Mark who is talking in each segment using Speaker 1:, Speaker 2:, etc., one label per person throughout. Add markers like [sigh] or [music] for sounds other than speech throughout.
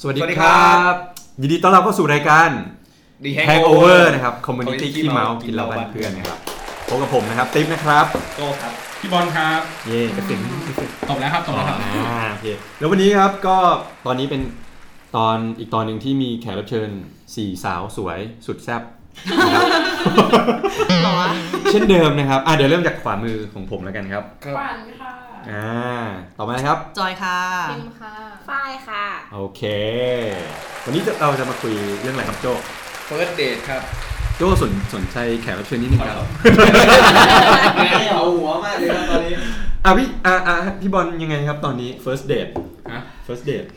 Speaker 1: สวัสดี
Speaker 2: สวัสดี
Speaker 1: ค
Speaker 2: ครั
Speaker 1: รับ
Speaker 2: บ
Speaker 1: ยินดีต้อนรับเข้าสู่รายการ
Speaker 2: The
Speaker 1: Hangover นะครับคอมมูนิตี้
Speaker 2: Community
Speaker 1: ขี้เมากินเหล้าบ้านเพื่อนนะครับพบกับผมนะครับติ๊บนะครับ
Speaker 2: โตครับ
Speaker 3: พี่บอลครับ
Speaker 1: เย่กระ [laughs] สิง
Speaker 3: ตบแล้วครับตบแล้วครับ
Speaker 1: อ่าโอเคแล้ววันนี้ครับก็ตอนนี้เป็นตอนอีกตอนหนึ่งที่มีแขกรับเชิญสี่สาวสวยสุดแซ่บนะครับเช่นเดิมนะครับอ่ะเดี๋ยวเริ่มจากขวามือของผมแล้วกันครับ
Speaker 4: ปันค่ะ
Speaker 1: อ่าต่อมานะครับ
Speaker 5: จอยค่ะ
Speaker 4: พิมค่ะ
Speaker 6: ฝ้ายค่ะ
Speaker 1: โอเค วันนี้จะเราจะมาคุยเรื่องอะไรครับโจ
Speaker 2: เฟิร์สเดทครับ
Speaker 1: โจสนสนใจแขกรับเชิญนิดนึงครับ
Speaker 2: เอาหัวมากเลยครับตอนนี้
Speaker 1: อ่ะพี่อ่ะอ่ะพี่บอลยังไงครับตอนนี้ first date
Speaker 3: ฮะ
Speaker 1: first date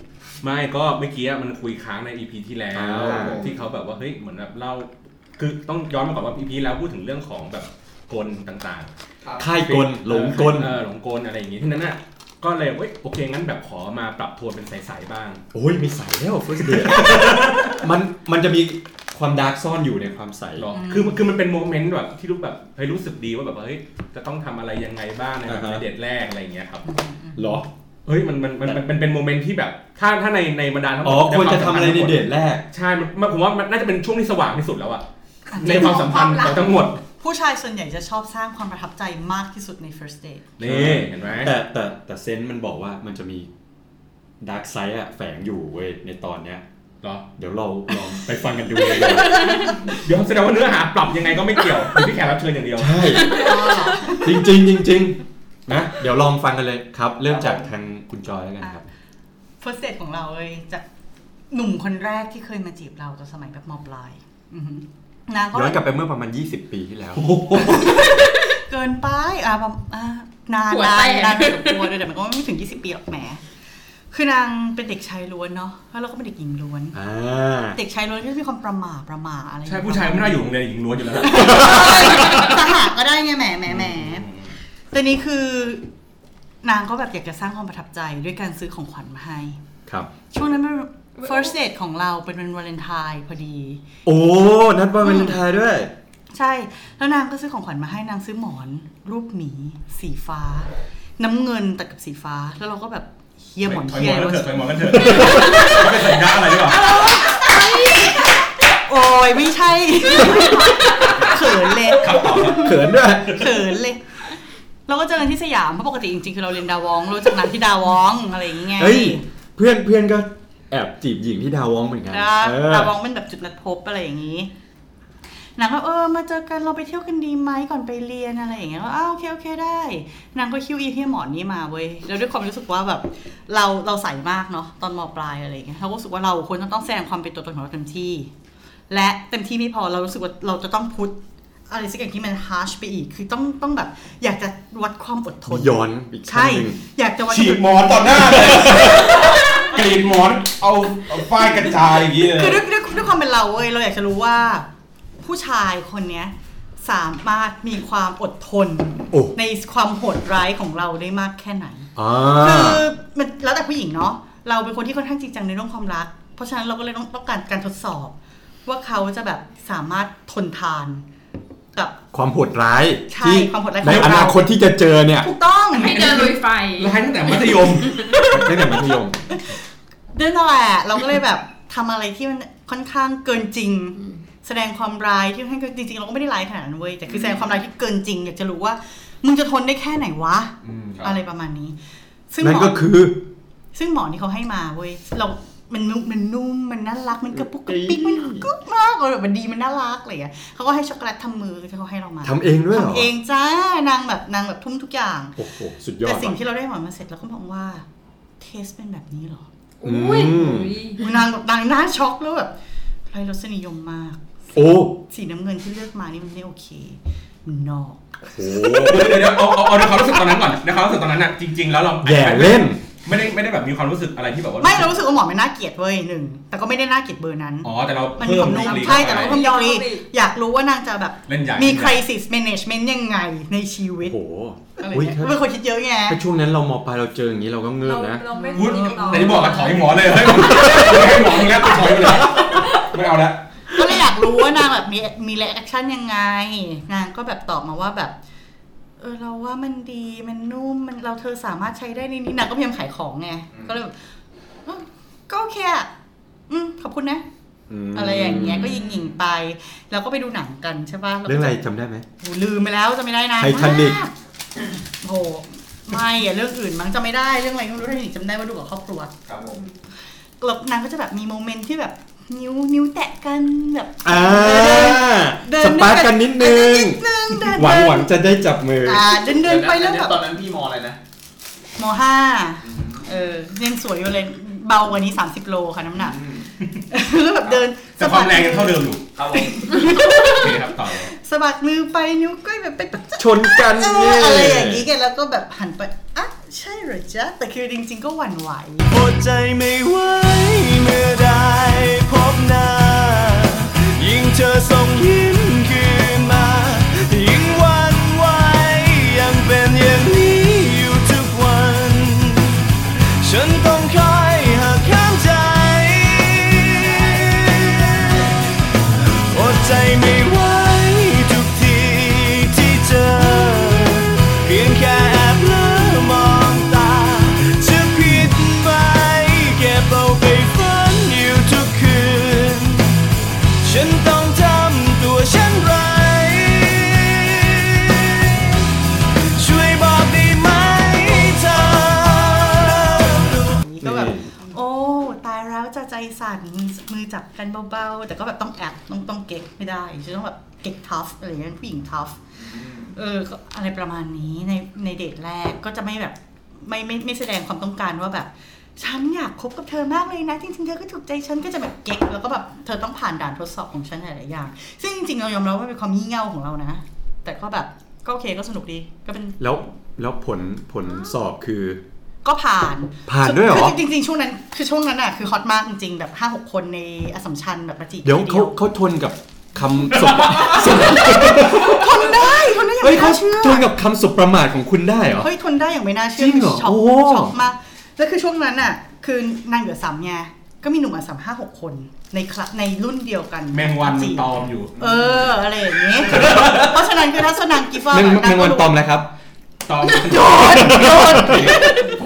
Speaker 3: ไม่ก็เมื่อกี้มันคุยค้างใน EP ที่แล้ว
Speaker 1: อ่า
Speaker 3: ที่เขาแบบว่าเฮ้ยเหมือนแบบเล่าคือต้องย้อนมาก่อนว่า EP แล้วพูดถึงเรื่องของแบบกลต่าง
Speaker 1: ค่าย
Speaker 3: ๆ
Speaker 1: กลหลงกล
Speaker 3: เออหลงกลอะไรอย่างงี้ที่นั้นน่ะก็เลยเว้ยโอเคงั้นแบบขอมาปรับโทนเป็นใสๆบ้าง
Speaker 1: โอ้ยมีใสแล้ว first
Speaker 3: [laughs]
Speaker 1: date มันมันจะมีความดาร์กซ่อนอยู่ในความใส
Speaker 3: หรอ
Speaker 5: อืม
Speaker 3: คือคือมันเป็นโมเมนต์แบบที่รู้แบบเฮ้ยรู้สึกดีว่าแบบว่าเฮ้ยจะต้องทำอะไรยังไงบ้างในแบบ
Speaker 1: อ่าฮะ
Speaker 3: ในเดทแรกอะไรอย่างเงี้ยครับ
Speaker 1: เหรอ
Speaker 3: เฮ้ยมันมันมันมันมันเป็นโมเมนต์ที่แบบ ถ้าถ้าในในบรรดาทั้งหมด
Speaker 1: อ๋อควรจะทำอะไรในเดทแรก
Speaker 3: ใช่มันมันผมว่ามันน่าจะเป็นช่วงที่สว่างที่สุดแล้วอะในความสัมพันธ์ของทั้งหมด
Speaker 5: ผู้ชายส่วนใหญ่จะชอบสร้างความประทับใจมากที่สุดใน first date
Speaker 3: นี่เห็นไหม
Speaker 1: แต่แต่แต่เซนส์มันบอกว่ามันจะมีดาร์กไซด์อะแฝงอยู่เว้ยในตอนเนี้ย
Speaker 3: เหรอ
Speaker 1: เดี๋ยวเราลองไปฟังกันดูเลย
Speaker 3: เดี๋ยวแสดงว่าเนื้อหาปรับยังไงก็ไม่เกี่ยวอยู่ที่แขกรับเชิญอย่างเดียว
Speaker 1: ใช่จริงจริงๆจริงๆนะเดี๋ยวลองฟังกันเลยครับ เริ่มจากทางคุณจอยแล้วกันครับ
Speaker 5: first date ของเราเลยจากหนุ่มคนแรกที่เคยมาจีบเราตอนสมัยแบบมปลายอือหือนางก็
Speaker 1: ย้อนกลับไปเมื่อประมาณ 20 ปีที่แล้ว
Speaker 5: เกินไปอ่ะแบบอ่ะนาน
Speaker 6: หัวน
Speaker 5: าน
Speaker 6: แตก
Speaker 5: นานไปกับตัวเลยแต่มันก็ไม่ถึง 20 ปีหรอกแหม คือนางเป็นเด็กชายล้วนเนาะแล้วเราก็เป็นเด็กหญิงล้วน
Speaker 1: อ่า
Speaker 5: เด็กชายล้วนก็จะมีความประหม่าประหม่าอะไรอง
Speaker 3: ใช่
Speaker 5: เงี้
Speaker 3: ผู้ชายไม่น่าอยู่โรงเรียนหญิงล้วนอยู่แล้ว
Speaker 5: ตาหากก็ได้ไงแหมแหมแหม แต่นี่คือนางก็แบบอยากจะสร้างความประทับใจด้วยการซื้อของขวัญมาให้
Speaker 1: ครับ
Speaker 5: ช่วงนั้นเป็น first date ของเราเป็นวันวาเลนไทน์พอดี
Speaker 1: โอ้ นัดว่าวันไทายด้วย
Speaker 5: ใช่ แล้วนางก็ซื้อของขวัญมาให้นางซื้อหมอน รูปหมี สีฟ้า น้ำเงินตัดกับสีฟ้า แล้วเราก็แบบเฮียหมอน
Speaker 3: ถอย
Speaker 5: เฮี
Speaker 3: หม
Speaker 5: ย
Speaker 3: อน
Speaker 5: เล
Speaker 3: กันเถอะ
Speaker 5: ย
Speaker 3: ถอยหมอนกันเถอะไม่เป็นสัญญาอะไรหรือเปล่า
Speaker 5: โอ้ยไม่ใช่ [laughs] เขินเลย
Speaker 1: เขินด้วย
Speaker 5: เขินเลย เราก็เจอกันที่สยามเพราะปกติจริงๆคือเราเรียนดาวองรู้จักนางที่ดาวองอะไรอย่างเงี้ย
Speaker 1: เฮ้ย เพื่อนเพื่อนก็แอบจีบหญิงที่ดาวองเหมือนกัน
Speaker 5: นะ
Speaker 1: เออ
Speaker 5: ตามองเป็นแบบจุดนัดพบอะไรอย่างนี้นางก็เออมาเจอกันเราไปเที่ยวกันดีไหมก่อนไปเรียนอะไรอย่างเงี้ยก็อ้าวโอเคโอเคได้ นางก็คิวอีที่หมอนนี้มาเว้ยแล้วด้วยความรู้สึกว่าแบบเราเราใส่มากเนาะตอนมปลายอะไรอย่างเงี้ยเราก็รู้สึกว่าเราควรจะต้องแสดงความเป็นตัวตนของเราเต็มที่ และเต็มที่ไม่พอเรารู้สึกว่าเราจะต้องพุทอะไรสักอย่างที่มันฮาร์ชไปอีก คือต้องต้องแบบ อยากจะวัดความอดทน
Speaker 1: ย้อนอีกขั้
Speaker 5: ใช่
Speaker 1: นหนึ่ง
Speaker 5: อยากจะวัด
Speaker 2: ฉีกหมอนต่อหน้าเลยกรีดหมอนเอาเอาฝ้ายกระจายอย่างนี้เล
Speaker 5: คือย ด้วยด้วยด้วยความเป็นเราเว้ยเราอยากจะรู้ว่า ผู้ชายคนเนี้ยสามารถมีความอดทน
Speaker 1: โอ้
Speaker 5: ในความโหดร้ายของเราได้มากแค่ไหน
Speaker 1: อ่า
Speaker 5: คือมันแล้วแต่ผู้หญิงเนาะเราเป็นคนที่ค่อนข้างจริงจังในเรื่องความรัก เพราะฉะนั้นเราก็เลยต้องต้องการการทดสอบ ว่าเขาจะแบบสามารถทนทานกับ
Speaker 1: ความโหดร้าย
Speaker 5: ใช่
Speaker 1: ที่
Speaker 5: ความโหดร้ายของ
Speaker 1: ใน
Speaker 5: เรา
Speaker 1: อนาคตที่จะเจอเนี่ย
Speaker 5: ถูกต้อง
Speaker 4: ให้เดินลุยไฟ
Speaker 3: ร้ายตั้งแต่มัธยม
Speaker 1: ตั้งแต่มัธยม
Speaker 5: นั่นแหละเราก็เลยแบบทำอะไรที่มันค่อนข้างเกินจริง แสดงความร้ายที่ให้จริงๆเราก็ไม่ได้ร้ายขนาดนั้นเว้ยแต่คือแสดงความร้ายที่เกินจริง อยากจะรู้ว่า มึงจะทนได้แค่ไหนวะ อะไรประมาณนี้ ซึ่งห
Speaker 1: นั่น
Speaker 5: มอ
Speaker 1: ก็คือ
Speaker 5: ซึ่งหมอนี่เขาให้มาเว้ยเรามันนุ่มมันนุ่มมันน่ารักมันกระปุกกระ
Speaker 1: เอ้ย
Speaker 5: ปิ๊กมันกึ๊บมากเลยแบบมันดีมันน่ารักอะไรอย่างเงี้ยเขาก็ให้ช็อกโกแลตทำมือที่เขาให้เรามา
Speaker 1: ทำเองด้วยเหรอ
Speaker 5: ทำเองจ้านางแบบนางแบบทุ่มทุกอย่าง
Speaker 1: โอ้โห สุดยอด
Speaker 5: แต่สิ่ง
Speaker 1: ว่ะ
Speaker 5: ที่เราได้หมอมาเสร็จเราก็มองว่าเทสเป็นแบบนี้เหรอ
Speaker 4: อุ้ย
Speaker 1: อืม
Speaker 5: อุ๊ยนางแบบนางหน้าช็อกแล้วแบบไรรสนิยมมาก
Speaker 1: โอ้
Speaker 5: สีน้ำเงินที่เลือกมานี่มันไม่โอเค มันนอก
Speaker 1: โห
Speaker 3: เดี๋ยวเดี๋ยวเดี๋ยวเอาเอาเอาในความรู้สึกตอนนั้นก่อนในความรู้สึกตอนนั้นน่ะจริง ๆ แล้วเรา
Speaker 1: แย่เล่น
Speaker 3: ไม่ได้ไม่ได้แบบมีความรู้สึกอะไรที่แบบว่า
Speaker 5: ไม่เรารู้สึกว่าหมอไม่น่าเกลียดเว้ยหนึ่งแต่ก็ไม่ได้น่าเกลียดเบอร์นั้น
Speaker 3: อ๋อแต่เรา
Speaker 5: มันมี
Speaker 3: เพิ่
Speaker 5: ค
Speaker 3: มลู
Speaker 5: วามนุ่
Speaker 3: ก
Speaker 5: ม
Speaker 3: ลี
Speaker 5: ใช่แต่เราก็ต้องยอมรี
Speaker 6: เพิ่มอีก
Speaker 5: อยากรู้ว่านางจะแบบ
Speaker 3: เล่นใหญ่
Speaker 5: มี
Speaker 3: เล่นใหญ่
Speaker 5: crisis management ยังไงในชีวิต
Speaker 1: โอ้โห
Speaker 5: อะไร
Speaker 1: อุ๊ย
Speaker 5: เงี้ย
Speaker 1: ถ้า
Speaker 5: เป็นคนคิดเยอะไง
Speaker 1: ถ้าช่วงนั้นเรามอปลายเราเจออย่างนี้เราก็เงิบ
Speaker 6: เรา
Speaker 1: นะ
Speaker 6: เราไม่
Speaker 3: พูด
Speaker 6: ติดต่
Speaker 3: แต่ที่บอกอะถอยหมอเลยเฮ้ยให้หมอมึงแล้วกูถอยไปเลยไม่เอาละ
Speaker 5: ก็เลยอยากรู้ว่านางแบบมีมี reaction ยังไง นางก็แบบตอบมาว่าแบบ เออเราว่ามันดีมันนุ่มมันเราเธอสามารถใช้ได้ในนี้นางก็พยายามขายของไงก็เลยแบบเออก็โอเคอะ อืมขอบคุณนะ
Speaker 1: ม
Speaker 5: อะไรอย่างเงี้ยก็ยิงยิงๆไปแล้วก็ไปดูหนังกันใช่ป่ะ
Speaker 1: เรื่องอะไรจำได้ไหม
Speaker 5: โหลืมไปแล้วจะไม่ได้นะ
Speaker 1: Titanic
Speaker 5: โหไม่อะเรื่องอื่นมั้งจะไม่ได้เรื่องอะไรก็ไม่รู้ได้หนิจำได้ว่าดูกับครอบครัว
Speaker 7: ครับผม
Speaker 5: แล้วนางก็จะแบบมีโมเมนต์ที่แบบนิ้วนิ้วแตะกันแบบ
Speaker 1: อ่า
Speaker 5: เดิ
Speaker 1: ส
Speaker 5: น
Speaker 1: ปาร์กกันนิดนึง
Speaker 5: นิดนึงเดิน
Speaker 1: หวังหวังจะได้จับมืออ
Speaker 5: อ่าเดินเดินไปแล้วแบบ
Speaker 2: ตอนนั้นพี่มออะไรนะ
Speaker 5: มห้าเออยังสวยอยู่เลยเบากว่านี้ 30 โลค่ะน้ำหนักแล้วแบบเดิน
Speaker 3: แต่ความแรง
Speaker 5: สะ
Speaker 3: ยัง
Speaker 5: บัด
Speaker 3: เท่าเดิมอยู่
Speaker 2: ครับผม
Speaker 3: โอเคครับต่อเลย
Speaker 5: สะบัดมือไปนิ้วก้อยแบบไปปะ
Speaker 1: ชนกัน
Speaker 5: เอ
Speaker 1: เนี่
Speaker 5: อย อะไรอย่างนี้แกแล้วก็แบบหันไปอ่ะใช่เหรอจ๊ะ แต่คือจริงๆก็หวั่นไหว
Speaker 8: อดใจไม่ไหวเมื่อได้พบหน้า ยิ่งเธอส่งยิ้มคืนมา ยิ่งหวันไหวยังเป็นอย่างนี้อยู่ทุกวัน ฉันต้องคอยหักข้ามใจ อดใจไม่ไหวทุกทีที่เจอ เพียงแค่แอบเลอมองตา จะผิดไหมแค่เบาไปฝันอยู่ทุกคืน ฉันต้องทำตัวเช่นไร ช่วยบอกได้ไหมเธอ
Speaker 5: อย่างนี้ก็แบบ
Speaker 1: นี่
Speaker 5: โอ้ตายแล้วจะใจสั่นมือจับกันเบาๆ แต่ก็แบบต้องแอบต้องต้องเก๊กไม่ได้จะต้องแบบเก๊กทัฟอะไรอย่างเงี้ยผู้หญิงทัฟเออก็อะไรประมาณนี้ในในเดทแรกก็จะไม่แบบไม่ไม่ไม่แสดงความต้องการว่าแบบ ฉันอยากคบกับเธอมากเลยนะจริงๆเธอก็ถูกใจฉันก็จะแบบเก๊กแล้วก็แบบเธอต้องผ่านด่านทดสอบของฉันหลายๆอย่าง ซึ่งจริงๆเรายอมรับว่าเป็นความงี่เง่าของเรานะ แต่ก็แบบก็โอเคก็สนุกดีก็เป็น
Speaker 1: แล้วแล้วผลผลสอบคือ
Speaker 5: ก็ผ่าน
Speaker 1: ผ่านด้วยเหรอ
Speaker 5: คืจริงๆ ช่วงนั้นคือช่วงนั้นอ่ะคือฮอตมากจริงๆ แบบห้าหกคนในอสสัมชัญแบบประจิต
Speaker 1: เดี๋ยวเขาเขาทนกับคำสบ
Speaker 5: [laughs]
Speaker 1: สบ
Speaker 5: ทนได้ ทนได้อย่าง
Speaker 1: เฮ้ย
Speaker 5: ไม่
Speaker 1: เขา
Speaker 5: น่าเชื่อ
Speaker 1: ทนกับคำสบประมาทของคุณได้เหรอ
Speaker 5: เฮ้ยทนได้อย่างไม่น่าเชื่
Speaker 1: จริงเหรอ
Speaker 5: ช็อก
Speaker 1: โอ้
Speaker 5: ช็อกมากแล้วคือช่วงนั้นอ่ะ คือนางเหลือสามไงก็มีหนุ่มอสสัมห้าหกคนในคลับในรุ่นเดียวกัน
Speaker 3: แมงวันมัน
Speaker 5: จีบ
Speaker 3: ตอมอยู่
Speaker 5: เอออะไรอย่างงี้ เพราะฉะนั้นคือถ้าสนางกิฟว่า
Speaker 1: แมง
Speaker 5: แบบ
Speaker 1: แมงวันตอมแล้วครับ
Speaker 3: ตอม
Speaker 5: โยนโยน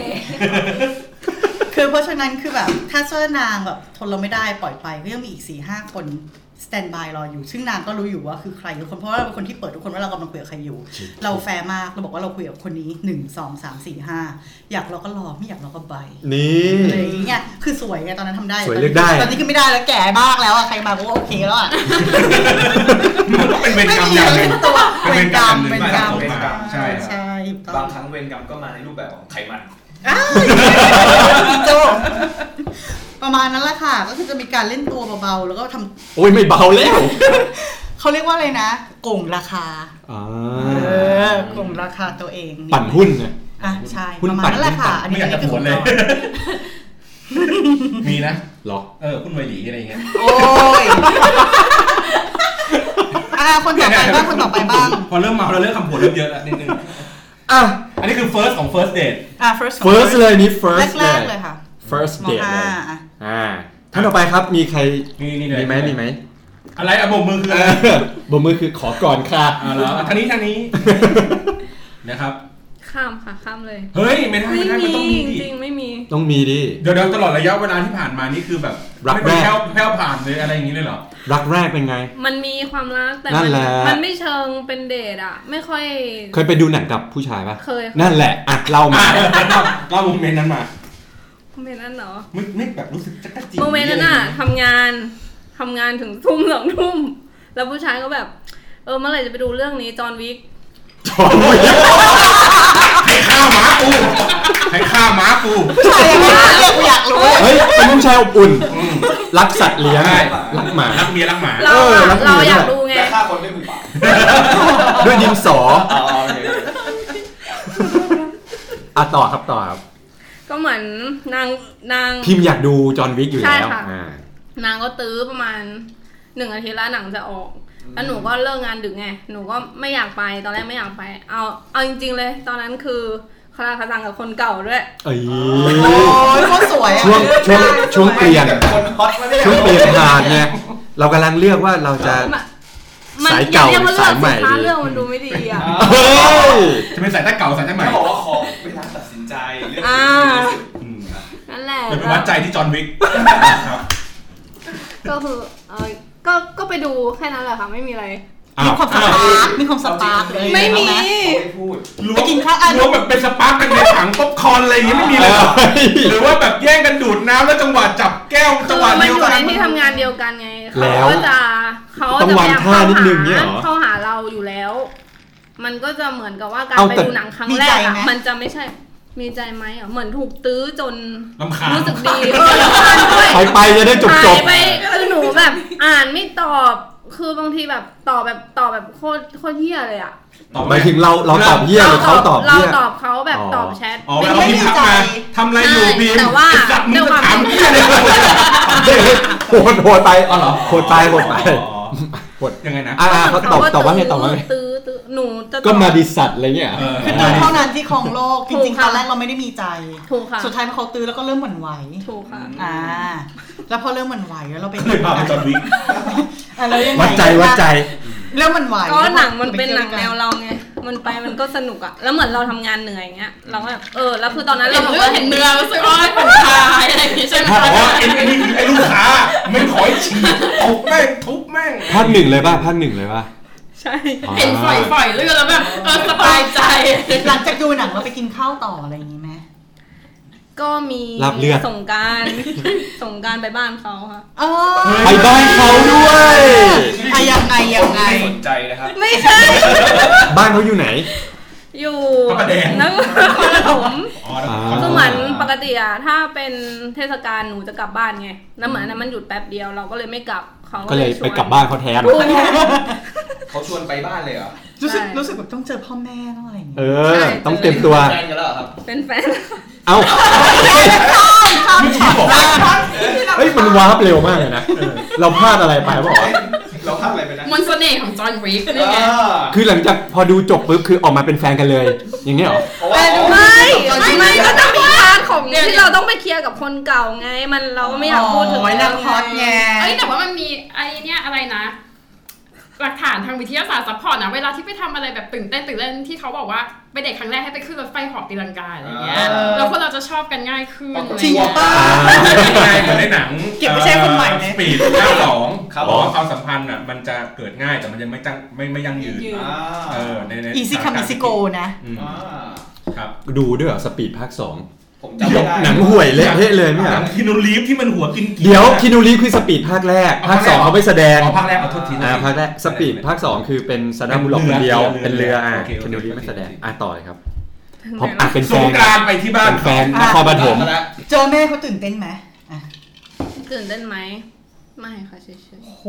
Speaker 5: คือเพราะฉะนั้นคือแบบถ้าเสื้อนางแบบทนเราไม่ได้ปล่อยไปก็ยังมีอีก4ี่ห้าคนสแตนบายรออยู่ ซึ่งนางก็รู้อยู่ว่าคือใครทุกคนเพราะว่าเราเป็นคนที่เปิดทุกคนว่าเรากำลังคุยกับใครอยู่ เราแฟร์มากเราบอกว่าเราคุยกับคนนี้หนึ่งสองสามสี่ห้าอยากเราก็รอไม่อยากเราก็ไป
Speaker 1: นี่
Speaker 5: อะไรอย่างเงี้ยคือสวยไงตอนนั้นทำได้
Speaker 1: สวยเลือกได้
Speaker 5: ตอนนี้คือไม่ได้แล้วแก่มากแล้วอะใครมาก็ว่าโอเคแล้วอะ
Speaker 3: มันก็เป็นเวรกรรม
Speaker 5: ไม่มี
Speaker 3: อย่าง
Speaker 5: อะ
Speaker 3: ห
Speaker 5: ไร
Speaker 3: นึ่ง
Speaker 5: เป็นตัว
Speaker 3: เป็น
Speaker 5: เป็น
Speaker 3: เวร
Speaker 5: ก
Speaker 3: กร
Speaker 5: รร
Speaker 3: ร
Speaker 5: ม
Speaker 3: ม
Speaker 5: เป็นกรรม
Speaker 3: เป็นเวรกรรม
Speaker 7: ใช่ครับ
Speaker 5: ใช่ถูกต้อง
Speaker 2: บางครั้งเวรกรรมก็มาในรูปแบบของไขมัน
Speaker 5: อ้าวโจประมาณนั้นแหละค่ะ ก็คือจะมีการเล่นตัวเบาๆ แล้วก็ทำ
Speaker 1: โอ้ยไม่เบาแล้ว
Speaker 5: เขาเรียกว่าอะไรนะโก่งราคา
Speaker 1: อ่า
Speaker 5: เออโก่งราคาตัวเอง
Speaker 1: ปั่นหุ้นนะ
Speaker 5: อ่ะใช่
Speaker 1: หุ้น
Speaker 5: ประมาณ
Speaker 1: ปั่น
Speaker 5: นั้นแหละค่ะ
Speaker 1: หุ้นปั่น
Speaker 5: อันนี้
Speaker 3: ไม่อยากจะ
Speaker 5: คื
Speaker 3: พูดเลย
Speaker 5: ขงรา
Speaker 3: มีนะ
Speaker 1: เหรอ
Speaker 3: เออคุณไวหลีอะไรอย่างเงี้ย
Speaker 5: โอ้
Speaker 1: [laughs]
Speaker 5: ยอ่ะคนต่อไปบ้างคนต่อไปบ้าง
Speaker 3: พอเริ่มเมาเราเริ่มคำผวนเริ่มเยอะแล้วนิดนึง
Speaker 1: อ่ะ
Speaker 3: อันนี้คือ first ของ first date
Speaker 5: อ่ะ first ของ
Speaker 1: first เลยนี่ first
Speaker 5: แรกๆเลยค่ะ
Speaker 1: first
Speaker 5: ม
Speaker 1: date เลย
Speaker 5: .5 อ่ะ
Speaker 1: อ่าท่านต่อไปครับมีใคร
Speaker 3: นี่นี่เลย
Speaker 1: มีไหมมีไหม
Speaker 3: อะไรอะโบกมือคืออะไร
Speaker 1: เออบนมือคือขอก่อนค่ะ
Speaker 3: อ่าแล้วทางนี้ทาง
Speaker 1: [laughs]
Speaker 3: นี้ นะครับ
Speaker 4: ข้ามค่ะข้ามเลย
Speaker 3: เฮ้ยไม่ได้
Speaker 4: ไม่
Speaker 3: ไม่ได้มัน
Speaker 4: มี
Speaker 3: ต้องมีดิ
Speaker 4: จริงๆไม่มี
Speaker 1: ต้องมีดิ
Speaker 3: เดี๋ยวเดี๋ยวตลอดระยะเวลาที่ผ่านมานี่คือแบบ
Speaker 1: รัก
Speaker 3: ไม่
Speaker 1: แรก
Speaker 3: ได้แผ่วแผ่วผ่านเลยอะไรอย่างนี้เลยเหรอ
Speaker 1: รักแรกเป็นไง
Speaker 4: มันมีความรักแต่
Speaker 1: นั่
Speaker 4: มัน
Speaker 1: แหละ
Speaker 4: มันไม่เชิงเป็นเดทอ่ะ ไม่ค่อย
Speaker 1: เคยไปดูหนังกับผู้ชายปะ
Speaker 4: เคยค่ะ
Speaker 1: นั่นแหละ อ่ะ เล่ามา
Speaker 3: อ่ะเล่าโมเมนต์นั้นมา
Speaker 4: โมเมนต์นั้นเนาะ
Speaker 3: ไม่ไม่แบบรู้สึกจักรจี
Speaker 4: โมเมนต์นั้นอ่ะทำงานทำงานถึงทุ่มสองทุ่มแล้วผู้ชายก็แบบ เออเมื่อไหร่จะไปดูเรื่องนี้จอห์นวิก
Speaker 1: จอห์นวิก
Speaker 3: ใครฆ่าหมากูใครฆ่าหมากู
Speaker 5: ผู้ชายยังไม่ได้เรียกกูอยากรู้
Speaker 1: เฮ้ยเป็นผู้ชายอบอุ่น รักสัตว์เลี้ยง
Speaker 3: ใช่
Speaker 1: รักหมา
Speaker 3: รักเมียรักหมา
Speaker 4: เรา
Speaker 1: เออ
Speaker 4: อะ
Speaker 1: แล้ว
Speaker 4: เรา
Speaker 1: มี
Speaker 4: อยาก
Speaker 1: ด้วย
Speaker 4: ดูไง
Speaker 2: และฆ่าคนด้วยมือเปล่า
Speaker 1: ด้วยดินสอ
Speaker 2: อ๋อโอเค
Speaker 1: อ่ะต่อครับต่อครับ
Speaker 4: ก็เหมือนนางนาง
Speaker 1: พิมพ์อยากดูจอห์นวิกอยู่แล้ว
Speaker 4: ใช่ค่ะ
Speaker 1: อ่าน
Speaker 4: างก็ตื้อประมาณหนึ่งอาทิตย์แล้วหนังจะออก แล้วหนูก็เลิกงานดึกไง หนูก็ไม่อยากไป ตอนแรกไม่อยากไป เอาเอาจริง ๆ เลย ตอนนั้นคือคาราคาซังกับคนเก่าด้วย
Speaker 1: เอ้ย
Speaker 5: โอ้ยโคตรสวยอ่ะ
Speaker 1: ช่วงช่วงช่วงเปลี่ยน
Speaker 2: คนฮอตไม่ได้
Speaker 1: ช่วงเปลี่ยนผ่านไงเรากำลังเลือกว่าเราจะ
Speaker 4: มัน
Speaker 1: สาย
Speaker 4: อ
Speaker 1: เก่า
Speaker 4: เรียกว่า
Speaker 1: สา
Speaker 4: เลือย ก
Speaker 1: ใหม่
Speaker 4: สินค้า
Speaker 1: ดี
Speaker 4: เรื่องมันดูไม่ดีอ่ะ
Speaker 1: เฮ้ย
Speaker 3: จะเป็นสายตาเก่าสายตาใหม่
Speaker 2: เขาบอกว่าขอเวลาตัดสินใจเรื่อง
Speaker 4: อ่า
Speaker 2: ที่ดีที่สุด
Speaker 3: อืม
Speaker 4: นั่นแหละ
Speaker 3: เดี๋ยวไปวัดใจที่จอห์นวิกครับ
Speaker 4: ก็คือเออก็ก็ไปดูแค่นั้นแหละค่ะไม่มีอะไร
Speaker 3: อ้า
Speaker 5: มี
Speaker 3: ว
Speaker 5: ความส
Speaker 3: อ้าว
Speaker 5: ปาร์คมีความสปาร์คเลย
Speaker 4: ไม่มี
Speaker 5: เอาห
Speaker 2: เขาไม่พูด
Speaker 9: ล้ว
Speaker 5: ไป
Speaker 9: ง
Speaker 5: กินข้าวอ่ะ
Speaker 9: ล้วงแบบเป็นสปาร์กกันในถังป๊อปคอร์นอะไรอย่างเงี้ยไม่มีเลยเหรอหรือว่าแบบแย่งกันดูดน้ำแล้วจังหวะจับแก้ว
Speaker 4: คื
Speaker 9: จัง
Speaker 4: อ
Speaker 9: หวะ
Speaker 4: มัน
Speaker 9: เดียว
Speaker 4: อยู่
Speaker 9: กั
Speaker 4: ใน
Speaker 9: น
Speaker 4: ที่ทำงานเดียวกันไง
Speaker 1: แล้ว
Speaker 4: เขาก็จะเขาก็
Speaker 1: ต้อง
Speaker 4: จะ
Speaker 1: วาง
Speaker 4: พยา
Speaker 1: ท่า
Speaker 4: ยามเข้า
Speaker 1: นิด
Speaker 4: หา
Speaker 1: นึงเนี่ยเหรอ
Speaker 4: เข้าหาเราอยู่แล้ว มันก็จะเหมือนกับว่าการ
Speaker 1: เอา
Speaker 4: ไป
Speaker 1: แต่
Speaker 4: ดูหนังครั้ง
Speaker 5: มี
Speaker 4: แร
Speaker 5: ใจ
Speaker 4: กอะ
Speaker 5: ไหม
Speaker 4: มันจะไม่ใช่มีใจไหมอ่ะเหมือนถูกตื้อจน
Speaker 3: ลำคาญ
Speaker 4: รู้สึกดีเออรำคาญด้วย
Speaker 1: ไปไปจะได้จบจบ
Speaker 4: หายไปคือหนูแบบ อ่านไม่ตอบคือบางทีแบบตอบแบบตอบแบบโคตรโคตรเหี้ยเลยอ่ะ
Speaker 1: หมายถึงเราเราตอบเหี้ยหรือเขาตอบ
Speaker 4: เรา
Speaker 1: เหี้ย
Speaker 4: ตอบเขาแบบ
Speaker 1: อ๋อ
Speaker 4: ตอบแชท
Speaker 3: อ๋อแล้วเราพิมพ์ทักมาทำอะไรอยู่พิมพ์
Speaker 4: แต่ว่า
Speaker 3: ไอ้สัตว์มึง
Speaker 4: ด้วย
Speaker 3: จะ
Speaker 4: ความ
Speaker 3: ถาม
Speaker 4: ที่
Speaker 3: พี่อะไรกู
Speaker 1: โหดโหดไป
Speaker 3: อ๋อเหรอ
Speaker 1: โหดไปโหดไป
Speaker 3: อ๋อยังไงนะ
Speaker 1: อ่าเขาตอบตอบว่าไงตอบว่าไง
Speaker 4: ตื้อตื้อหนูจะตอบ
Speaker 1: ก็มาดิสัตว์อะไรเงี้ย
Speaker 3: เออ
Speaker 5: คือตื้อเท่านั้นที่ครองโลก จ
Speaker 4: ถู
Speaker 5: ริ
Speaker 4: ก
Speaker 5: งๆ
Speaker 4: ค่ะ
Speaker 5: ตอนแรกเราไม่ได้มีใจ
Speaker 4: ถูกค่ะ
Speaker 5: สุดท้ายพอเขาตื้อแล้วก็เริ่มหวั่นไหว
Speaker 4: ถูกค่ะ
Speaker 5: อ่า แล้วพอเริ่มหวั่นไหวแล้วเราไป
Speaker 3: เลยพาไปจอดวิก
Speaker 5: อ่ะแล้วยังไง
Speaker 1: วัดใจวัดใจ
Speaker 5: เริ่มหวั่นไหว
Speaker 4: ก็หนังมัน
Speaker 5: ไป
Speaker 4: เป็น
Speaker 5: ที่ยว
Speaker 4: หนัง
Speaker 5: ด้วยกั
Speaker 4: แนวเราไง มันไปมันก็สนุกอะแล้วเหมือนเราทำงานเหนื่อยเงี้ย เราก็แบบเออ แล้วคือตอนนั้นเราแบบว่าเห็นเนื้อรู้สึกว่าผ่อนคลายอะไรอย่างงี้ใช่ไหม
Speaker 3: อ๋อไอ้ไอ้นี่คือไอ้ลูกค้าไม่ขอให้ฉีดตบแม่งทุบแม่ง
Speaker 1: ภาคหนึ่งเลยป่ะภาคหนึ่งเลยป่ะ
Speaker 4: ใช่
Speaker 1: อ๋อ
Speaker 4: เห็นฝอยฝอยๆเลือดแล้วแบบเออสบายใจ
Speaker 5: หลังจากดูหนังเราไปกินข้าวต่ออะไรอย่างนี้ไหม
Speaker 4: ก็มี
Speaker 1: ลาบเลือด
Speaker 4: สงกราร
Speaker 1: [laughs]
Speaker 4: สงกรารไปบ้านเขาค่ะ
Speaker 5: เออ
Speaker 1: ไปบ้านเขาด้วย
Speaker 5: อะยังไงยังไง
Speaker 2: สนใจนะครับ
Speaker 4: ไม่ใช่
Speaker 1: บ้านเขาอยู่ไหน
Speaker 4: อยู่
Speaker 3: พระประแดง
Speaker 4: นครปฐม
Speaker 3: อ๋อนะ
Speaker 1: อ่า
Speaker 4: ก็เหมือนปกติอะถ้าเป็นเทศกาลหนูจะกลับบ้านไง แล้วเหมือนอันนั้นมันหยุดแป๊บเดียวเราก็เลยไม่กลับเขา
Speaker 1: ก็เลย
Speaker 4: ชวน
Speaker 1: ไปกลับบ้านเขาแทน
Speaker 2: เขาชวนไปบ้านเลยเหรอ
Speaker 5: รู้สึก
Speaker 4: ใช่
Speaker 5: รู้สึกแบบต้องเจอพ่อแม่ต้องอะไรอย่าง
Speaker 1: เอ
Speaker 5: เงี้ย
Speaker 1: อ ต้องเตรียมตัว
Speaker 2: แฟนกันแล้วเหรอครับ
Speaker 4: เป็นแฟน
Speaker 1: เอ้า
Speaker 3: ไม่ฉีดบอกว่า
Speaker 1: เฮ้ย มันวาร์ปเร็วมากเลยนะเออเราพลาดอะไรไปบอกว่าวะ
Speaker 2: เราพลาดอะไรไปนะ
Speaker 4: มนสเสน่ห์ของจอห์นวิกนี่ไง
Speaker 2: อ่า
Speaker 1: คือหลังจากพอดูจบปุ๊บคือออกมาเป็นแฟนกันเลย อย่างเงี้ยเหรอ
Speaker 2: เพราะว่า
Speaker 4: ไม่ไม่ไม่ก็ต้องมีพาร์ทของที่เราต้องไปเคลียร์กับคนเก่าไง มันเราก็ไม่อยากพูดถึง
Speaker 5: โอ้ยนักพอดแง
Speaker 10: เอ้ยแต่ว่ามันมีไอ้เนี่ยอะไรนะ หลักฐานทางวิทยาศาสตร์ซัพพอร์ตนะเวลาที่ไปทำอะไรแบบตื่นเต้นตื่นเต้นที่เขาบอกว่าไปเด็กครั้งแรกให้ไปขึ้นรถไฟเหอบตีลังกาอะไรอย่างเงี้ย
Speaker 2: เออ
Speaker 10: แล้วคนเราจะชอบกันง่ายขึ้น
Speaker 5: จริงป่ะ
Speaker 9: ใช่เหมือนในหนัง
Speaker 5: เก็บไว้ใช้คนใหม่ไหม
Speaker 9: สปีดเก้าสอง
Speaker 2: ครับ
Speaker 9: บอกว่าความสัมพันธ์อ่ะมันจะเกิดง่ายแต่มันยังไม่จังไม่ไม่ยั่งยืน
Speaker 2: อ่า
Speaker 9: เออในใน
Speaker 5: อีซิคามิซิโกนะ
Speaker 9: อืม
Speaker 2: อ่า
Speaker 9: ครับ
Speaker 1: ดูด้วยเหรอสปีดภาคสอง
Speaker 2: ผมจำไม่ได้
Speaker 1: หนังห่วยเละเทะเลยไม่
Speaker 9: ห
Speaker 1: เหร
Speaker 9: นั
Speaker 1: อง
Speaker 9: คินูรีฟที่มันหัวกินกี
Speaker 1: เดี๋ยวคินูรีคือสปีดภาคแรก ภาคสองเขาไม่แสดง
Speaker 3: อ๋อภาคแรกเอาโทุทีนะ
Speaker 1: อ่าภาคแรกสปีดภาคสองคือเป็นซาดามูล็อกคนเดียว เป็นเรืออ่ะ
Speaker 9: โอเคโอเค
Speaker 1: คินูรีไม่แสดงอ่ะต่อเลยครับเพราะอ่ะเป็น
Speaker 9: ส
Speaker 1: แฟ
Speaker 9: ง
Speaker 1: น
Speaker 9: กรานต์ไปที่บ้าน
Speaker 1: เป็นแฟ
Speaker 9: เขา
Speaker 1: นนครปฐม
Speaker 5: เจอแม่เขาตื่นเต้นไหมอ่ะ
Speaker 4: ตื่นเต้นไหม ไม่ค่ะเฉยๆ
Speaker 5: โอ้โห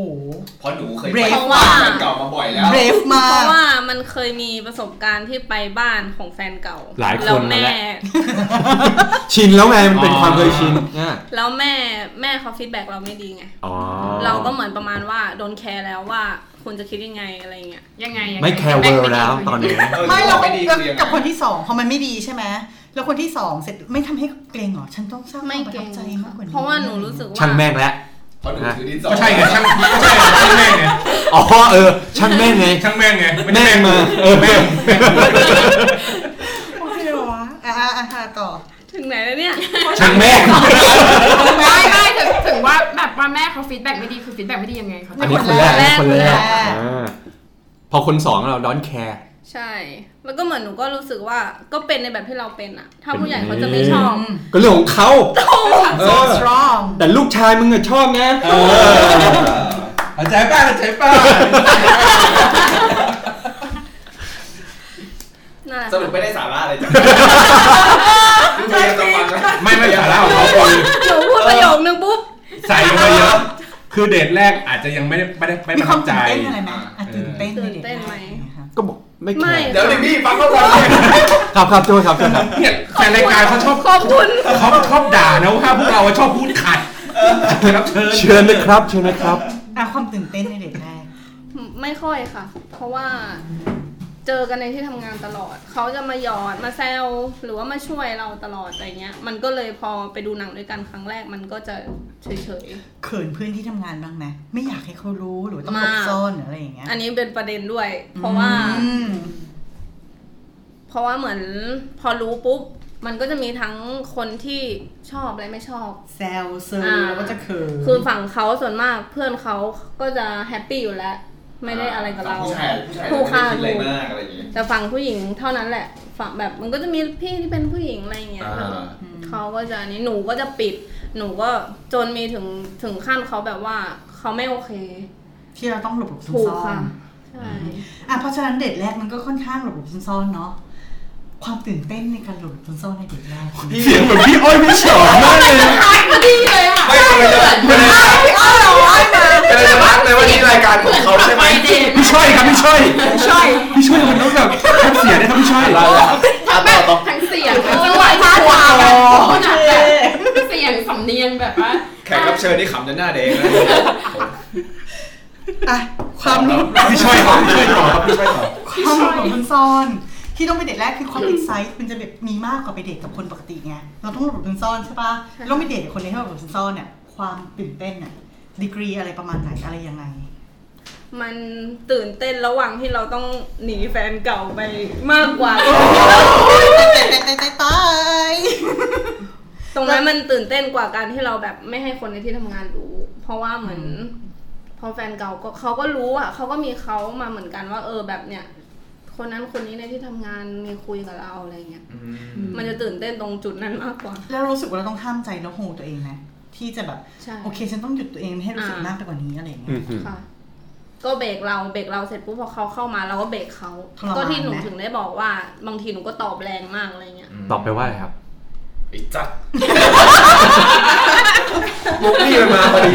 Speaker 2: เพราะหนูเคยไป
Speaker 5: Brave
Speaker 2: บ้าน
Speaker 4: มาก
Speaker 2: เก่ามาบ่อยแล้ว
Speaker 5: เบรฟมา
Speaker 4: เพ
Speaker 5: ก
Speaker 4: ราะว่ามันเคยมีประสบการณ์ที่ไปบ้านของแฟนเก่า
Speaker 1: หลายคน
Speaker 4: แล้วแม่
Speaker 1: มาแล้ว ชินแล้วไงมันเป็นความเคยชินเนี่ย
Speaker 4: แล้วแม่แม่เขาฟีดแบ็กเราไม่ดีไง
Speaker 1: อ๋อ
Speaker 4: เราก็เหมือนประมาณว่าโดนแคร์แล้วว่าคุณจะคิดยังไงอะไรเงี้ย
Speaker 10: ยังไง
Speaker 1: ไม่แคร์เวิลด์แล้วตอนนี้
Speaker 5: ไม่เรา
Speaker 2: ไม่ดีคือยังไง
Speaker 5: กับคนที่สองพอมันไม่ดีใช่ไหมแล้วคนที่สองเสร็จไม่ทำให้เกรงเหรอฉันต้องสร้างค
Speaker 4: ไม่
Speaker 5: วามประ
Speaker 4: เก่
Speaker 5: ทั
Speaker 4: ง
Speaker 5: บใจมากกว่านี้
Speaker 4: เพราะว่าหนูรู้สึกว่า
Speaker 1: ช่างแม่งแล้ว
Speaker 2: เพราะหนูถือดินสอ
Speaker 3: ก็ใช่ไงช่างก็ใช่ไงช่างแม่งไง
Speaker 1: อ๋อเออ ช่างแม่งไง
Speaker 3: ช่างแม่งไง
Speaker 1: แม่งมาเออแม่ง
Speaker 5: โอเคเหรอวะอ่ะอ่ะอ่ะอ่ะต่อ
Speaker 4: ถึงไหนแล้ว [laughs] เนี่ย
Speaker 1: ช่างแม่ง
Speaker 10: ไม่ไม่ถึงถึงว่าแบบว่าแม่เขาฟีดแบ็กไม่ดีคือฟีดแบ็กไม่ดียังไงเขา
Speaker 1: อันนี้คนแรกอันนี้คนแร
Speaker 5: คนแร
Speaker 1: ก
Speaker 5: ก
Speaker 1: อ่าพอคนสองเราดอนแคร์
Speaker 4: ใช่ แล้วก็เหมือนหนูก็รู้สึกว่าก็เป็นในแบบที่เราเป็นอะถ้าผู้ใหญ่
Speaker 1: เป็น
Speaker 4: เขาจะไม่ชอบ
Speaker 1: ก็เรื่องของเขาเออ
Speaker 5: strong
Speaker 1: แต่ลูกชายมึงอะชอบนะ
Speaker 3: เข้าใจป้าเข้าใจป้า
Speaker 4: นั่นแหละ
Speaker 2: สรุปไม่
Speaker 4: ค่ะ
Speaker 2: ได้สาระอะไรจ้ะดูเรื่องจะฟังไหม
Speaker 3: ไม่ไม่สาระของเขาคือ
Speaker 4: หนูพูดประโยคนึงปุ๊บ
Speaker 3: ใส่ลงไปเยอะ คือเดทแรกอาจจะยังไม่ได้ไม่ได้ไม่
Speaker 5: มี
Speaker 3: ประ
Speaker 5: ค
Speaker 3: ทั
Speaker 5: วาม
Speaker 3: บใจ
Speaker 5: ตื่นเต้นอะไรไหมอ่ะตื่นเต้น
Speaker 4: ตื่นเต้นไหม
Speaker 5: คะ
Speaker 1: ก็บอกไม่แค
Speaker 4: ไม่
Speaker 1: ร์
Speaker 2: เดี๋ยวหนึ่งพี่ฟังเขาก่อนเลย
Speaker 1: ครับครับโจ้ครับโจ้ครับ
Speaker 3: เนี่ยแฟนรายการเขาชอบ
Speaker 4: ขอบคุณ
Speaker 3: เขาชอบด่านะว่าพวกเราอะชอบพูดขัดรับเชิญ
Speaker 1: เชิญนะครับเชิญนะครับ
Speaker 5: อ่ะความตื่นเต้นในเด็กแรก
Speaker 4: ไม่ค่อยค่ะ เพราะว่าเจอกันในที่ทำงานตลอด เขาจะมาหยอดมาแซวหรือว่ามาช่วยเราตลอดอะไรเงี้ย มันก็เลยพอไปดูหนังด้วยกันครั้งแรกมันก็จะเฉย
Speaker 5: เขินเพื่อนที่ทำงานบ้างไหมไม่อยากให้เขารู้หรือว่าต้องหล
Speaker 4: มาก
Speaker 5: บซ่อนหรืออะไรอย่างเงี้ย
Speaker 4: ๆ อันนี้เป็นประเด็นด้วย เพราะว่า
Speaker 5: อืม
Speaker 4: เพราะว่าเหมือนพอรู้ปุ๊บ
Speaker 11: มันก็จะมีทั้งคนที่ชอบและไม่ชอบ
Speaker 5: แซวเซอร์
Speaker 11: อ่า
Speaker 5: แล้วก็จะเขิน
Speaker 11: คือฝั่งเขาส่วนมากเพื่อนเขาก็จะแฮปปี้อยู่แล้ว ไม่ได้อะไรกับเรา
Speaker 12: ผู้ชายผู้ชาย
Speaker 11: ผู้ฆ่า
Speaker 12: ไม่ได้คิดอะไรมากอะไรอย่างงี้
Speaker 11: แต่ฝั่งผู้หญิงเท่านั้นแหละฝั่งแบบมันก็จะมีพี่ที่เป็นผู้หญิงอะไรอย่างเงี้ย
Speaker 12: อ่า
Speaker 11: ค่ะเขาก็จะอันนี้หนูก็จะปิด หนูก็จนมีถึงถึงขั้นเขาแบบว่าเขาไม่โอเค
Speaker 5: ที่เราต้องหลบหลบซ่
Speaker 11: ถูก
Speaker 5: อน
Speaker 11: ค่ะ
Speaker 5: ๆ
Speaker 11: ใช่
Speaker 5: อ่ะเพราะฉะนั้นเดทแรกมันก็ค่อนข้างหลบหลบซ่อนๆเนาะความตื่นเต้นในการหลบหลบซ่อนๆในเดทแรก
Speaker 1: เสียงเหมือนพี่อ้อยพี่เฉอมากเลยนะ
Speaker 10: ตายพอดีเลยอ่ะ
Speaker 12: ไม่กำลังจะกำ
Speaker 5: พี่อ้อยเหรออ้อยมา
Speaker 12: ลังจะรักเลยว่านี่รายการของเขาใช่ไหม
Speaker 10: เด็ก
Speaker 1: พี่ช่อยครับพี่ช่อย
Speaker 5: ช่วย
Speaker 1: พี่ช่อยมันต้องแบบทำเสียงได้ครับพี่ช่อย
Speaker 12: ลาลาอ่ะต่อต่อ
Speaker 10: ทั้งเสียงทั้งจังหวะทั้งหวะแบบเสียงสำเนียงแบบว่า
Speaker 12: แขกรับเชิญนี่ขำจนหน้าแดงนะ
Speaker 5: อ่ะความหลบ
Speaker 1: พี่ช่อยครับพี่ช่อยครับ
Speaker 12: ไม่ใช่หรอ
Speaker 5: ความหลบหลบซ่อนๆที่ต้องไปเดทแรกคือความ e ิ c ไซต์มันจะแบบมีมากกว่าไปเดทกับคนปกติไงเราต้องหลบหลบซ่อนๆใช่ปะ
Speaker 11: ใช่
Speaker 5: แล้วไปเดทกับคนในที่หลบหลบซ่อนๆเนี่ยความตื่นเต้นอะดีกรีอะไรประมาณไหนอะไรยังไง
Speaker 11: มันตื่นเต้นระหว่างที่เราต้องหนีแฟนเก่าไปมากกว่า
Speaker 5: ตายตายตายตาย
Speaker 11: ตรงนั้นมันตื่นเต้นกว่าการที่เราแบบไม่ให้คนในที่ทำงานรู้ เพราะว่าเหมือน พอแฟนเก่าก็เขาก็รู้อ่ะเขาก็มีเขามาเหมือนกันว่า เออแบบเนี่ย คนนั้นคนนี้ในที่ทำงานมีคุยกับเราอะไรเงี้ยมันจะตื่นเต้นตรงจุดนั้นมากกว่า
Speaker 5: แล้วรู้สึกว่าเราต้องห้ามใจแล้วโหตัวเองไหมที่จะแบบ
Speaker 11: ใช่
Speaker 5: โอเค ฉันต้องหยุดตัวเองไม่ให้รู้สึกมากไปกว่านี้อะไรอย่างเงี้ย
Speaker 11: ค่ะ ก็เบรกเราเบรกเราเสร็จปุ๊บพอเขาเข้ามาเราก็เบรกเขา
Speaker 5: ทรมานไหม
Speaker 11: ก็ที่หนูถึงได้บอกว่า บางทีหนูก็ตอบแรงมากอะไรเงี้ย
Speaker 1: ตอบไปว่าอะไรครับ
Speaker 12: ไอ้จัดมุกนี่มันมาพอดี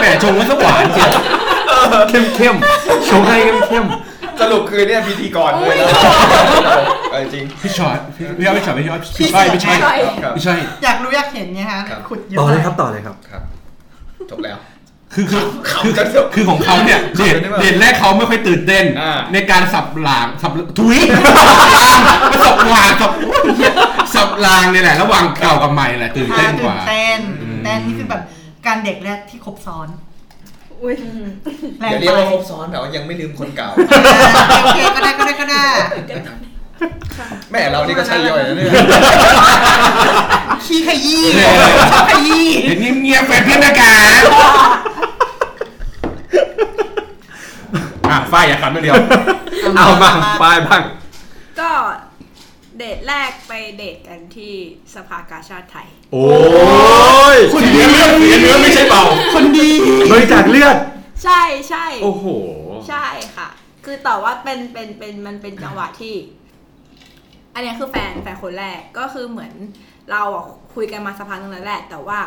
Speaker 1: แหมชงมันก็หวานจริงเข้มเข้มๆชงให้เข้มเข้ม
Speaker 12: สรุปคือเนี่ยพิธีกรเลยนะเอาจริง
Speaker 1: พี่ชอยพี่พี่อ้อยพี่ชอยพี่อ้อยพี่ช่อยพี่ช่อย
Speaker 12: ครับ
Speaker 1: พี่ช่อย
Speaker 5: อยากรู้อยากเห็นไงคะ
Speaker 12: ครับ
Speaker 5: ขุดเย
Speaker 1: ต่อ
Speaker 5: อะ
Speaker 1: เลยครับต่อเลยครับ
Speaker 12: ครับ จบแล้ว
Speaker 1: คือคือคือ
Speaker 12: ขำกันเถอะ
Speaker 1: คือของเขาเนี่ยเดท
Speaker 12: ขำกันได้ปะ
Speaker 1: เดทแรกเขาไม่ค่อยตื่นเต้น
Speaker 12: อ่า
Speaker 1: ในการสับหลางสับทุยมาสับหลางสับสับหลางเนี่ยแหละระหว่างเก่ากับใหม่แหละตื่นเต้นกว่า
Speaker 5: ตื่นเต้นตื่นเต้นนี่คือแบบการเด็กแรกที่ครบซ้อน
Speaker 11: อุ้ย
Speaker 5: แรง
Speaker 12: เดี๋ยว
Speaker 5: ไป
Speaker 12: เรียกว่าครบซ้อนแต่ว่ายังไม่ลืมคนเก่า
Speaker 5: โอเคก็ได้ก็ได้ก็ได้
Speaker 12: แม่เรานี่ก็ใช่ย่อยนะเนี่ย
Speaker 5: ขี้ขยี้
Speaker 1: เนี่ย
Speaker 5: ขยี้
Speaker 1: เดี๋ยวเงียบเงียบๆไปเพื่อนนะกาอ่ะฝ้ายอย่าขันคนเดียว เอามาฝ้ายบ้าง
Speaker 4: ก็เดทแรกไปเดทกันที่สภากาชาติไทย
Speaker 1: โอ้ย
Speaker 5: คน
Speaker 1: เสี
Speaker 5: ดี
Speaker 1: ยเลือดเสียเนื้อไม่ใช่เบา
Speaker 5: คนดี
Speaker 1: บริจาคเลือด
Speaker 4: ใช่ใช่
Speaker 1: โอ้โห
Speaker 4: ใช่ค่ะ คือแต่ว่าเป็นเป็นเป็นมันเป็นจังหวะที่ อันเนี้ยคือแฟนแฟนคนแรกก็คือเหมือนเราอ่ะคุยกันมาสักพักหนึงแล้วแหละ แต่ว่า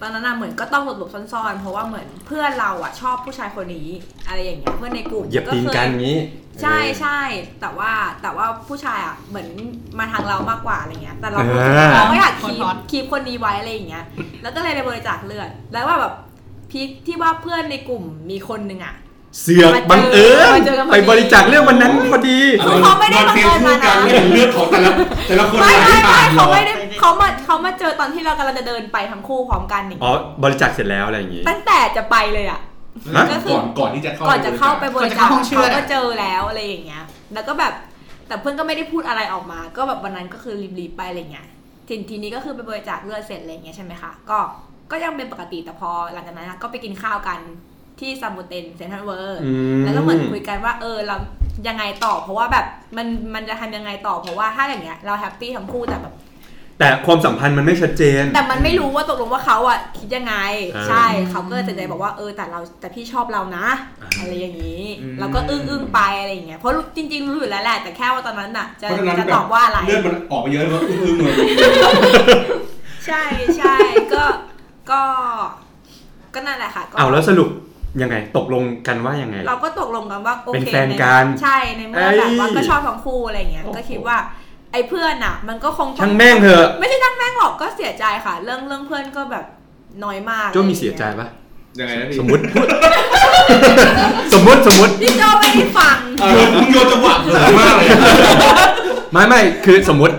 Speaker 4: ตอนนั้นอะเหมือนก็ต้องหลบๆซ่อนๆ เพราะว่าเหมือนเพื่อนเราอ่ะชอบผู้ชายคนนี้ อะไรอย่างเงี้ยเพื่อนในกลุ่ม
Speaker 1: เหยียบตีน
Speaker 4: เค
Speaker 1: กันงี้
Speaker 4: ใช่ใช่แต่ว่าแต่ว่าผู้ชายอ่ะเหมือนมาทางเรามากกว่าอะไรเงี้ย แต่เรา
Speaker 1: เออ
Speaker 4: ก็เราก็อยากคีบคีบคนนี้ไว้อะไรอย่างเงี้ย แล้วก็เลยไปบริจาคเลือด แล้วว่าแบบพี่ที่ว่าเพื่อนในกลุ่มมีคนหนึ่งอ่ะ
Speaker 1: เสือกบังเอิญ
Speaker 4: มาเจอกันพอดี
Speaker 1: ไปบริจาคเรื่องวันนั้นพอดี
Speaker 4: คือเขาไม่ได้บังเอิญมานะ
Speaker 3: เห็นเลือดของแต่ละแต่ละคน
Speaker 4: ไม่
Speaker 3: ไหล
Speaker 4: ไม่
Speaker 3: ผ่า
Speaker 4: ไม่
Speaker 3: น
Speaker 4: เขาไม่ได้เขามาเขามาเจอตอนที่เรากำลังจะเดินไปทั้งคู่พร้อมกันนี่
Speaker 1: อ๋อ บริจาคเสร็จแล้วอะไรอย่างงี้
Speaker 4: ตั้งแต่จะไปเลยอ่ะ
Speaker 1: ฮะ
Speaker 4: ก็คือ
Speaker 3: ก่อนก่อนที่จะเข้า
Speaker 4: ก่อนจะเข้าไป
Speaker 3: บริจ
Speaker 4: บริจาคเขาก็เจอแล้วอะไรอย่างเงี้ย แล้วก็แบบแต่เพื่อนก็ไม่ได้พูดอะไรออกมา ก็แบบวันนั้นก็คือรีบๆไปอะไรเงี้ยทีทีนี้ก็คือไปบริจาคเลือดเสร็จอะไรเงี้ยใช่ไหมคะ ก็ก็ยังเป็นปกติแต่พอหลังจากนั้นนะก็ไปกินข้าวกันที่ซามโบเตนเซนทรัลเวิร์
Speaker 1: อืม
Speaker 4: แล้วก็เหมือนคุยกันว่าเออเรายังไงต่อ เพราะว่าแบบมันมันจะทำยังไงต่อเพราะว่าถ้าอย่างเงี้ยเราแฮปปี้ทั้งคู่แต่แบบ
Speaker 1: แต่ความสัมพันธ์มันไม่ชัดเจน
Speaker 4: แต่มันไม่รู้ว่าตกลงว่าเขาอ่ะคิดยังไง
Speaker 1: อ่า
Speaker 4: ใช่เขาก็เลยตัดใจบอกว่าเออแต่เราแต่พี่ชอบเรานะ อะไรอย่างนี้เราก็อึ้งอึ้งๆไปอะไรอย่างเงี้ยเพราะรู้จริง ๆ รู้อยู่แล้วแหละแต่แค่ว่าตอนนั้นน่ะ จะ
Speaker 3: าคเพราะฉะนั้น
Speaker 4: จะ
Speaker 3: แบบ
Speaker 4: ตอบว่าอะไร
Speaker 3: เลือดมันออกไปเยอะแล้วอึ้งๆเลย
Speaker 4: ใช่ใช่ก็ก็ ก็นั่นแหละค่ะก็
Speaker 1: เอาแล้วสรุปยังไง ตกลงกันว่ายังไง
Speaker 4: เราก็ตกลงกันว่าโอเค
Speaker 1: เป็นแฟนกัน
Speaker 4: ใช่ในเมื่อแบบ
Speaker 1: เอ้
Speaker 4: ว่า
Speaker 1: ย
Speaker 4: ก็ชอบทั้งคู่อะไรอย่างเงี้ย ก็คิดว่าไอ้เพื่อนอ่ะ มันก็คงต้อ
Speaker 1: ช่างแม่งเถอะ
Speaker 4: ไม่ใช่นั่งแม่งหรอกก็เสียใจค่ะ เรื่องเรื่องเพื่อนก็แบบน้อยมาก
Speaker 1: โจ้มีเสียใจปะ
Speaker 2: [laughs]
Speaker 3: ยังไงนะพี่
Speaker 1: สมมติ [laughs] สมมติสมมติ
Speaker 4: พี่โจไม่ได้ฟัง
Speaker 3: เออมึงโยนจังหวะเลยมากเลย
Speaker 1: ไม่ไม่คือสมมติ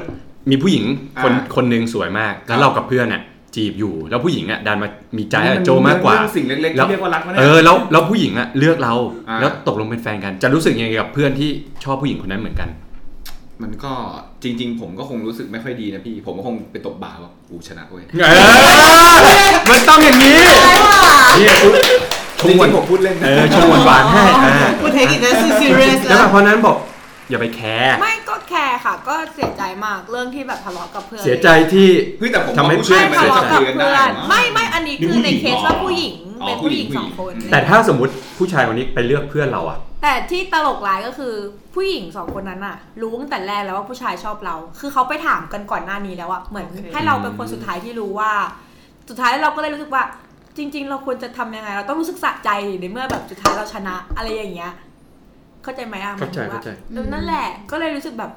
Speaker 1: มีผู้หญิงคน
Speaker 3: อ่า
Speaker 1: คนหนึ่งสวยมาก แล้วเรากับเพื่อนอ่ะจีบอยู่ แล้วผู้หญิงอ่ะดันมามีใจให้โจมากกว่า
Speaker 3: เรื่องสิ่งเล็กๆที่เรียกว่ารักมัน
Speaker 1: เอ
Speaker 3: เนี่ย
Speaker 1: อแล้วแล้วผู้หญิงอ่ะเลือกเรา
Speaker 3: อ่า
Speaker 1: แล้วตกลงเป็นแฟนกัน จะรู้สึกยังไงกับเพื่อนที่ชอบผู้หญิงคนนั้นเหมือนกัน
Speaker 2: มันก็จริง ๆ ผมก็คงรู้สึกไม่ค่อยดีนะพี่ ผมก็คงไปตบบ่าว่ากูชนะเว้ย
Speaker 1: เออมันต้องอย่างนี้เนี่ยกู
Speaker 2: จริงๆผมพูดเล่น
Speaker 1: เอ
Speaker 2: นะ
Speaker 1: อชงหวานๆให้อ่า
Speaker 5: กูเทคอินเนสซีเรียส
Speaker 1: แล้
Speaker 5: แล้วว
Speaker 1: แบบเพราะนั้นบอก อย่าไปแคร์
Speaker 4: ไม่ก็แคร์ค่ะ ก็เสียใจมากเรื่องที่แบบทะเลาะกับเพื่อน
Speaker 1: เสียใจที่
Speaker 2: เฮ้ยแต่ผม
Speaker 1: ทำ
Speaker 2: ว่า
Speaker 1: ให้
Speaker 2: ผู้ชา
Speaker 4: ไม่
Speaker 2: ยมันจะ
Speaker 4: ทะเลาะกับ
Speaker 2: คุยกัน
Speaker 4: เพื่
Speaker 2: ได้
Speaker 4: อน
Speaker 2: นะ
Speaker 4: ไม่ไม่อันนี้คือในเคสว่าผู้หญิง
Speaker 2: อ๋อ
Speaker 4: เป็น
Speaker 2: ผู้ห
Speaker 4: ผู้ห
Speaker 2: ญิ
Speaker 4: ญิ
Speaker 2: ง
Speaker 4: ง
Speaker 2: ผู้หญิง
Speaker 4: สองคน
Speaker 1: แต่ถ้าสมมติผู้ชายคนนี้ไปเลือกเพื่อนเราอะ
Speaker 4: แต่ที่ตลกร้ายก็คือผู้หญิงสองคนนั้นอะรู้ตั้งแต่แรกแล้วว่าผู้ชายชอบเรา คือเขาไปถามกันก่อนหน้านี้แล้วอะเหมือนให้เราเป็นคนสุดท้ายที่รู้ว่า สุดท้ายเราก็เลยรู้สึกว่า จริง ๆ เราควรจะทำยังไง เราต้องรู้สึกสะใจในเมื่อแบบสุดท้ายเราชนะอะไรอย่างเงี้ยเข้าใจไหมอะหมยถึงว่
Speaker 1: เข้าใจ
Speaker 4: นั่นแหละก็เลยรู้สึกแบบ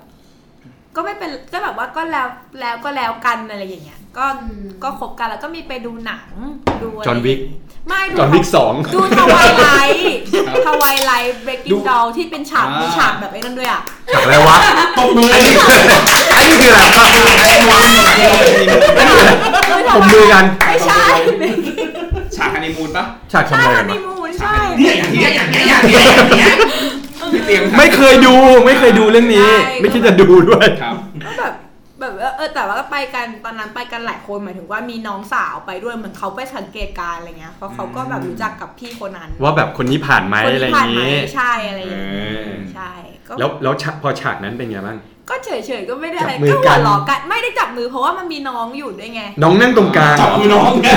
Speaker 4: ก็ไม่เป็นก็แบบว่าก็แล้วแล้วก็แล้วกันอะไรอย่างเงี้ย ก็
Speaker 10: อืม
Speaker 4: ก็คบกันแล้วก็มีไปดูหนังดูะไร
Speaker 1: จอห์นวิก
Speaker 4: ไม่ดู
Speaker 1: จอห์นวิกสอง
Speaker 4: ดูทวายไล [laughs] ท์ทวายไลท์เบรกกิ้งดอลที่เป็นฉาก
Speaker 2: อ่ามี
Speaker 4: มีฉากแบบไอ้นั่นด้วยอ่ะ
Speaker 1: ฉากอะไรวะ
Speaker 3: ตบมือ
Speaker 1: อันนี้คืออะไรวะผมมือกัน
Speaker 4: ไม่ใช่
Speaker 2: ฉากฮันนีมูนปะ
Speaker 1: ฉากทำ
Speaker 4: ใช่
Speaker 1: อะไรกั
Speaker 4: ฮั
Speaker 1: นวะ
Speaker 4: นนีมูนใช่
Speaker 3: เนี่ยอย่างเนี้ยอย่างเนี้ยอย่างเนี้ยอย่างเนี้ย
Speaker 2: ที่เตรียมทำ
Speaker 1: ไม่เคยดู ไม่เคยดูเรื่องนี้ ไม่คิดจะดูด้วย
Speaker 2: ครับ
Speaker 4: ก็แบบแบบเออเออแต่ว่าก็ไปกันตอนนั้นไปกันหลายคนหมายถึงว่ามีน้องสาวไปด้วยเหมือนเขาไปสังเกตการณ์อะไรเงี้ยเพราะเขาก็แบบรู้จักกับพี่คนนั้น
Speaker 1: ว่าแบบคนนี้ผ่านไหม
Speaker 4: คน
Speaker 1: อะไร
Speaker 4: ที่
Speaker 1: อ
Speaker 4: ผ่า
Speaker 1: ย่าน ง
Speaker 4: มา
Speaker 1: นี้
Speaker 4: ใช่อะไรอย่างเงี้ย
Speaker 1: ม
Speaker 4: ใช่ก็
Speaker 1: แล้วแล้วฉากพอฉากนั้นเป็นไงบ้าง
Speaker 4: ก็เฉยๆก็ไม่ได้อะไร
Speaker 1: จับมื
Speaker 4: ก็
Speaker 1: อ
Speaker 4: หัว
Speaker 1: กัน
Speaker 4: เราะกันไม่ได้จับมือเพราะว่ามันมีน้องอยู่ด้วยไง
Speaker 1: น้องนั่งตรงกลาง
Speaker 3: จับมือน้อง
Speaker 4: ไม่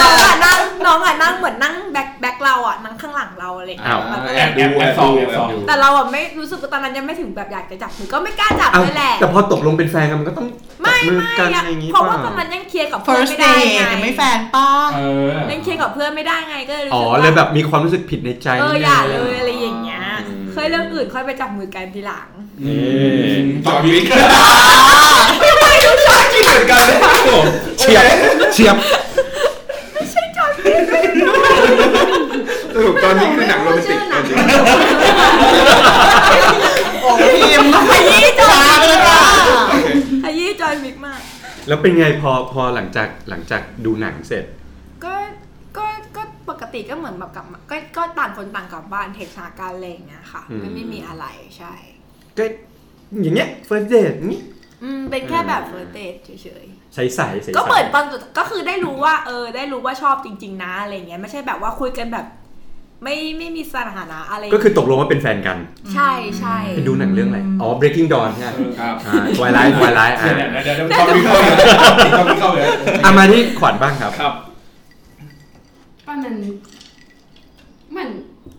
Speaker 4: ค่ะน้องอ่ะนั่งน้องอ่ะนั่งเหมือนนั่งแบ็คแบ็คเราอ่ะนั่งข้างหลังเราอะไรอย่างเงี้ย
Speaker 1: อ้าว
Speaker 4: มันก็
Speaker 3: แอบดูแอบซองแอบซอง
Speaker 4: แต่เราอ่ะไม่รู้สึกว่าตอนนั้นยังไม่ถึงแบบอยากจะจับมือก็ไม่กล้าจับ
Speaker 1: เอ้า
Speaker 4: นั่นแหละ
Speaker 1: แต่พอตกลงเป็นแฟนกันมันก็ต้องจั
Speaker 4: ไม่
Speaker 1: บมือ
Speaker 4: ไม่
Speaker 1: กัน
Speaker 4: อะ
Speaker 1: อะไรอย่างนี้
Speaker 4: เพราะ
Speaker 1: ป่ะ
Speaker 4: ว่าตอนนั้นยังเคลียร์กับเพื่อน
Speaker 5: first
Speaker 4: ไม่ได้
Speaker 5: date
Speaker 4: ไง
Speaker 5: ยังไม่แฟนป้า
Speaker 3: เออ
Speaker 4: ยังเคลียร์กับเพื่อนไม่ได้ไงก็เลยรู้
Speaker 1: อ๋อ
Speaker 4: สึกว่า
Speaker 1: เลยแบบมีความรู้สึกผิดในใจ
Speaker 4: เออ
Speaker 1: นิดนึง
Speaker 4: อย่าเลยอะไรอย่างเงี้ย
Speaker 2: อืม
Speaker 4: เคยเรื่องอื่นค่อยไปจับมือกันทีหลัง
Speaker 1: นี่
Speaker 3: จอดวิก
Speaker 2: ที่เหมือนกันเลยครับผม
Speaker 1: เฉียบเฉียบ
Speaker 2: สรุปตอนนี้คือหนังโรแมนติกจริง
Speaker 5: พี่มันต้องไปยี่จอดเลยค่ะ
Speaker 4: ขยี้จอยมิกมาก
Speaker 1: แล้วเป็นไงพอพอหลังจากหลังจากดูหนังเสร็จ
Speaker 4: ก็ก็ก็ปกติก็เหมือนแบบกลับมาก็ก็ต่างคนต่างกลับบ้านเทคสถานการณ์อะไรอย่างเงี้ยค่ะ
Speaker 1: อืม
Speaker 4: ไม่ไม่มีอะไรใช่
Speaker 1: ก็อย่างเงี้ย first date นี้
Speaker 4: อืมเป็นแค่แบบเฟอร์เตเฉย
Speaker 1: ใสใสใส
Speaker 4: ๆก็เหมือนตอนก็คือได้รู้ว่า เออ ได้รู้ว่าชอบจริง ๆ นะอะไรเงี้ยไม่ใช่แบบว่าคุยกันแบบ ไม่ไม่มีสถานะอะไร
Speaker 1: ก็คือตกลงว่าเป็นแฟนกัน
Speaker 4: ใช่ใช่
Speaker 1: ไปดูหนังเรื่องอะไร อ๋อ breaking dawn ใช่ไหม
Speaker 2: ครับ
Speaker 1: อ่า twilight twilight อ่า
Speaker 3: เดี๋ยวเดี๋ยวเดี๋ยวจอดวิกเข้าเลยจอดวิกเข้าเลย
Speaker 1: อ่ะมาที่ขวัญบ้างครับ
Speaker 2: ครับ
Speaker 10: ตอนนั้นเหมือน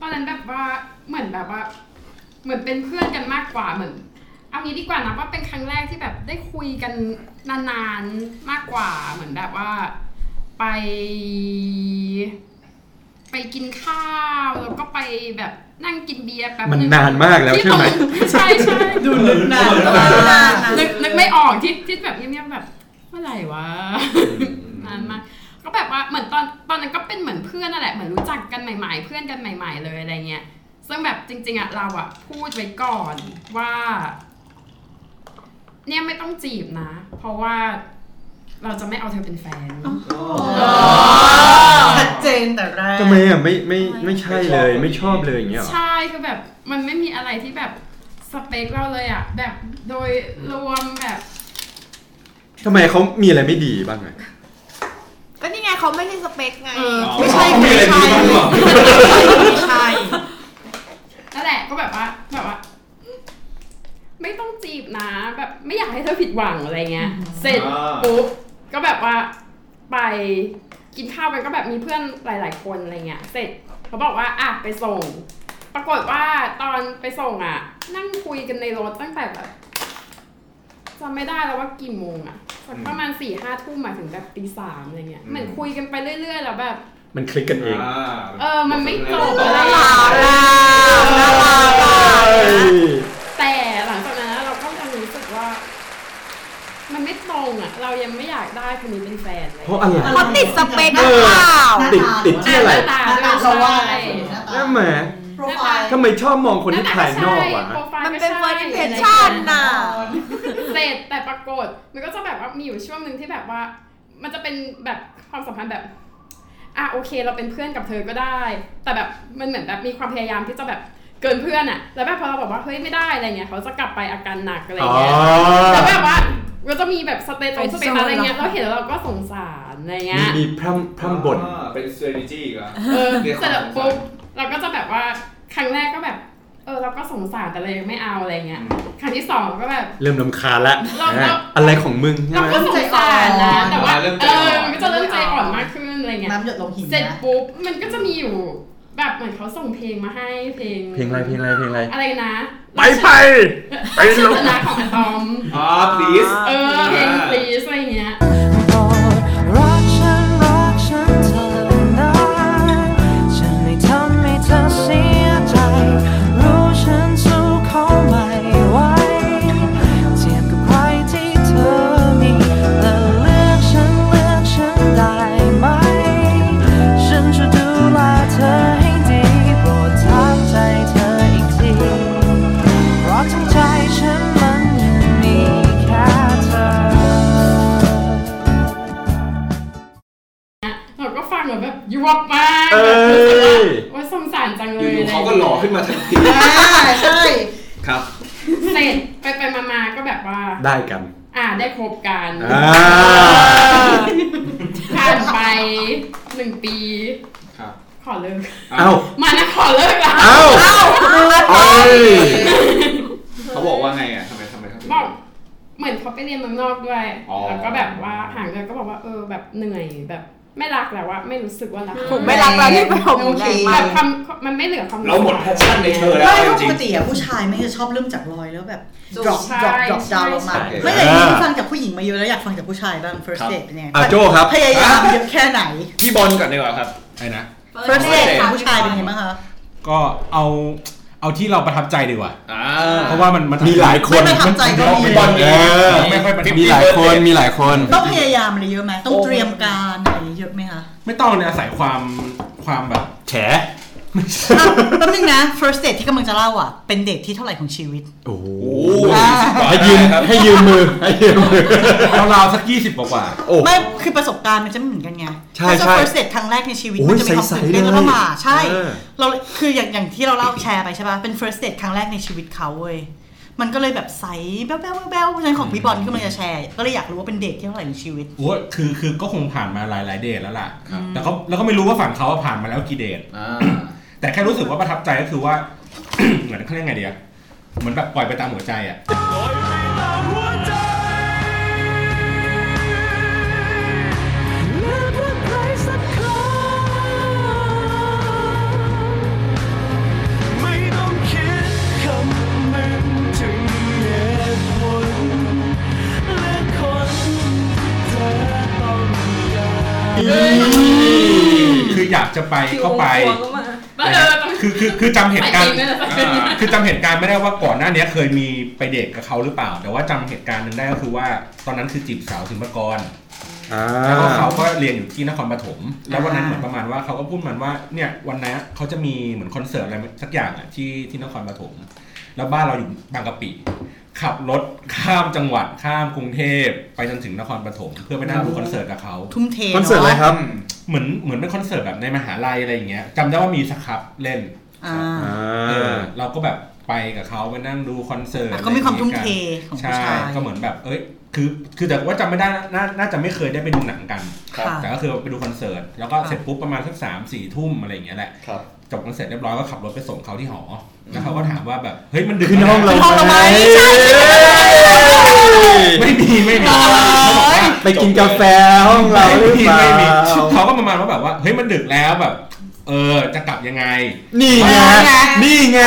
Speaker 10: ตอนนั้นแบบว่าเหมือนแบบว่า เหมือนเป็นเพื่อนกันมากกว่าเหมือนเอางี้ดีกว่านะว่าเป็นครั้งแรกที่แบบได้คุยกันนานๆมากกว่า เหมือนแบบว่า ไป ไปกินข้าวแล้วก็ไปแบบนั่งกินเบียร์แป๊บ
Speaker 1: มัน
Speaker 10: ง
Speaker 1: นานมากแล้ว
Speaker 10: ที่
Speaker 1: ใช่ไหม
Speaker 10: ตรงใช่ใช่
Speaker 5: ดูลึกนานมาก
Speaker 10: นึกนึกไม่ออกที่ที่แบบเงียบๆแบบเมื่อไหร่วะนานมากก็แบบว่าเหมือนตอนตอนนั้นก็เป็นเหมือนเพื่อนนั่นแหละเหมือนรู้จักกันใหม่ ๆ เพื่อนกันใหม่ ๆ เลยอะไรเงี้ยซึ่งแบบจริง ๆอ่ะเราอ่ะพูดไว้ก่อนว่า เนี่ยไม่ต้องจีบนะ เพราะว่าเราจะไม่เอาเธอเป็นแฟน
Speaker 5: ชัดเจนแต่แรก
Speaker 1: ทำไมอ่ะไม่ไม่ไม่ใช่เลยไม่ชอบเลยอย่างเงี้ยเหรอ
Speaker 10: ใช่คือแบบมันไม่มีอะไรที่แบบสเปคเราเลยอ่ะแบบโดยรวมแบบ
Speaker 1: ทำไมเขามีอะไรไม่ดีบ้างอ่ะ
Speaker 4: ก็นี่ไงเขาไม่ใช่สเปคไง
Speaker 10: เออ
Speaker 5: ไม่ใช่ไม่ใช่ไม่ใช่
Speaker 10: นั่นแหละก็แบบว่าแบบว่า ไม่ต้องจีบนะ แบบไม่อยากให้เธอผิดหวังอะไรเงี้ย เสร็จปุ๊บก็แบบว่าไปกินข้าวกันก็แบบมีเพื่อนหลาย ๆ คนอะไรเงี้ย เสร็จเขาบอกว่าอ่ะไปส่ง ปรากฏว่าตอนไปส่งอ่ะ นั่งคุยกันในรถตั้งแต่แบบจำไม่ได้แล้วว่ากี่โมงอ่ะสักประมาณสี่ห้าทุ่มหมายถึงแบบตีสามอะไรเงี้ยเหมือนคุยกันไปเรื่อย ๆ แล้วแบบ
Speaker 1: มันคลิกกันเอง
Speaker 10: เออมันไม่จบอะไรอย่างเงี้ย แต่หลังจากนั้นเราก็ยังรู้สึกว่า มันไม่ตรงอ่ะ เรายังไม่อยากได้คนนี้เป็นแฟนเลย
Speaker 1: เพราะอะไร
Speaker 4: เขาติดสเปคหรือเปล่า
Speaker 1: ติดติดที่อะไร
Speaker 10: หน้า
Speaker 5: หน้า
Speaker 10: ตา
Speaker 5: ตาว่า
Speaker 1: นั่นแหม
Speaker 5: โปรไฟล์
Speaker 1: ทำไมชอบมองคนที่ภายนอกวะ
Speaker 4: มันเป็นเฟอร์นิเทชั่นน่ะ
Speaker 10: เสร็จแต่ปรากฏมันก็จะแบบว่ามีอยู่ช่วงหนึ่งที่แบบว่า มันจะเป็นแบบความสัมพันธ์แบบ อ่ะโอเค เราเป็นเพื่อนกับเธอก็ได้ แต่แบบมันเหมือนแบบมีความพยายามที่จะแบบ เกินเพื่อนอะแล้วแบบพอเราบอกว่าเฮ้ยไม่ได้อะไรเงี้ยเขาจะกลับไปอาการหนักอะไร
Speaker 1: อ๋อ
Speaker 10: เงี้ยแต่แบบว่าก็จะมีแบบสเตตัส
Speaker 5: เป็น
Speaker 10: สเตตัสอะไร
Speaker 5: โซนเหรอ
Speaker 10: เงี้ยเราเห็นแล้วเราก็สงสารอะไรเงี้
Speaker 1: มี
Speaker 10: ย
Speaker 1: มีพร่ำพร่ำบ่น
Speaker 2: อ่าเป็น strategy อีกเหรอ
Speaker 10: เออ
Speaker 2: เรียกความ
Speaker 10: เสร็จแล้ว
Speaker 2: สงสาร
Speaker 10: ปุ๊บเราก็จะแบบว่าครั้งแรกก็แบบ เออเราก็สงสารแต่เลยงไม่เอาอะไรเงี้ยครั้งที่สองก็แบบ
Speaker 1: เริ่มลำคาญละ
Speaker 10: เราเรา
Speaker 1: อ่ะอะไรของมึงใช่
Speaker 10: เรา
Speaker 1: ไหม
Speaker 10: ก็สงสารนะแต่ว่า
Speaker 2: เริ่ม
Speaker 10: เอ
Speaker 2: ใจอ่
Speaker 10: อ
Speaker 2: อน
Speaker 10: มันก็จะเริ่มใจอ่อนมากขึ้นอะไรเงี้ย
Speaker 5: น้ำหยดลงหิน
Speaker 10: เสร็จ
Speaker 5: นะ
Speaker 10: ปุ๊บมันก็จะมีอยู่แบบเหมือนเขาส่งเพลงมาให้เพลง
Speaker 1: เพลงอะไรเพลงอะไรเพลงอะไร
Speaker 10: อะไรนะ
Speaker 1: ไปไปไป
Speaker 10: ชื่
Speaker 1: ล
Speaker 10: อง คณะของอะตอม
Speaker 2: อ๋อ please
Speaker 10: เออเพลง please อะไรเงี้ย
Speaker 8: รักฉันรักฉันเธอได้ฉันไม่ทำให้เธอเสียใจ รู้ฉันสู้เขาไม่ไหวเทียบกับใครที่เธอมีและเลือกฉันเลือกฉันได้ไหม ฉันจะดูแลเธอให้ดีโปรดทักใจเธออีกที เพราะทั้งใจฉันมันยังมีแค่เธอ
Speaker 10: เราก็ฟังแล้วแบบยุบมาก
Speaker 1: เอ้
Speaker 10: แบ
Speaker 1: ย
Speaker 10: บรู้สึกว่าโอ้ยสงสารจังเลย
Speaker 2: อยู่ๆเขาก็หล่อขึ้นมาทันที
Speaker 5: ใช่
Speaker 2: ครับ
Speaker 10: เสร็จไปไปมามาก็แบบว่า
Speaker 1: ได้กัน
Speaker 10: อ่าได้คบกัน
Speaker 1: อ่า
Speaker 10: ผ่านไปหนึ่งปี
Speaker 2: ครับ
Speaker 10: ขอเลิก
Speaker 1: เอ้า
Speaker 10: มานะขอเลิกแล้ว
Speaker 1: เอ้าเอ้ย
Speaker 2: เขาบอกว่าไงอ่ะทำไมทำไมเขาถึง
Speaker 10: บอกเหมือนเขาไปเรียนเมืองนอกด้วย
Speaker 2: อ๋อ
Speaker 10: แล้วก็แบบว่าห่างกันก็บอกว่าเออแบบเหนื่อยแบบไม่รักแล้วว่าไม่รู้สึกว่ารัก
Speaker 4: ผมไม่รักเราที่เป็นผมแรง
Speaker 10: แบ
Speaker 4: มาก
Speaker 10: บความมันไม่เหลือความ
Speaker 2: เราหมดแพชชั่นในเธอแล้ว
Speaker 5: ไม่
Speaker 2: จ
Speaker 5: ป
Speaker 2: ริง
Speaker 5: กติอะผู้ชายไม่จะชอบเริ่มจากรอยแล้วแบบ
Speaker 4: จุ๊
Speaker 5: drop
Speaker 10: ใช่
Speaker 5: drop drop down ลงมา
Speaker 10: ใช่ใช่
Speaker 5: ไม่แต่นี่ฟังจากผู้หญิงมาเยอะแล้วอยากฟังจากผู้ชายบ้าง first date เป็นยังไง
Speaker 1: อ่ะโจ้ครับ
Speaker 5: พยายามเยอะแค่ไหน
Speaker 2: ๆพี่บอลก่อนดีกว่าครับไอ้นะ
Speaker 5: first
Speaker 2: date
Speaker 5: date
Speaker 2: ค่ะ
Speaker 5: ผู้ชายเป็นยังไงบ้างคะ
Speaker 3: ก็เอาเอาที่เราประทับใจดีกว่า
Speaker 2: อ่า
Speaker 3: เพราะว่ามันมัน
Speaker 1: มีหลายคน
Speaker 5: ไม่ประทับใจก็มี
Speaker 3: มี
Speaker 2: บอล
Speaker 1: เออ
Speaker 3: ไม่ค่อยประทับ
Speaker 1: มีหลายคนมีหลายคน
Speaker 5: ต้องพยายามอะไรเยอะไหมต้องเตรียมการอะไรเยอะไหมคะ
Speaker 3: ไม่ต้องเลยอาศัยความความแบบ
Speaker 1: แฉ
Speaker 5: อ่ะแป๊บนึงนะ first date ที่กำลังจะเล่าอะเป็นเดทที่เท่าไหร่ของชีวิต
Speaker 1: โอ้โห
Speaker 2: โอ้
Speaker 1: ให้ยืมให้ยืมมือให้ยืมมือ
Speaker 3: ราวๆสักยี่สิบกว่า
Speaker 1: โอ้
Speaker 5: ไม่ คือประสบการณ์มันจะไม่เหมือนกันไง
Speaker 1: ใช่
Speaker 5: ถ้าจะ
Speaker 1: ใช่
Speaker 5: first date ครั้งแรกในชีวิต
Speaker 1: โอ้ย
Speaker 5: มันจะมีความ
Speaker 1: ใสๆ
Speaker 5: ตื่นเต้น
Speaker 1: เลย
Speaker 5: แล้วก็หวาใช่
Speaker 1: เออ
Speaker 5: เรา คืออย่างอย่างที่เราเล่าแชร์ไปใช่ป่ะ เป็น first date ครั้งแรกในชีวิตเขาเว้ย มันก็เลยแบบใสแบ๊วแบ๊วแบ๊วเพราะฉะนั้นของพี่บอลก็มันจะแชร์ ก็เลยอยากรู้ว่าเป็นเดทที่เท่าไหร่ในชีวิต
Speaker 3: โอ้ยคือคือก็คงผ่านมาหลายหลายๆเดทแล้วล่ะแต่ก็แล้วก็ไม่รู้ว่าฝั่งเขาอะผ่านมาแล้วกี่เดท
Speaker 2: อ่า
Speaker 3: แต่แค่รู้สึกว่าประทับใจก็คือว่า [coughs] เหมือนเขาเรียกไงเดียเหมือนแบบปล่อยไปตามหัวใจอ่ะ
Speaker 8: ไม่ต้องคิดคำนึงถึงเหตุผลและคนเธอต้องการ
Speaker 3: คืออยากจะไป
Speaker 11: คิว
Speaker 3: เข้า
Speaker 11: องค์
Speaker 3: ไป
Speaker 11: ครัวก็มา
Speaker 10: เออต้อง
Speaker 3: คือคือคือจำเหตุการณ์
Speaker 10: ไปเองเลยเหรอ [laughs]
Speaker 3: อ่าคือจำเหตุการณ์ไม่ได้ว่าก่อนหน้านี้เคยมีไปเดทกับเขาหรือเปล่า แต่ว่าจำเหตุการณ์หนึ่งได้ก็คือว่า ตอนนั้นคือจีบสาวศิลปากร
Speaker 1: อ่า
Speaker 3: แล้วก็เขาก็เรียนอยู่ที่นครปฐม แล้ววันนั้น
Speaker 5: อ่า
Speaker 3: เหมือนประมาณว่าเขาก็พูดมันว่าเนี่ยวันนี้เขาจะมีเหมือนคอนเสิร์ตอะไรสักอย่างอ่ะที่ที่นครปฐม แล้วบ้านเราอยู่บางกะปิ ขับรถข้ามจังหวัดข้ามกรุงเทพไปจนถึงนครปฐมเพื่อไปนั่งดูคอนเสิร์ตกับเขา
Speaker 5: ทุ่มเท
Speaker 1: คอนเสิร์ตอะไร
Speaker 5: เนาะ
Speaker 1: ครับ
Speaker 3: เหมือนเหมือนเป็นคอนเสิร์ตแบบในมหาลัยอะไรอย่างเงี้ยจำได้ว่ามีสครับเล่น
Speaker 5: อ่า
Speaker 1: อ่
Speaker 3: เอา อเราก็แบบไปกับเขาไปนั่งดูคอนเสิร์ต
Speaker 5: แต่ก็มีความทุ่มเทของผู้
Speaker 3: ใช่
Speaker 5: ชาย
Speaker 3: ก็เหมือนแบบเอ้ยคือคือแต่ว่าจำไม่ได้นะน่าน่าจะไม่เคยได้ไปดูหนังกัน
Speaker 5: ครับ
Speaker 3: แต่ก็คือไปดูคอนเสิร์ตแล้วก็เสร็จปุ๊บประมาณสักสามสี่ทุ่มอะไรอย่างเงี้ยแหละ
Speaker 2: ครับ
Speaker 3: จบคอนเสิร์ตเรียบร้อยก็ขับรถไปส่งเขาที่หอแล้วเขาก็ถามว่าแบบเฮ้ยมันดึก
Speaker 1: ขึ้นห้องเรา
Speaker 3: แล้วะ
Speaker 1: ไหม
Speaker 3: ไม่มีไม่มี
Speaker 1: ไปกินกาแฟห้องเราหรือ
Speaker 3: ไม่มี
Speaker 1: เปล่า
Speaker 3: ไม่มีเขาก็ประมาณว่าแบบว่าเฮ้ยมันดึกแล้วแบบ เออจะกลับยังไง
Speaker 1: นี่ไงนี่ไง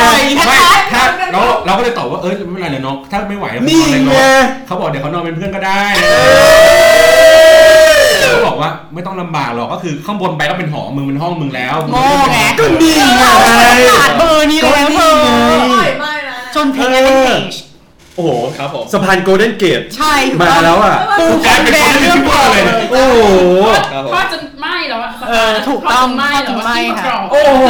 Speaker 3: ไม่ถ้าเราเราก็เลยตอบว่าเออไม่เป็นไรเลยเนาะถ้าไม่ไหว
Speaker 1: นี่
Speaker 3: ผมนอน
Speaker 1: ไง
Speaker 3: ในรถเขาบอกเดี๋ยวเขานอนเป็นเพื่อนก็ได้เขาบอกว่าไม่ต้องลำบากหรอกก็คือข้างบนไปก็เป็นหอมึงเป็นห้องมึงแล้ว
Speaker 5: โง่ไง
Speaker 1: ก็นี่ไง
Speaker 5: ขาดเบอร์นี้แล้วเธอ
Speaker 4: ไม่นะ
Speaker 5: จนเพลงเป็นเพจ
Speaker 1: โอ้โห
Speaker 2: ครับผม
Speaker 1: สะพานโกลเด้นเกต
Speaker 5: ใช่ถูก
Speaker 1: มา
Speaker 5: ปะ
Speaker 1: แล้วอ่ะ
Speaker 3: กูกลายเป็นคนที่คิดว่าเลยเนี่ย
Speaker 1: โอ้โห
Speaker 2: ครับผม
Speaker 10: พ่อจนไหม้แล้วอะ
Speaker 5: เออถูกต้อง
Speaker 10: พ่จนไหม้แล้ว
Speaker 5: ถูกไหม้
Speaker 10: ที่
Speaker 5: ค่ะ
Speaker 10: กรอบ
Speaker 1: โอ้โห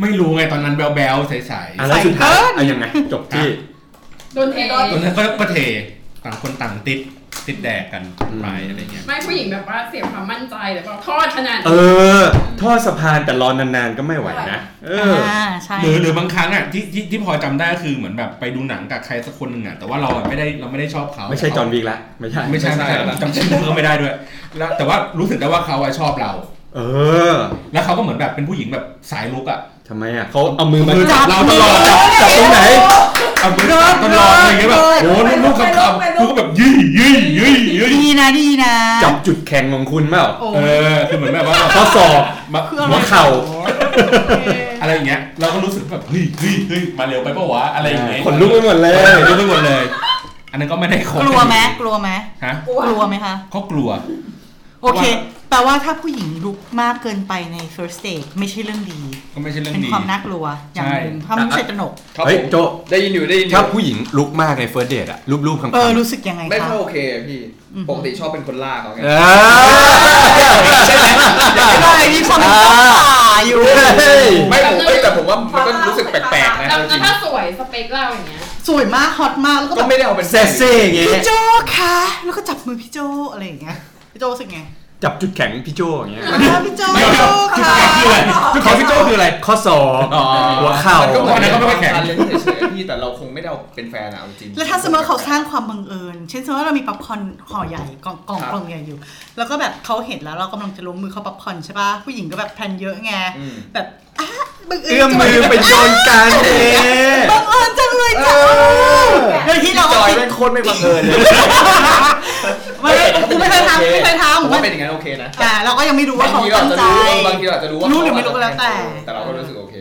Speaker 3: ไม่รู้ไงตอนนั้นแบลแบลใส
Speaker 1: อ่ะแล้วสุดท้ายอ่ะยังไงจบที่
Speaker 10: โดนเท
Speaker 3: ๆตอนนั้นก็ก็เทต่างคนต่างติด ติดแดกกันไปอะไรเงี้ย
Speaker 10: ไม่ผู้หญิงแบบว่าเสียความมั่นใจแต่ว่าทอดขนาด
Speaker 1: เออ ทอดสะพานแต่รอนานๆก็ไม่ไหวนะ
Speaker 3: เอออ
Speaker 5: อ่าใช่
Speaker 3: หรือหรือบางครั้งอ่ะที่ที่ที่พลอยจำได้ก็คือเหมือนแบบไปดูหนังกับใครสักคนหนึ่งอ่ะแต่ว่าเราอะไม่ได้เราไม่ได้ชอบเขา
Speaker 1: ไม่ใช่จอห์นวิกละ ไม่ใช่
Speaker 3: ไม่ใช่ไม่ใช่จำชื่อเขาไม่ได้ด้วย แล้วแต่ว่ารู้สึกได้ว่าเขาอะชอบเรา
Speaker 1: เออ
Speaker 3: แล้วเขาก็เหมือนแบบเป็นผู้หญิงแบบสายลุกอ่ะ
Speaker 1: ทำไมอ่ะเขาเอามือมาจับ
Speaker 3: เรา
Speaker 1: เราตล
Speaker 3: ตลอ
Speaker 1: อ
Speaker 3: ด
Speaker 1: ด
Speaker 3: จับ
Speaker 1: จับตรงไหน
Speaker 3: เอามือจับตลอดอะไรอย่างเงี้ยแบบโอ้โหลูกคำคำลูกก็แบบยี่ยี่ยี่ยี่
Speaker 5: ดีนะดีนะ
Speaker 1: จับจุดแข็งของคุณเปล่า
Speaker 5: โอ้
Speaker 3: เออคือเหมือนแบบว่า
Speaker 1: ข้อศอก
Speaker 3: แบบ
Speaker 5: คืออะไร
Speaker 1: หัวเข่า
Speaker 3: อะไรอย่างเงี้ยเราก็รู้สึกแบบเฮ้ยเฮ้ยเฮ้ยมาเร็วไปปะวะอะไรอย่างเงี้ย
Speaker 1: ขนลุกไปหมดเลย
Speaker 3: ขนลุกไปหมดเลย อันนั้นก็ไม่ได้คน
Speaker 5: กลัวไหมกลัวไหม
Speaker 3: ฮะ
Speaker 5: กลัวไหมคะ
Speaker 3: เขากลัว
Speaker 5: โอเค แปลว่าถ้าผู้หญิงลุกมากเกินไปใน first date ไม่ใช่เรื่องดี
Speaker 3: ก็ไม่ใช่เรื่อง
Speaker 5: เป็น
Speaker 3: ดี
Speaker 5: ความน่ากลัว อย่างหนึ่ง
Speaker 3: ใช่
Speaker 5: เพราะมันไม่ใช่ตระหนก
Speaker 2: ครับ
Speaker 1: เฮ้ย
Speaker 2: ผม
Speaker 1: โจ
Speaker 2: ได้ยินอยู่ได้ยินอ
Speaker 1: ถ้า
Speaker 2: ยู่
Speaker 1: ผู้หญิงลุกมากในเฟิร์สเดทอะรูปๆคำๆ
Speaker 5: เออ รู้สึกยังไง
Speaker 2: ไม่
Speaker 5: คะ
Speaker 2: ค่อยโอเคอะพี่
Speaker 5: อืม
Speaker 2: ปกติชอบเป็นคนล่าเขาไง
Speaker 1: เออ
Speaker 2: ใช่ไหม
Speaker 5: ไม่ได้มีความเป็นต้นป่าอยู่
Speaker 2: ไม่ผมเอ้ยแต่ผมว่ามันก็รู้สึกแปลกๆนะ
Speaker 10: แล้ว
Speaker 2: จ
Speaker 10: แล้ว
Speaker 2: ริง
Speaker 10: ถ้าสวยสเปคเราอย่างเงี้ย
Speaker 5: สวยมาก ฮอตมากแล้วก็
Speaker 2: ๆ
Speaker 5: แบ
Speaker 2: ก็
Speaker 5: บ
Speaker 2: ไม่ได้เอาเป็น
Speaker 1: เซสซี่อย่างเงี้
Speaker 5: พี่
Speaker 1: ย
Speaker 5: โจคะแล้วก็จับมือพี่โจอะไรอย่างเงี้ยพี่โจรู้สึกไง
Speaker 1: จับจุดแข็งพี่โจอย่างเงี้ย
Speaker 5: อ่าพี่โจ
Speaker 3: เดี๋ยว
Speaker 5: พี่โจ
Speaker 3: จุด
Speaker 5: ค่ะ
Speaker 3: แข็งคืออะไรจุดแข็งพี่โจคืออะไร
Speaker 1: ข้อศอก
Speaker 3: อ๋อ
Speaker 1: หัวเข่า
Speaker 2: มันก็เหมือน
Speaker 3: อันนั้นก็ไม่ค่อยแข็ง
Speaker 2: การเล่นเฉยๆพี่แต่เราคงไม่ได้เอาเป็นแฟนอะเอาจริง
Speaker 5: แล้วถ้าสมมติเขาสร้างความบังเอิญ เช่นสมมติว่าเรามีป๊อปคอร์นห่อใหญ่กล่องกล่อง
Speaker 2: ครับ
Speaker 5: กล่องใหญ่อยู่ แล้วก็แบบเขาเห็นแล้วเรากำลังจะลงมือเขาป๊อปคอร์นใช่ป่ะผู้หญิงก็แบบแพลนเยอะไง
Speaker 2: อืม
Speaker 5: แบบอ่ะบังเอิญ
Speaker 1: เอื้อมมือไปโยนกันเอง
Speaker 5: บังเอิญจังเลยจ้ะโดยที่เรา
Speaker 2: จ
Speaker 5: ก็
Speaker 2: อย
Speaker 5: คิด
Speaker 2: เป็นคนไม่บังเอิญเลย
Speaker 5: ไม่กูไม่เคยทำไม่เคย
Speaker 2: ผ
Speaker 5: ทำ
Speaker 2: มว่าเป็นอย่างนั้นโอเคนะ
Speaker 5: อ่าเราก็ยังไม่รู้
Speaker 2: บา
Speaker 5: ว่าง เขา
Speaker 2: ทีเรา
Speaker 5: ตั้ง
Speaker 2: อาจ
Speaker 5: ใจ
Speaker 2: จะรู้บางทีเราอาจจะรู้ว่า
Speaker 5: รู้
Speaker 2: เขา
Speaker 5: หรือไม่รู้ก็แล้วแต่
Speaker 2: แต่เราก็รู้สึกโอเค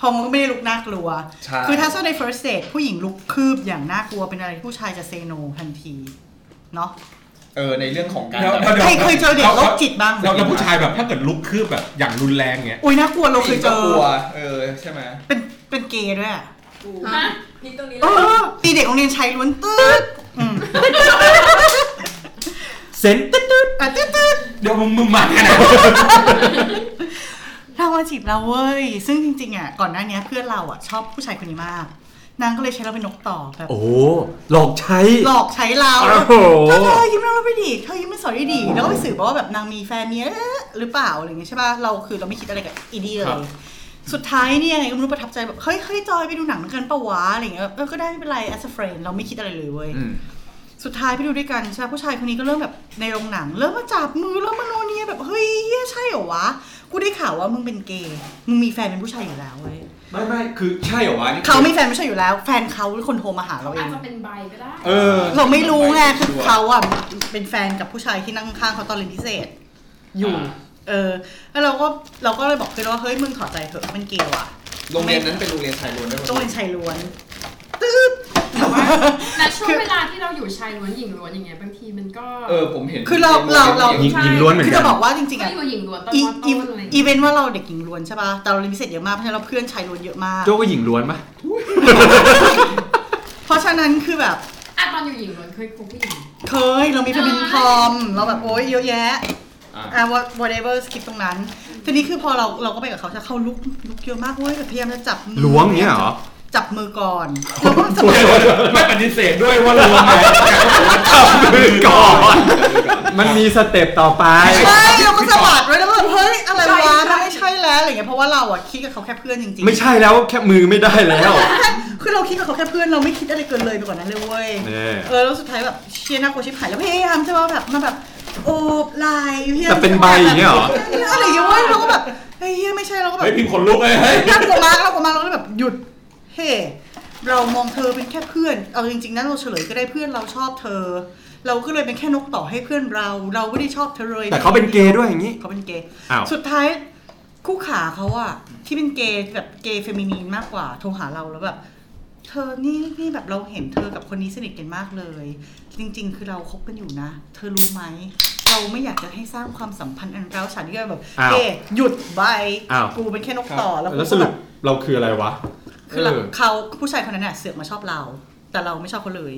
Speaker 5: พอมันก็ไม่ได้ลุกน่ากลัว
Speaker 2: ใช่
Speaker 5: คือถ้าสู้ใน first date ผู้หญิงลุกคืบอย่างน่ากลัวเป็นอะไรที่ผู้ชายจะเซโนทันที เนาะ
Speaker 2: เออในเรื่องของการ
Speaker 3: แล้ว
Speaker 2: แบบ
Speaker 3: แล้วดี๋ว
Speaker 5: ใครเคยเจอเด็กโรคจิตบ้าง
Speaker 3: เราเราผู้ชายแบบถ้าเกิดลุกคืบแบบอย่างรุนแรงเงี้ย
Speaker 5: อุ้ยน่ากลัวเราเคยเจอ
Speaker 2: กลัวเออใช่ไหม
Speaker 5: เป็นเป็นเกย์ด้วยอะ
Speaker 10: ฮะ
Speaker 4: พีตรงนี้
Speaker 5: เอ
Speaker 4: แล้ว
Speaker 5: อตีเด็กโรงเรียนชายล้วนตืดอืม [laughs]
Speaker 1: เซนตึ๊ดตึ๊ด
Speaker 5: อ่ะตืดตืด
Speaker 3: เดี๋ยวมึงมึงหมาแค่ไหน
Speaker 5: เรามาจีบเราเว้ย ซึ่งจริงๆอ่ะก่อนหน้าเนี้ยเพื่อนเราอ่ะชอบผู้ชายคนนี้มาก นางก็เลยใช้เราเป็นนกต่อแบบ
Speaker 1: โอ้โหหลอกใช้
Speaker 5: [laughs] หลอกใช้เรา
Speaker 1: โอ้โห
Speaker 5: เธอเธอยิ้มให้เราไปดิเธอยิ้มไม่สอนได้ดีแล้วก็ไปสืบมาว่าแบบนางมีแฟนเนี้ยหรือเปล่าอะไรอย่างเงี้ยใช่ป่ะเราคือเราไม่คิดอะไรกับอีดีเลย สุดท้ายเนี่ยไงก็ไม่รู้ประทับใจแบบเฮ้ยเฮ้ยจอยไปดูหนังด้วยกันปะวะอะไรอย่างเงี้ยแบบเออก็ได้ไม่เป็นไร as a friend เราไม่คิดอะไรเลยเว้ย
Speaker 2: อืม
Speaker 5: สุดท้ายไปดูด้วยกันใช่ไหมผู้ชายคนนี้ก็เริ่มแบบในโรงหนัง เริ่มมาจับมือเริ่มมาโนเนียแบบเฮ้ยเหี้ยใช่เหรอวะ กูได้ข่าวว่ามึงเป็นเกย์มึงมีแฟนเป็นผู้ชายอยู่แล้วเว้ย
Speaker 2: ไม่ไม่คือใช่เหรอวะนี่คือ
Speaker 5: เขามีแฟนเป็นผู้ชายอยู่แล้ว แฟนเขาเป็นคนโทรมาหาเราเอ
Speaker 10: อาจ
Speaker 5: ง
Speaker 10: จะเป็นใบก็ได้
Speaker 2: เออ
Speaker 5: เราไม่รู้ไงคือเขาอ่ะเป็นแฟนกับผู้ชายที่นั่งข้างเขาตอนเรียนพิเศษ อยู่ เออ แล้วเราก็เราก็เลยบอกเพื่อนว่าเฮ้ยมึงถอดใจเถอะมันเกย์ว่ะ
Speaker 2: โรงเรียนนั้นเป็นโรงเรียนชายล้วนด้วยมั้ย
Speaker 5: โรงเรียนชายล้วน
Speaker 10: แต่ช่วงเวลาที่เราอยู่ชายล้วนหญิงล้วนอย่างเงี้ยบางทีมันก็
Speaker 2: เออผมเห็น
Speaker 5: คือเราเราเรา
Speaker 1: หญิงหญิงล้วนเหมือน
Speaker 5: คือ
Speaker 1: กั
Speaker 5: จะ
Speaker 1: น
Speaker 5: บอกว่าจริงๆ
Speaker 10: ก็
Speaker 5: อ่ะ
Speaker 10: อยู่หญิงล้วนตอน
Speaker 5: อี
Speaker 10: ม
Speaker 5: อี
Speaker 10: ต้นอะไรอย่าง
Speaker 5: อี
Speaker 10: เงี้ย
Speaker 5: เวนต์ว่าเราเด็กหญิงล้วนใช่ป่ะแต่เราเรียนพิเศษเยอะมากเพราะฉะนั้นเราเพื่อนชายล้วนเยอะมาก
Speaker 1: โจก็หญิงล้วนปะ
Speaker 5: เพราะฉะนั้นคือแบบ
Speaker 10: อ่ะตอนอยู่หญิงล้วนเคยคุยผู้หญิง
Speaker 5: เคยเรามีพบินทอม เราแบบโอ๊ยเยอะแยะ
Speaker 2: อ่ะ
Speaker 5: อ่ะ what- whatever สกิปตรงนั้นทีนี้คือพอเราเราก็ไปกับเขาใช่เขาลุกลุกเยอะมากเว้ยแบบพยายามจะจับมือ
Speaker 1: ล้วงอย่างเงี้ยเหรอ
Speaker 5: จับมือก่อนเราก็จับ
Speaker 3: ไม่ปฏิเสธด้วยว่าเราลงมา
Speaker 1: จับมือก่อน มันมีสเต็ปต่อไป
Speaker 5: ใช่เราก็สะบัดไว้แล้วก็แบบเฮ้ยอะไร
Speaker 4: ใช่
Speaker 5: วะ
Speaker 4: ใช่
Speaker 5: มันไม่ใช่แล้วอะไรเงี้ยเพราะว่าเราอ่ะคิดกับเขาแค่เพื่อนจริงๆ
Speaker 1: ไม่ใช่แล้วแค่มือไม่ได้แล้ว
Speaker 5: คือเราคิดกับเขาแค่เพื่อนเราไม่คิดอะไรเกินเลยไปกว่านั้นเลยเว้ย
Speaker 1: เนี่ย
Speaker 5: เออแล้วสุดท้ายแบบเชียร์หน้าโคชิบหายแล้วพยายามจะมาแบบมาแบบโอบไหลพยายาม
Speaker 1: แต่เป็นใบอย่างเงี้ยเหรอ
Speaker 5: อะไรอย่างเงี้ยเว้ยเราก็แบบเฮ้ยเหี้ยไม่ใช่เราก็แบบ
Speaker 3: เฮ้ยพิมพ์ขนลุกเลยเฮ้ย
Speaker 5: น่ากลัวมากน่ากลัวมากเราก็แบบหยุดเฮ้เรามองเธอเป็นแค่เพื่อนเอาจริงๆนะเราเฉลยก็ได้เพื่อนเราชอบเธอ เราก็เลยเป็นแค่นกต่อให้เพื่อนเรา เราไม่ได้ชอบเธอเลย
Speaker 1: แต่เขาเป็นเกย์ด้วยอย่างงี้
Speaker 5: เขาเป็นเกย์
Speaker 1: อ้าว
Speaker 5: สุดท้ายคู่ขาเขาอะที่เป็นเกย์แบบเกย์เฟมินีนมากกว่าโทรหาเราแล้วแบบ เธอนี่นี่แบบเราเห็นเธอกับคนนี้สนิทกันมากเลย จริง ๆ คือเราคบกันอยู่นะ เธอรู้ไหม เราไม่อยากจะให้สร้างความสัมพันธ์อันร้าวฉานที่ก็แบบ
Speaker 1: อ้าว
Speaker 5: เอ๊ะหยุดใบ
Speaker 1: อ้าว
Speaker 5: กูเป็นแค่นกต่อแล้ว
Speaker 1: แล้ว
Speaker 5: กู
Speaker 1: ส
Speaker 5: ก็
Speaker 1: รุ
Speaker 5: แบ
Speaker 1: ป
Speaker 5: บ
Speaker 1: เราคืออะไรวะ
Speaker 5: คือเรา
Speaker 1: เออ
Speaker 5: เขาผู้ชายคนนั้นน่ะเสือกมาชอบเรา แต่เราไม่ชอบเขาเลย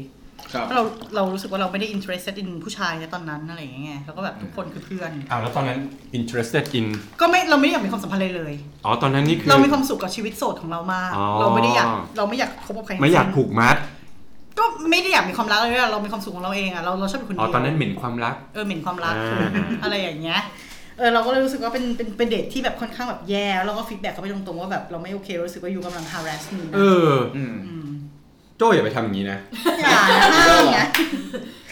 Speaker 2: ครับ
Speaker 5: เราเรารู้สึกว่าเราไม่ได้ interested in ผู้ชายในตอนนั้นอะไรอย่างเงี้ยเราก็แบบทุกคนคือเพื่อน
Speaker 3: อ้าวแล้วตอนนั้น
Speaker 1: interested in
Speaker 5: ก็ไม่เราไม่ได้อยากมีความสัมพันธ์เลยเลย
Speaker 1: อ๋อตอนนั้นนี่คือ
Speaker 5: เรามีความสุขกับชีวิตโสดของเรามาก
Speaker 1: อ๋อ
Speaker 5: เราไม่ได้อยากเราไม่อยากคบกับใคร
Speaker 1: ไม่อยาก
Speaker 5: ทั้งสิ้น
Speaker 1: ผูกมัด
Speaker 5: ก็ไม่ได้อยากมีความรักเลยอะเรามีความสุขของเราเองอะเราเราชอบอยู่คน
Speaker 1: อ๋อ
Speaker 5: เดียว
Speaker 1: ตอนนั้นเหม็นความรัก
Speaker 5: เออเหม็นความรัก
Speaker 1: อ่า
Speaker 5: อะไรอย่างเงี้ยเออเราก็เลยรู้สึกว่าเป็นเป็นเป็นเดทที่แบบค่อนข้างแบบแย่แล้วก็ฟีดแบ็กก็ไปตรงๆว่าแบบเราไม่โอเครู้สึกว่ายูกำลัง harass มึง
Speaker 1: เอ
Speaker 5: นะ
Speaker 1: อ
Speaker 2: อืม
Speaker 5: ม
Speaker 1: โจ้อย่าไปทำอย่างนี้นะ
Speaker 5: อย่าห้ามนะ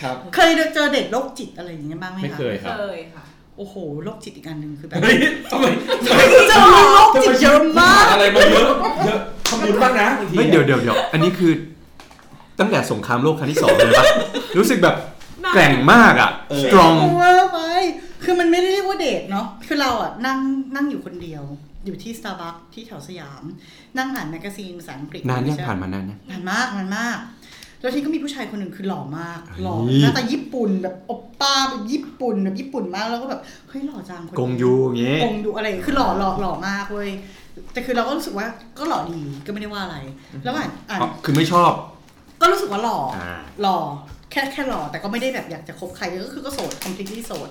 Speaker 5: ครับ เคยเจอเด็กโรคจิตอะไรอย่างเงี้ยบ้างไหมคะ
Speaker 1: ไม่เคยครับ
Speaker 4: เคยค่ะ
Speaker 5: โอ้โหโรคจิตอีกอันหนึ่งคือแบบ
Speaker 3: เฮ้ยทำไม
Speaker 5: เจอโรคจิตเยอะมาก
Speaker 3: อะไรมาเยอะเยอะทำบุญบ้างนะบางที
Speaker 1: เฮ้ยเดี๋ยวเดี๋ยวเดี๋ยวอันนี้คือ ตั้งแต่สงครามโลกครั้งที่สองเลยปะ [laughs] รู้สึกแบบแกร่งมากอ่ะ strong
Speaker 5: เวอร์ไปคือมันไม่ได้เรียกว่าเดทเนาะคือเราอะนั่งนั่งอยู่คนเดียว อยู่ที่สตาร์บัคที่แถวสยาม นั่งอ่านแมกกาซีนภาษาอังกฤษ
Speaker 1: นานยังผ่านมานานยัง
Speaker 5: นานมากนานมาก แล้วที่ก็มีผู้ชายคนหนึ่งคือหล่อมาก หล่อ
Speaker 1: เฮ้ย
Speaker 5: หน้าตาญี่ปุ่นแบบโอปป้าแบบญี่ปุ่นแบบญี่ปุ่นมากแล้วก็แบบเฮ้ยหล่อจังคนนี้
Speaker 1: กงยูอย่างเงี้ย
Speaker 5: กงยูอะไรคือหล่อหล่อหล่อมากเว้ยแต่คือเราก็รู้สึกว่าก็หล่อดีก็ไม่ได้ว่าอะไร แล้วอ่านอ่าน
Speaker 1: อ๋อคือไม่ชอบ
Speaker 5: ก็รู้สึกว่าหล่ออา หล่อแค่แค่หล่อแต่ก็ไม่ได้แบบอยากจะคบใครก็คือก็โสด completely โสด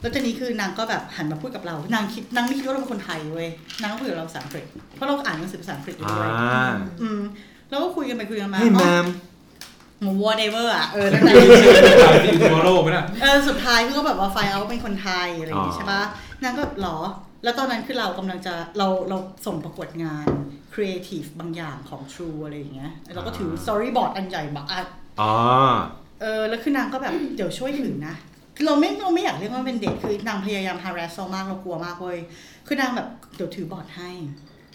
Speaker 5: แล้วทีนี้คือนางก็แบบหันมาพูดกับเรา นางคิดนางไม่คิดว่าเราเป็นคนไทยเว้ยนางก็คุยกับเราภาษาอังกฤษเพราะเราอ่านหนังสือภาษาอังกฤษอยู่
Speaker 1: อ่า
Speaker 5: ด้วย อืมแล้วก็คุยกันไปคุยกันมา
Speaker 1: ให้แม
Speaker 5: อ๋อ
Speaker 1: ม
Speaker 5: หมูวัวเดเวอร์อ่ะ
Speaker 1: [laughs]
Speaker 5: เออตั้งแต่
Speaker 3: ที่ทัวโลกไหมล่ะ
Speaker 5: เออสุดท้ายคือก็แบบว่าไฟเอาเป็นคนไทยอะไรอย่างงี้
Speaker 1: อ๋อ
Speaker 5: ใช่ปะนางก็แบบหรอ แล้วตอนนั้นคือเรากำลังจะเราเราส่งประกวดงานครีเอทีฟบางอย่างของ True อะไรอย่างเงี้ยเราก็ถือ storyboard อันใหญ่มาอัด
Speaker 1: อ๋อ
Speaker 5: เออแล้วคือนางก็แบบ เดี๋ยวช่วยถือนะคือเราไม่เราไม่อยากเรียกว่าเป็นเด็กคือนางพยายาม harass เรามากเรากลัวมากเว้ยคือนางแบบเดี๋ยวถือบอร์ดให้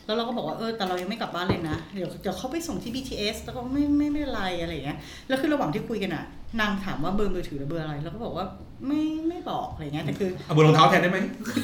Speaker 5: แล้วเราก็บอกว่าเออแต่เรายังไม่กลับบ้านเลยนะเดี๋ยวเดี๋ยวเขาไปส่งที่ BTS แล้วก็ไม่ไม่ไม่เป็นไรอะไรอย่างเงี้ยแล้วคือระหว่างที่คุยกันอ่ะ นางถามว่าเบอร์มือถือหรือเบอร์อะไรเราก็บอกว่าไม่ไม่บอกอะไรเงี้ยแต่คือ
Speaker 3: เอาบนรองเท้าแทนได้ไหม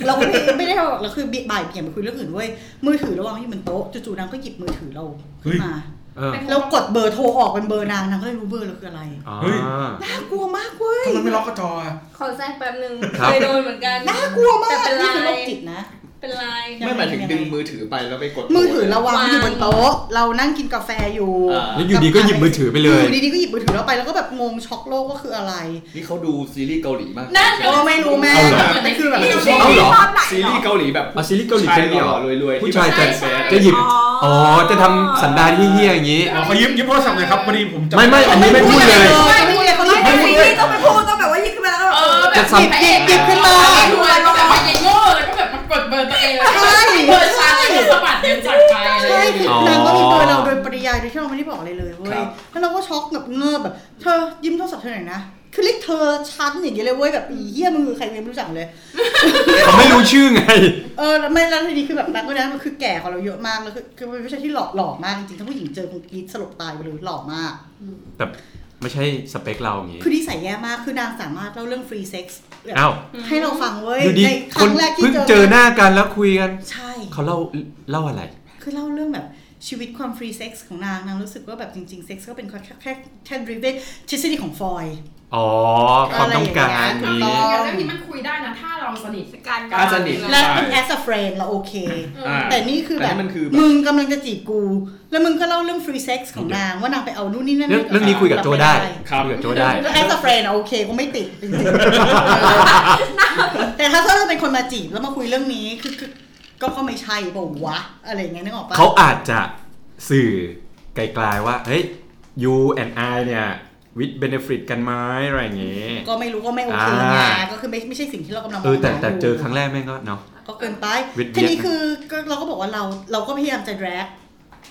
Speaker 5: เราก็ไม่ไม่ได้บอกเราคือบ่ายเบี่ยงไปคุยเรื่องอื่นเว้ยมือถือระหว่างที่อยู่บนโต๊ะจู่ๆนางก็หยิบมือถือเราขึ้นมา
Speaker 1: เออ
Speaker 5: แล้วกดเบอร์โทรออกเป็นเบอร์นางนางก็เลยรู้เบอร์เราคืออะไร
Speaker 1: อ๋อ
Speaker 3: เฮ้ย
Speaker 5: น่ากลัวมากเว้ย
Speaker 3: ทำไมไม่ล็อกกระจออะ
Speaker 11: ขอแทรกแป๊บนึง
Speaker 1: ครับ
Speaker 11: เคยโดนเหมือนกัน
Speaker 5: น่ากลัวมาก
Speaker 11: แต่เป็นไร
Speaker 5: นี่คือโรคจิตนะ
Speaker 11: เป็นลาย
Speaker 2: ไม่หมายถึงดึงมือถือไปแล้วไปกด
Speaker 5: มือถือเราวาง
Speaker 11: วาง
Speaker 5: อยู่บนโต๊ะ เรานั่งกินกาแฟอยู่
Speaker 2: อ่า
Speaker 1: แล้วอยู่ดีก็หยิบมือถือไปเลย
Speaker 5: ยู่ดีๆก็หยิบมือถือเราไปแล้วก็แบบงงช็อกโลกว่าคืออะไร
Speaker 2: นี่เขาดูซีรีส์เกาหลีมาก
Speaker 11: นั่น
Speaker 5: ก็ไม่รู้แม่
Speaker 1: เอาเหรอ
Speaker 5: แต่คือแบบ
Speaker 4: ซี
Speaker 1: เอา
Speaker 4: รี
Speaker 1: เหรอ
Speaker 4: ส์ชอบไหน
Speaker 2: ซีรีส์เกาหลีแบบ
Speaker 1: อาซีรีส์เกาหลีเป็นเนี่ยเหรอ
Speaker 2: รวยๆ
Speaker 1: ผู้ชายจะ
Speaker 2: แฟน
Speaker 1: จะหยิบ อ๋อ จะทำสันดานที่เฮี้ยๆอย่างงี้
Speaker 3: อ๋อเขายืมยืมโทรศัพท์หน่อยครับพอดีผมจะ
Speaker 1: ไม่ไม่อันนี้ไม่พูดเลย
Speaker 5: ไม่พูดเลยเขาหยิบ
Speaker 4: ไม่ซีรีส์ต้องไปพูดต้องแบบว่าหยิบขึ้นมาแล้วก็แบบ
Speaker 10: เอ
Speaker 4: เอ
Speaker 10: อ
Speaker 4: อ
Speaker 10: แบบ
Speaker 1: จะสับ
Speaker 10: พระเอก
Speaker 5: หยิบขึ้นมา
Speaker 10: รวยแล้วแบบว่าอย่างโง่แล้วก็แบบมากดเบอร์ตัวเองแล้วก็แบบเบอร์ชันแล้วก็สะบัดเดินจากไปอะไรอ
Speaker 5: ใช่
Speaker 10: ย่างเงี้ย
Speaker 1: อ๋อ
Speaker 5: คือนางก็มีเบอร์เราโดยปริยายโดยที่เราไม่ได้บอกอะไรเลยเว้ย
Speaker 2: ครับ
Speaker 5: แล้วเราก็ช็อกแบบเงือบแบบเธอยิ้มโทรศัพท์เธอหน่อยนะคือเรียกเธอชั้นอย่างเงี้ยเลยเว้ยแบบอีเหี้ยมึงคือใครไม่รู้จักเลย
Speaker 1: เขาไม่รู้ชื่อไง
Speaker 5: เออแล้วไม่แล้วทีนี้คือแบบนักก็นะมันคือแก่กว่าเราเยอะมากแล้วคือคือเป็นผู้ชายที่หล่อหล่อมากจริงๆถ้าผู้หญิงเจอคงกรีดสลบตายไปเลยหล่อมาก
Speaker 1: แต่ไม่ใช่สเปคเราอย่างงี้
Speaker 5: คือนิสัยแย่มากคือนางสามารถเล่าเรื่องฟรีเซ็กซ์แบบ
Speaker 1: อ้าว
Speaker 5: ให้เราฟังเว้ย
Speaker 1: อยู่ดี
Speaker 5: ในค
Speaker 1: คน
Speaker 5: รั้งแรกที่
Speaker 1: เพิ่งเจอหน้ากันแล้วคุยกัน
Speaker 5: ใช่
Speaker 1: เขาเล่าเล่าอะไร
Speaker 5: คือเล่าเรื่องแบบชีวิตความฟรีเซ็กซ์ของนางนางรู้สึกว่าแบบจริงๆเซ็กซ์ก็เป็นแค่แค่แค่ดริเวทฤษฎีของฟอย
Speaker 1: อ๋อ ความต้องการ
Speaker 5: อะไรอย่าง
Speaker 1: นี้
Speaker 5: เงี้ย
Speaker 10: แล้วนี้มันคุยได้นะถ้าเราสนิท
Speaker 4: การ
Speaker 2: การสนิท
Speaker 5: และเป็น as a friend เราโอเค
Speaker 2: อ่า
Speaker 5: แต่นี่คือแบ
Speaker 2: แต่
Speaker 5: บ
Speaker 2: นี่มันคือแบบ
Speaker 5: มึงกำลังจะจีบกู แล้วมึงก็เล่าเรื่องฟรีเซ็กซ์ของนางว่านางไปเอานู่นนี่นั่น
Speaker 1: เรื่องเรื่องนี้คุยกับโจได้คุยกับโจได้
Speaker 5: แล้ว as a friend อะโอเคก็ไม่
Speaker 1: [laughs]
Speaker 5: ติดจริงๆแต่ถ้าถ้าเป็นคนมาจีบแล้วมาคุยเรื่องนี้คือคือก็ก็ไม่ใช่เปล่าวะอะไรอย่างเงี้ยนึกออกปะ
Speaker 1: เขาอาจจะสื่อไกลๆว่า เฮ้ย you and I เนี่ยวิดเบนฟิตกันไหมอะไรอย่างงี้
Speaker 5: ก็ไม่รู้ก็ไม่โอเคไง
Speaker 1: อ่า
Speaker 5: ก็คือไม่ไม่ใช่สิ่งที่เรากำลังม
Speaker 1: เอ
Speaker 5: อง
Speaker 1: อแต่
Speaker 5: หา
Speaker 1: แต่
Speaker 5: ยู่
Speaker 1: เจอครั้งแรกแม่งก็เนาะ
Speaker 5: ก็เกินไป
Speaker 1: เวียดเวียด
Speaker 5: ทีนี้คือก็เราก็บอกว่าเราเราก็พยายามจะ drag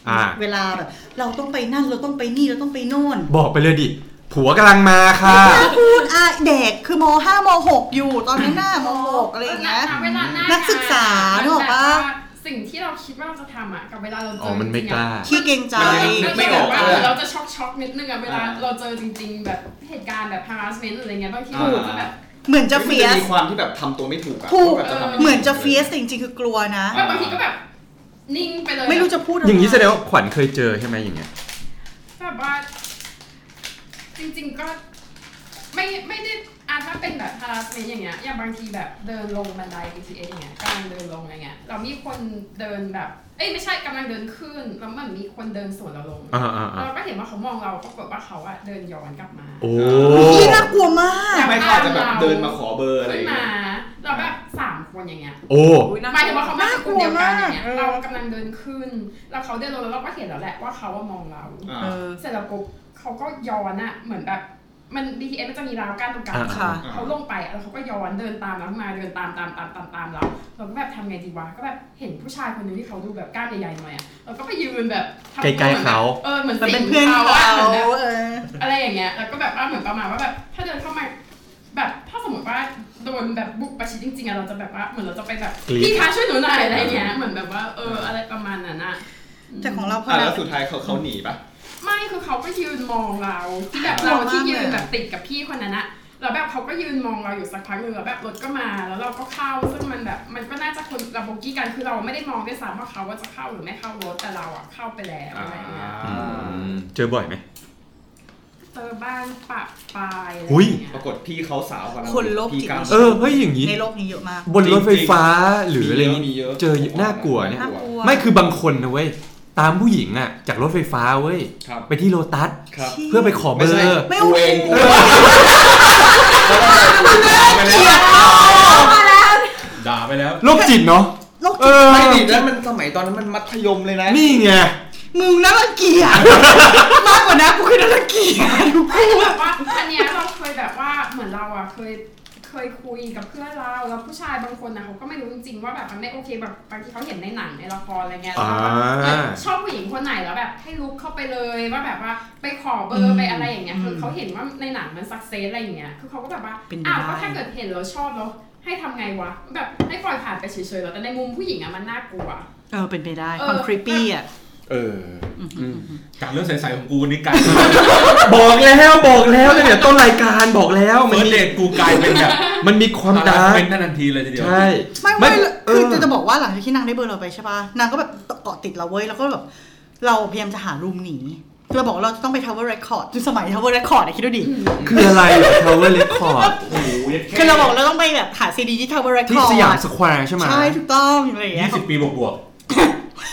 Speaker 1: อ่า
Speaker 5: เวลาแบบ เราต้องไปนั่นเราต้องไปนี่เราต้องไปโน่น
Speaker 1: บอกไปเลยดิ ผัวกำลังมาค่ะ
Speaker 5: พูดอ่ะเด็กคือมห้ามหกอยู่ตอนนั้นน่ะมหกอะไรอย่างเงี้ย
Speaker 10: ณเวลาหน้า
Speaker 5: นักศึกษานึกออกปะ
Speaker 10: มันแบบว่าสิ่งที่เราคิดว่าเราจะทำอ่ะกับเวลาเราเจ
Speaker 1: อ๋อ
Speaker 10: อ
Speaker 1: มันไม่
Speaker 10: จริง
Speaker 1: ก
Speaker 10: ๆอะ
Speaker 1: ล้า
Speaker 5: ขี้เกรงใจ
Speaker 2: นึ
Speaker 10: เรา
Speaker 2: กไม่
Speaker 10: ไม่
Speaker 2: อ
Speaker 10: แบ
Speaker 2: อก
Speaker 10: บว่า
Speaker 2: เลยอะ
Speaker 10: เราจะช็อกช็อกๆนิดนึงอ่ะเวลา
Speaker 2: อ่า
Speaker 10: เราเจอจริง ๆ แบบเหตุการณ์แบบ harassment อะไรเงี้ยบางที
Speaker 2: อ่า
Speaker 10: เราจะแบบ
Speaker 5: เหมือนจะเฟีย
Speaker 2: มัน
Speaker 5: ส
Speaker 2: มีความที่แบบทำตัวไม่ถูกอะ
Speaker 5: ถูก
Speaker 2: ว่าแบบจะทำยัไ
Speaker 5: เหมือนจะเฟียสแต่จริงๆคือกลัวนะ
Speaker 10: แบบบางทีก็แบบนิ่งไปเลย
Speaker 5: ไม่รู้จะพูดะไ
Speaker 1: อย่างนี้แสดงว่าขวัญเคยเจอใช่ไหมอย่างเงี้ย
Speaker 10: แบบว่า จริง ๆก็ ไม่ไม่ได้อ่ะถ้าเป็นแบบ harassment อย่างเงี้ยอย่างบางทีแบบเดินลงบันได BTS อย่างเงี้ยกำลังเดินลงอะไรเงี้ยเรามีคนเดินแบบ เอ้ยไม่ใช่กำลังเดินขึ้นแล้วมันมีคนเดินสวนเราลง
Speaker 1: อ่าอ่าอ่า
Speaker 10: เราก็เห็นว่าเขามองเราปรากฏว่าเขาอะเดินย้อนกลับมา
Speaker 1: โอ้
Speaker 5: พี่น่ากลัวมาก
Speaker 2: ไม่เขาอาจจะแบบเดินมาขอเบอร์อะไรอ
Speaker 10: ขึ้น
Speaker 2: ย่าง
Speaker 10: มา
Speaker 2: เงี้ย
Speaker 10: เราแบบสามคนอย่างเงี้ย
Speaker 1: โอ้
Speaker 10: หมายถึงว่าเขาไม่ใช่กลุ่มเดียวกันอย่างเงี้ย
Speaker 5: น่ากลัวมาก
Speaker 10: เรากำลังเดินขึ้น แล้วเขาเดินลงแล้วเราก็เห็นแล้วแหละว่าเขาว่ามองเรา
Speaker 2: อ่า
Speaker 5: เออ
Speaker 10: เสร็จแล้วปุ๊บ เขาก็ย้อนอะเหมือนแบบ มัน BTS มันจะมีราวกั้นตรงกลาง
Speaker 1: อ่า
Speaker 5: ค่ะ
Speaker 10: เขาลงไปแล้วเขาก็ย้อนเดินตามเรามาเดินตามตามตามตามตามเราเราก็แบบทำไงดีวะก็แบบเห็นผู้ชายคนหนึงที่เขาดูแบบกล้ามใหญ่ๆหน่อยอะเราก็ไปยืนแบบทำตัว
Speaker 1: ใกล้ๆเขา
Speaker 10: เออเหมือน
Speaker 5: มัน
Speaker 10: สิ
Speaker 5: เป็น
Speaker 10: ง
Speaker 5: เพื่อน
Speaker 10: เขา
Speaker 5: เขา
Speaker 10: อะเหมือนแบบ
Speaker 5: เออ
Speaker 10: อะไรอย่างเงี้ย แล้วก็แบบว่าเหมือนประมาณว่าแบบถ้าเดินเข้ามาแบบถ้าสมมติว่าโดนแบบบุกประชิดจริงๆอะเราจะแบบว่าเหมือนเราจะไปแบบ
Speaker 1: กรี๊ด
Speaker 10: พี่คะช่วยหนูหน่อยอะไรเงี้ยเหมือนแบบว่าเอออะไรประมาณนั้นอะ
Speaker 5: แต่ของเราพอ
Speaker 2: อ่ะแล้
Speaker 5: เรา
Speaker 2: วสุดท้ายเขาเขาหนีปะ
Speaker 10: ไม่คือเขาก็ยืนมองเราที่แบบ
Speaker 5: ม
Speaker 10: เรา
Speaker 5: องมาก
Speaker 10: ที่ยืน
Speaker 5: เลยอะ
Speaker 10: แบบติดกับพี่คนนั้นอะแล้วแบบเขาก็ยืนมองเราอยู่สักพักหนึ่งแล้วแบบรถก็มาแล้วเราก็เข้าซึ่งมันแบบมันก็น่าจะคนระบบกี้กันคือเราไม่ได้มองด้วยซ้ำว่าเขาว่าจะเข้าหรือไม่เข้ารถแต่เราอะเข้าไปแล้วอะไรเงี้ย
Speaker 1: อืมเจอบ่อยไหม
Speaker 10: เจอบ้านปะปลายอะไร
Speaker 1: หุ้ย
Speaker 10: เงี้ย
Speaker 2: ปรากฏพี่เขาสาวกว่าเรา
Speaker 5: คนโรคจิต
Speaker 2: พี่กล้าม
Speaker 1: เออเฮ้ยอย่างนี้
Speaker 5: ในโลกนี้เยอะมาก
Speaker 1: บนรถไฟฟ้าหรืออะไร
Speaker 2: มีเย
Speaker 1: เงี้ย
Speaker 2: มีเยอะ
Speaker 1: เจอน่ากลัวเนี่ย
Speaker 5: น่ากลัว
Speaker 1: ไม่คือบางคนนะเว้ย ตามผู้หญิงอ่ะ จากรถไฟฟ้าเว้ย
Speaker 2: ครับ
Speaker 1: ไปที่โลตัส
Speaker 2: ครับ
Speaker 5: ชี่
Speaker 1: เพื่อไปขอเบ
Speaker 2: ไม่
Speaker 1: อ
Speaker 2: ใช่
Speaker 1: ร์
Speaker 5: ไม่
Speaker 2: กู
Speaker 5: โอเค
Speaker 2: เองกูเอง
Speaker 1: ไปแล้ว
Speaker 13: ด่าไปแล้ว
Speaker 1: โรคจิตเนาะ
Speaker 5: โรค
Speaker 1: เออ
Speaker 2: ไม่ดิ
Speaker 5: จิต
Speaker 2: แล้วมันสมัยตอนนั้นมันมัธยมเลยนะ
Speaker 1: นี่ไง
Speaker 5: มึงน่ารังเกียจมากกว่านะกูคือน่ารังเกียจทุก
Speaker 10: ไม่
Speaker 5: คู่
Speaker 10: แบบว่าอันเนี้ยเราเคยแบบว่าเหมือนเราอ่ะเคยเคยคุยกับเพื่อนเราแล้วผู้ชายบางคนนะเขาก็ไม่รู้จริงๆว่าแบบมันไม่โอเคแบบบางทีเขาเห็นในหนังในละครอะไรเงี้ยแล้วแบบ
Speaker 1: อ่า
Speaker 10: ชอบผู้หญิงคนไหนแล้วแบบให้ลุกเข้าไปเลยว่าแบบว่าไปขอเบอร์ไปอะไรอย่างเงี้ยคือเขาเห็นว่าในหนังมันสักเซสอะไรอย่างเงี้ยคือเขาก็แบบว่าอ้าวก็ถ้าเกิดเห็นแล้วชอบแล้วให้ทำไงวะแบบให้ปล่อยผ่านไปเฉยๆแล้วแต่ในมุมผู้หญิงอ่ะมันน่ากลัว
Speaker 5: เออเป็นไปได้
Speaker 10: เออ
Speaker 5: ความครีปปี้อ่ะ
Speaker 2: เออ
Speaker 3: จากเรื่องใสๆของกูวันนี่กลาย
Speaker 1: บอกแล้วบอกแล้วเนี่ยต้นรายการบอกแล้วมั
Speaker 3: เฟิ
Speaker 1: น
Speaker 3: ร์ส
Speaker 1: มี
Speaker 3: เดทกูกลายเป็นแบบ
Speaker 1: มันมีความ
Speaker 3: ตา
Speaker 1: ดา
Speaker 3: ลา
Speaker 1: ร์ก
Speaker 3: เป็นนั่นทันทีเลยทีเดียว
Speaker 1: ใช่
Speaker 5: ไม่ไม่
Speaker 1: เอ
Speaker 5: คือ อจะจะบอกว่าหลังจากที่นางได้เบอร์เราไปใช่ป่ะนางก็แบบเกาะติดเราเว้ยแล้วก็แบบเราพยายามจะหารูมหนีเราบอกว่าเราจะต้องไป tower record คือสมัย tower record อะคิดดูดิ
Speaker 1: คืออะไรทาวเวอร์เรคคอร์ด
Speaker 5: คือเราบอกเราต้องไปแบบหาซีดีที่ tower
Speaker 1: ที่
Speaker 5: record
Speaker 1: สยามสแควร์ใช่ไหม
Speaker 5: ใช่ถูกต้องอะไรอย่างเงี้ย
Speaker 3: 20 ปีบวก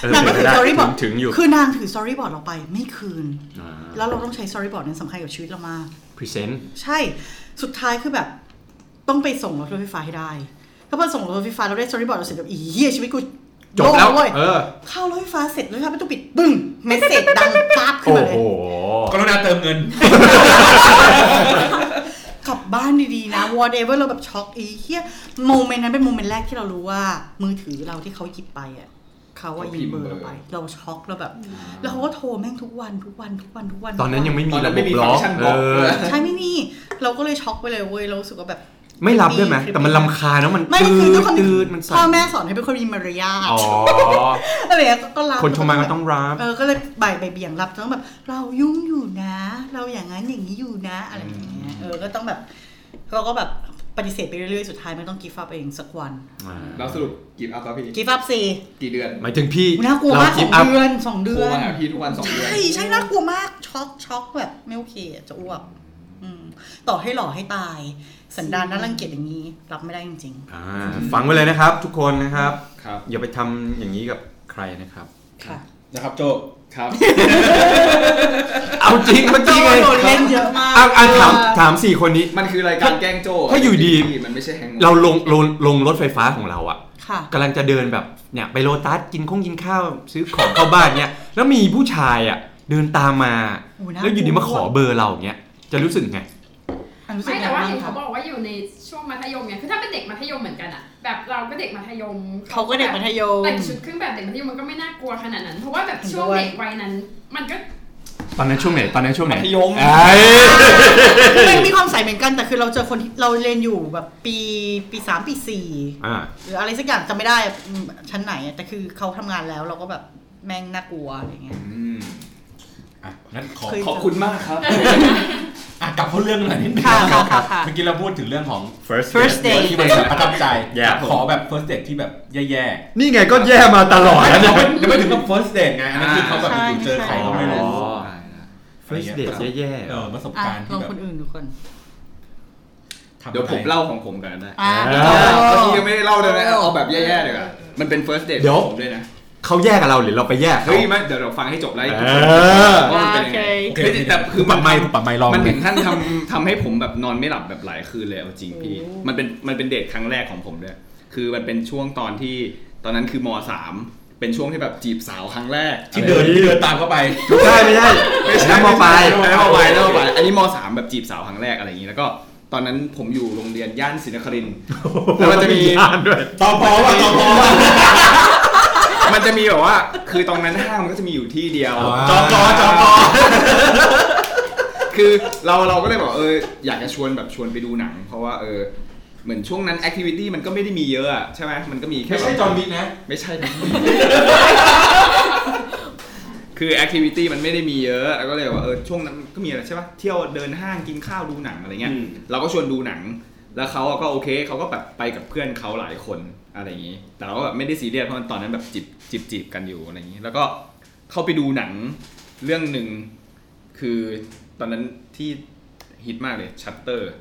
Speaker 1: เออน
Speaker 5: างก็ถือ
Speaker 1: ได้
Speaker 5: storyboard
Speaker 1: ถึงถึงอยู่
Speaker 5: คือนางถือ storyboard เราไปไม่คืน
Speaker 1: อ่า
Speaker 5: แล้วเราต้องใช้ storyboard นั้นสำคัญกับชีวิตเรามาก
Speaker 1: พรีเซนต์
Speaker 5: ใช่ สุดท้ายคือแบบต้องไปส่งรถไฟฟ้าให้ได้ก็พอส่งรถไฟฟ้าเราได้ storyboard เราเสร็จแบบอีเหี้ยชีวิตกู
Speaker 1: จบแล้ว
Speaker 5: โล่งเย
Speaker 1: เออ
Speaker 5: เข้ารถไฟฟ้าเสร็จรถไฟฟ้าประตูปิดปึ้งเมสเซจดังปั๊บขึ้น
Speaker 1: โอ้
Speaker 5: มาเล
Speaker 1: โห
Speaker 5: ย
Speaker 3: ๆกรุณาเติมเงิน
Speaker 5: กลับบ้านดีๆนะ whatever เราแบบช็อกอีเหี้ยโมเมนต์นั้นเป็นโมเมนต์แรกที่เรารู้ว่า มือถือเราที่เขาหยิบไปอ่ะเขาว่ายิงเบอร์เราไป เราช็อกเราแบบ แล้วเขาก็โทรแม่งทุกวันทุกวันทุกวันทุกวัน
Speaker 1: ตอนนั้นยังไม่มี
Speaker 2: ตอนนั้
Speaker 1: ระบ
Speaker 2: นไม่
Speaker 1: บ
Speaker 2: มี
Speaker 1: ล็อก
Speaker 2: function
Speaker 1: เอ
Speaker 2: block
Speaker 1: อ
Speaker 2: เลย
Speaker 5: ใช่ไม่มีเราก็เลยช็อกไปเลยเว้ยเรารู้สึกว่าแบบ
Speaker 1: ไม่รับด้วยไหม
Speaker 5: creepy
Speaker 1: แต่มันลำคาญแล้วมัน
Speaker 5: ไม่
Speaker 1: ตื
Speaker 5: คือด้วย
Speaker 1: ด
Speaker 5: ความ
Speaker 1: ตืดมันสั่น
Speaker 5: พ่อแม่สอนให้เป็นคนมีมารยาท
Speaker 1: อ๋อ
Speaker 5: [laughs] อะไรอย่างเงี้ยก็รับ
Speaker 1: คนชมมาก็ต้องรับ
Speaker 5: เออก็เลยบ่ายบ่ายเบี่ยงรับต้องแบบ เรายุ่งอยู่นะ เราอย่างนั้นอย่างนี้อยู่นะอะไรอย่างเงี้ยเออก็ต้องแบบเราก็แบบปฏิเสธไปเรื่อยๆสุดท้ายมันต้องกีฟับเองสักวัน
Speaker 2: แล้วสรุปกี่อัพครับพี่
Speaker 5: กีฟับสิ
Speaker 2: กี่เดือน
Speaker 1: หมายถึงพี่
Speaker 5: น่ากลัวมากส
Speaker 1: จิ
Speaker 5: อบ ง
Speaker 1: อัพ
Speaker 5: เดือนสองเดื
Speaker 2: โทร
Speaker 5: อน
Speaker 2: มาหาพี่ทุกวันสองเดือน
Speaker 5: ใช่ใช่น่ากลัวมากช็อกช็อกแบบไม่โอเคอะจะอ้วกอืมต่อให้หล่อให้ตาย สันดานน่ารังเกียจอย่างนี้ รับไม่ได้จริง ๆ
Speaker 1: อ่าฟังไว้เลยนะครับ ทุกคนนะครับ
Speaker 2: ครับ
Speaker 1: อย่าไปทำอย่างนี้กับใครนะครับ
Speaker 5: ค่ะ
Speaker 3: นะครับโจ
Speaker 2: ครับ
Speaker 1: เอาจริงเอาจริงไง
Speaker 5: โดนเล่นเยอะมาก
Speaker 1: อ่ะอ่ะถามถามสี่คนนี้
Speaker 2: มันคือรายการแกล้งโจ้
Speaker 1: ถ้าอยู่ดี
Speaker 2: พี่มันไม่ใช่แฮง
Speaker 1: เราลงลงลงรถไฟฟ้าของเราอะ
Speaker 5: ค่ะ
Speaker 1: กำลังจะเดินแบบเนี่ยไปโลตัสกินข้องกินข้าวซื้อของเข้าบ้านเนี่ยแล้วมีผู้ชายอะเดินตามมา
Speaker 5: โอ้น่ากลัว
Speaker 1: แล้วอยู่ดีมาขอเบอร์เราอย่างเงี้ยจะรู้สึกไง
Speaker 5: อันรู้สึก
Speaker 10: ไม่
Speaker 5: ยังไง
Speaker 10: แต่ว่า
Speaker 5: บ้าง
Speaker 10: เห็น
Speaker 5: คะ
Speaker 10: เขาบอกว่าอยู่ในช่วงมัธยมไงคือถ้าเป็นเด็กมัธยมเหมือนกันอะแบบเราก็เด็กมัธยม
Speaker 5: เขาก็เด็กมัธยม
Speaker 10: แต่งชุดเครื่องแบบเด็กมัธยมมันก็ไม่น่ากลัวขนาดนั้น เพราะว่าแบบช่วงเด็กวัยนั้น มันก็
Speaker 1: ตอนนั้นช่วงไหนตอนนั้นช่วงไหน
Speaker 2: มัธยม
Speaker 1: เอ้ย
Speaker 5: มันมีความใสเหมือนกันแต่คือเราเจอคนที่เราเรียนอยู่แบบปีปีสามปีสี่
Speaker 1: อ่า
Speaker 5: หรืออะไรสักอย่างจำไม่ได้อืมชั้นไหนอะแต่คือเขาทำงานแล้วเราก็แบบแม่งน่ากลัวอะไรเงี้ย
Speaker 2: อืม
Speaker 3: อ่ะงั้นขอ
Speaker 5: เคย
Speaker 2: ขอบคุณมากครับ
Speaker 3: อ่ะกลับเข้าเรื่องหน่อยนิดนึง
Speaker 5: ค่ะ
Speaker 3: ครับ
Speaker 5: ค่ะค่ะ
Speaker 3: เมื่อกี้เราพูดถึงเรื่องของ
Speaker 1: first
Speaker 5: First date
Speaker 3: ที่มันประทับใจ
Speaker 1: Yeah
Speaker 3: ขอแบบ first date ที่แบบแย่
Speaker 1: นี่ไงก็แย่มาตลอด
Speaker 3: ๆ
Speaker 1: นะ
Speaker 3: ยั
Speaker 1: เนี่
Speaker 3: ง
Speaker 1: ย
Speaker 3: ไม่ยังไม่ถึงกับ first date ไงอันนั้นคือเขาแบบอยู่ๆเจอใครก็ไม่รู้
Speaker 1: อ๋อ
Speaker 3: อะไร
Speaker 1: first
Speaker 3: งี้ย
Speaker 1: date แย่ๆ
Speaker 3: เอ
Speaker 1: เหรอ
Speaker 3: อประสบ
Speaker 5: อ่ะ
Speaker 3: การณ์
Speaker 5: ล
Speaker 3: ที่
Speaker 5: อง
Speaker 3: แบ
Speaker 5: ค
Speaker 3: บ
Speaker 5: นอื่นดูก่อน
Speaker 3: ทำ
Speaker 2: เดี๋ยวผม
Speaker 3: อะไร
Speaker 2: เล่าของผมกันได้
Speaker 5: อ่ะ
Speaker 1: เอ
Speaker 5: เดี๋ยว
Speaker 2: เอ
Speaker 5: เรา
Speaker 2: อเมื่อกี้ยังไม่ได้เล่าเลยนะเอาแบบแย่ๆเลยอ่ะมันเป็น first date
Speaker 1: เดี๋ยว
Speaker 2: ของผมด้วยนะ
Speaker 1: เขาแย่กับเราหรือเราไปแย่เขา
Speaker 2: เฮ้ยไม่เดี๋ยวเราฟังให้จบแล้ว
Speaker 1: เออ
Speaker 2: ว่ามันเป็นยังไง
Speaker 3: โอเค
Speaker 2: เฮ้ยแต่คือ
Speaker 3: ปัดไม้
Speaker 2: ทำ
Speaker 3: ปัดไม้ลอง
Speaker 2: มัน
Speaker 3: เล
Speaker 2: ถึ
Speaker 3: ย
Speaker 2: งขั้นทำ [laughs] ทำให้ผมแบบนอนไม่หลับแบบหลายคืนเลยเอาจริงพี่ มันเป็นมันเป็นเดทครั้งแรกของผมด้วย คือมันเป็นช่วงตอนที่ตอนนั้นคือมสาม เป็นช่วงที่แบบจีบสาวครั้งแรก
Speaker 3: ที่เดินที่เดินตามเข้าไป
Speaker 1: ไม่ใช่ไม่ใช่ไม่ใช่มอปลาย
Speaker 2: อันนั้นมปลายอันนั้นมปลายอันนี้มสามแบบจีบสาวครั้งแรกอะไรอย่างนี้แล้วก็ตอนนั้นผมอยู่โรงเรียนย่านศรีนครินทร์แล้วมันจะมี
Speaker 3: ตอพอว่ะตอพอว่ะ
Speaker 2: มันจะมีแบบว่า คือตอนนั้นห้างมันก็จะมีอยู่ที่เดียว
Speaker 3: อ่า
Speaker 2: จอจอจอจ
Speaker 3: [laughs]
Speaker 2: อคือเราเราก็เลยบอกเอออยากจะชวนแบบชวนไปดูหนัง เพราะว่าเออเหมือนช่วงนั้นแอคทิวิตี้มันก็ไม่ได้มีเยอะอะใช่ไหมมันก็มีแค่
Speaker 3: ไม่
Speaker 2: แบบ
Speaker 3: ใช่จอห์นวิกนะ
Speaker 2: ไม่ใช่นะ [laughs] คือแอคทิวิตี้มันไม่ได้มีเยอะแล้วก็เลยว่าเออช่วงนั้นก็มีอะไรใช่ปะเที่ยวเดินห้างกินข้าวดูหนังอะไรเงี้ย
Speaker 13: อืม
Speaker 2: เราก็ชวนดูหนัง แล้วเขาก็โอเคเขาก็แบบไปกับเพื่อนเขาหลายคนอะไรอย่างนี้ แต่เราก็แบบไม่ได้ซีเรียสเพราะมันตอนนั้นแบบจีบจีบจีบกันอยู่อะไรอย่างนี้ แล้วก็เข้าไปดูหนังเรื่องหนึ่งคือตอนนั้นที่ฮิตมากเลยชัตเตอร์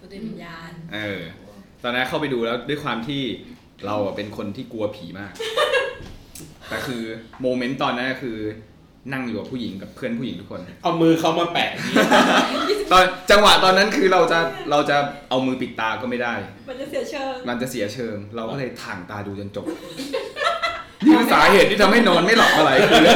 Speaker 12: ตัวเดวิญญาณ
Speaker 2: เออ ตอนนั้นเข้าไปดูแล้วด้วยความที่เราอะเป็นคนที่กลัวผีมาก แต่คือโมเมนต์ตอนนั้นก็คือนั่งอยู่กับผู้หญิงกับเพื่อนผู้หญิงทุกคน
Speaker 3: เอามือเขามาแปะ
Speaker 2: ตอนจังหวะตอนนั้นคือเราจะเราจะเอามือปิดตาก็ไม่ได้
Speaker 12: มันจะเสียเชิง
Speaker 2: มันจะเสียเชิง เราก็เลยถ่างตาดูจนจบ นี่คือสาเหตุที่ทำให้นอนไม่หลับมาหลายคืน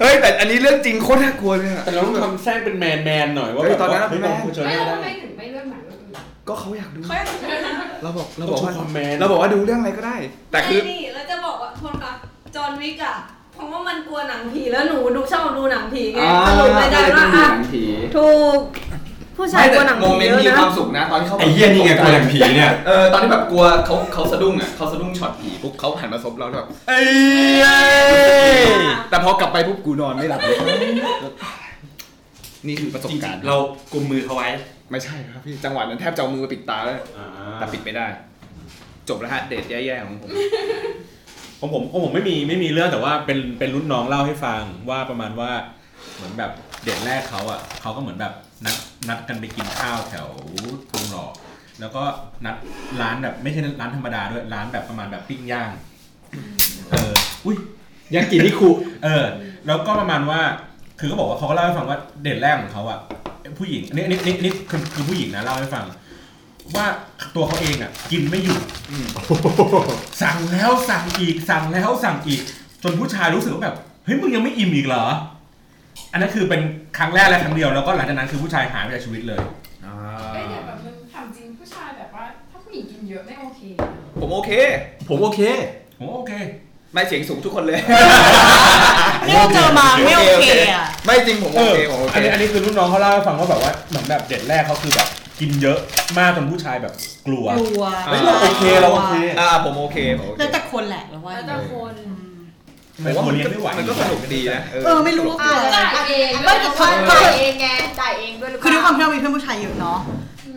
Speaker 2: เฮ้ยแต่อันนี้เรื่องจริงโคตรน่ากลัวเลยอะ
Speaker 3: แต่เราต้องทำแซงเป็นแมนแมนๆหน่อยว่า
Speaker 2: เฮ้ย
Speaker 3: แบบ
Speaker 2: ตอนนั้น
Speaker 3: ว่าเฮ้ย
Speaker 2: แมน
Speaker 3: ผมควรชวน
Speaker 10: ไม่
Speaker 3: ได้
Speaker 10: เรา
Speaker 3: ได้
Speaker 10: ทำไมถึงไม่เลือกหนังเรื่องนี้
Speaker 2: ก็เขาอยากดู
Speaker 12: เขาอยากจะชนะ
Speaker 2: เราบอกเราบอกว่า
Speaker 3: ต้องโชว์ความแมน
Speaker 2: เราบอกว่าดูเรื่องอะไรก็ได้ แต่คือ
Speaker 12: ไอ้นี่แล้วจะบอกว่าโทษค่ะจอห์นวิกอะเพราะว่ามันกลัวหนังผีแล้วหนูดูชอบดูหนังผีไงสรุปเลยได้ว่าอ่ะ
Speaker 11: ถูก ผู้ชายกลัวหนัง
Speaker 2: โม
Speaker 11: ผี
Speaker 2: เมน
Speaker 11: เยอะ
Speaker 2: ต์มี
Speaker 11: นะ
Speaker 2: ความสุขนะตอนที่เขาแบบ
Speaker 1: ไอ้เหี้ยนี่ไงกลัวอย่างผีเนี่ย
Speaker 2: เออตอนที่แบบกลัวเขาเขาสะดุ้งอ่ะเขาสะดุ้งช็อตผีปุ๊บเขาหันมาซบเราแล้วแบบเอ้ยแต่พอกลับไปปุ๊บกูนอนไม่หลับเลยนี่คือประสบการณ์
Speaker 13: เรากลุมมือเขาไว้
Speaker 2: ไม่ใช่ครับพี่จังหวะนั้นแทบจะเอามือไปปิดตาแล้วแต่ปิดไม่ได้ จบแล้วฮะเดทแย่ๆของผม
Speaker 3: ของผมของผมไม่มีไม่มีเรื่องแต่ว่าเป็นเป็นรุ่นน้องเล่าให้ฟังว่าประมาณว่าเหมือนแบบเดทแรกเขาอ่ะเขาก็เหมือนแบบนัดนัดกันไปกินข้าวแถวทองหล่อแล้วก็นัดร้านแบบไม่ใช่ร้านธรรมดาด้วยร้านแบบประมาณแบบปิ้งย่างเอออุ้ย
Speaker 1: ยากินิคุ
Speaker 3: เออ แล้วก็ประมาณว่าคือก็บอกว่าเขาก็เล่าให้ฟังว่าเดทแรกของเขาอ่ะผู้หญิงอันนี่นี่นี่นี่คือคือผู้หญิงนะเล่าให้ฟัง ว่าตัวเขาเองอ่ะกินไม่หยุด สั่งแล้วสั่งอีกสั่งแล้วสั่งอีก จนผู้ชายรู้สึกว่าแบบเฮ้ยมึงยังไม่อิ่มอีกเหรอ อันนั้นคือเป็นครั้งแรกและครั้งเดียวแล้วก็หลังจากนั้นคือผู้ชายหายไปจากชีวิตเลย
Speaker 10: เอ้ยแต่แบบมันถามจริงผู้ชายแบบว่า ถ้าผู้หญิงกินเยอะไม่โอเคนะ
Speaker 2: ผมโอเค
Speaker 1: ผมโอเค
Speaker 3: ผมว่าโอเค
Speaker 2: ไม่เสียงสูงทุกคนเลย
Speaker 5: นี่เราเจอมาไม่โอเคอ่ะ
Speaker 2: ไม่จริงผม
Speaker 3: เอ
Speaker 2: โอ
Speaker 3: อ
Speaker 2: เคผมโอเค
Speaker 3: อันนี้อันนี้คือรุ่นน้องเขาเล่าให้ฟังว่าแบบว่าเหมือนแบบเด็ดแรกเขาคือแบบกินเยอะมากจนผู้ชายแบบกลัว
Speaker 5: กลัว
Speaker 2: เฮ้ยเราโอเค
Speaker 1: เราโอเค
Speaker 2: อ่าผมโอเคผมโอเค
Speaker 5: แล้วแต่คนแหละแล้วว่า
Speaker 11: แล้วแต่คน
Speaker 3: ผมว่ามันเลี้ยงไม่ไหว
Speaker 2: นก็สนุกดีนะ
Speaker 5: เออไม่รู้ว่า
Speaker 4: อ่า
Speaker 5: คือ
Speaker 4: จ่ายเอง
Speaker 5: อะไร
Speaker 4: ไม่แต่ว่าจ่ายเองไงจ่ายเองด้วยหรือเป
Speaker 5: คือด้วยควา
Speaker 4: ล่าม
Speaker 5: ที่เรามีเพื่อนผู้ชายเยอะเนาะ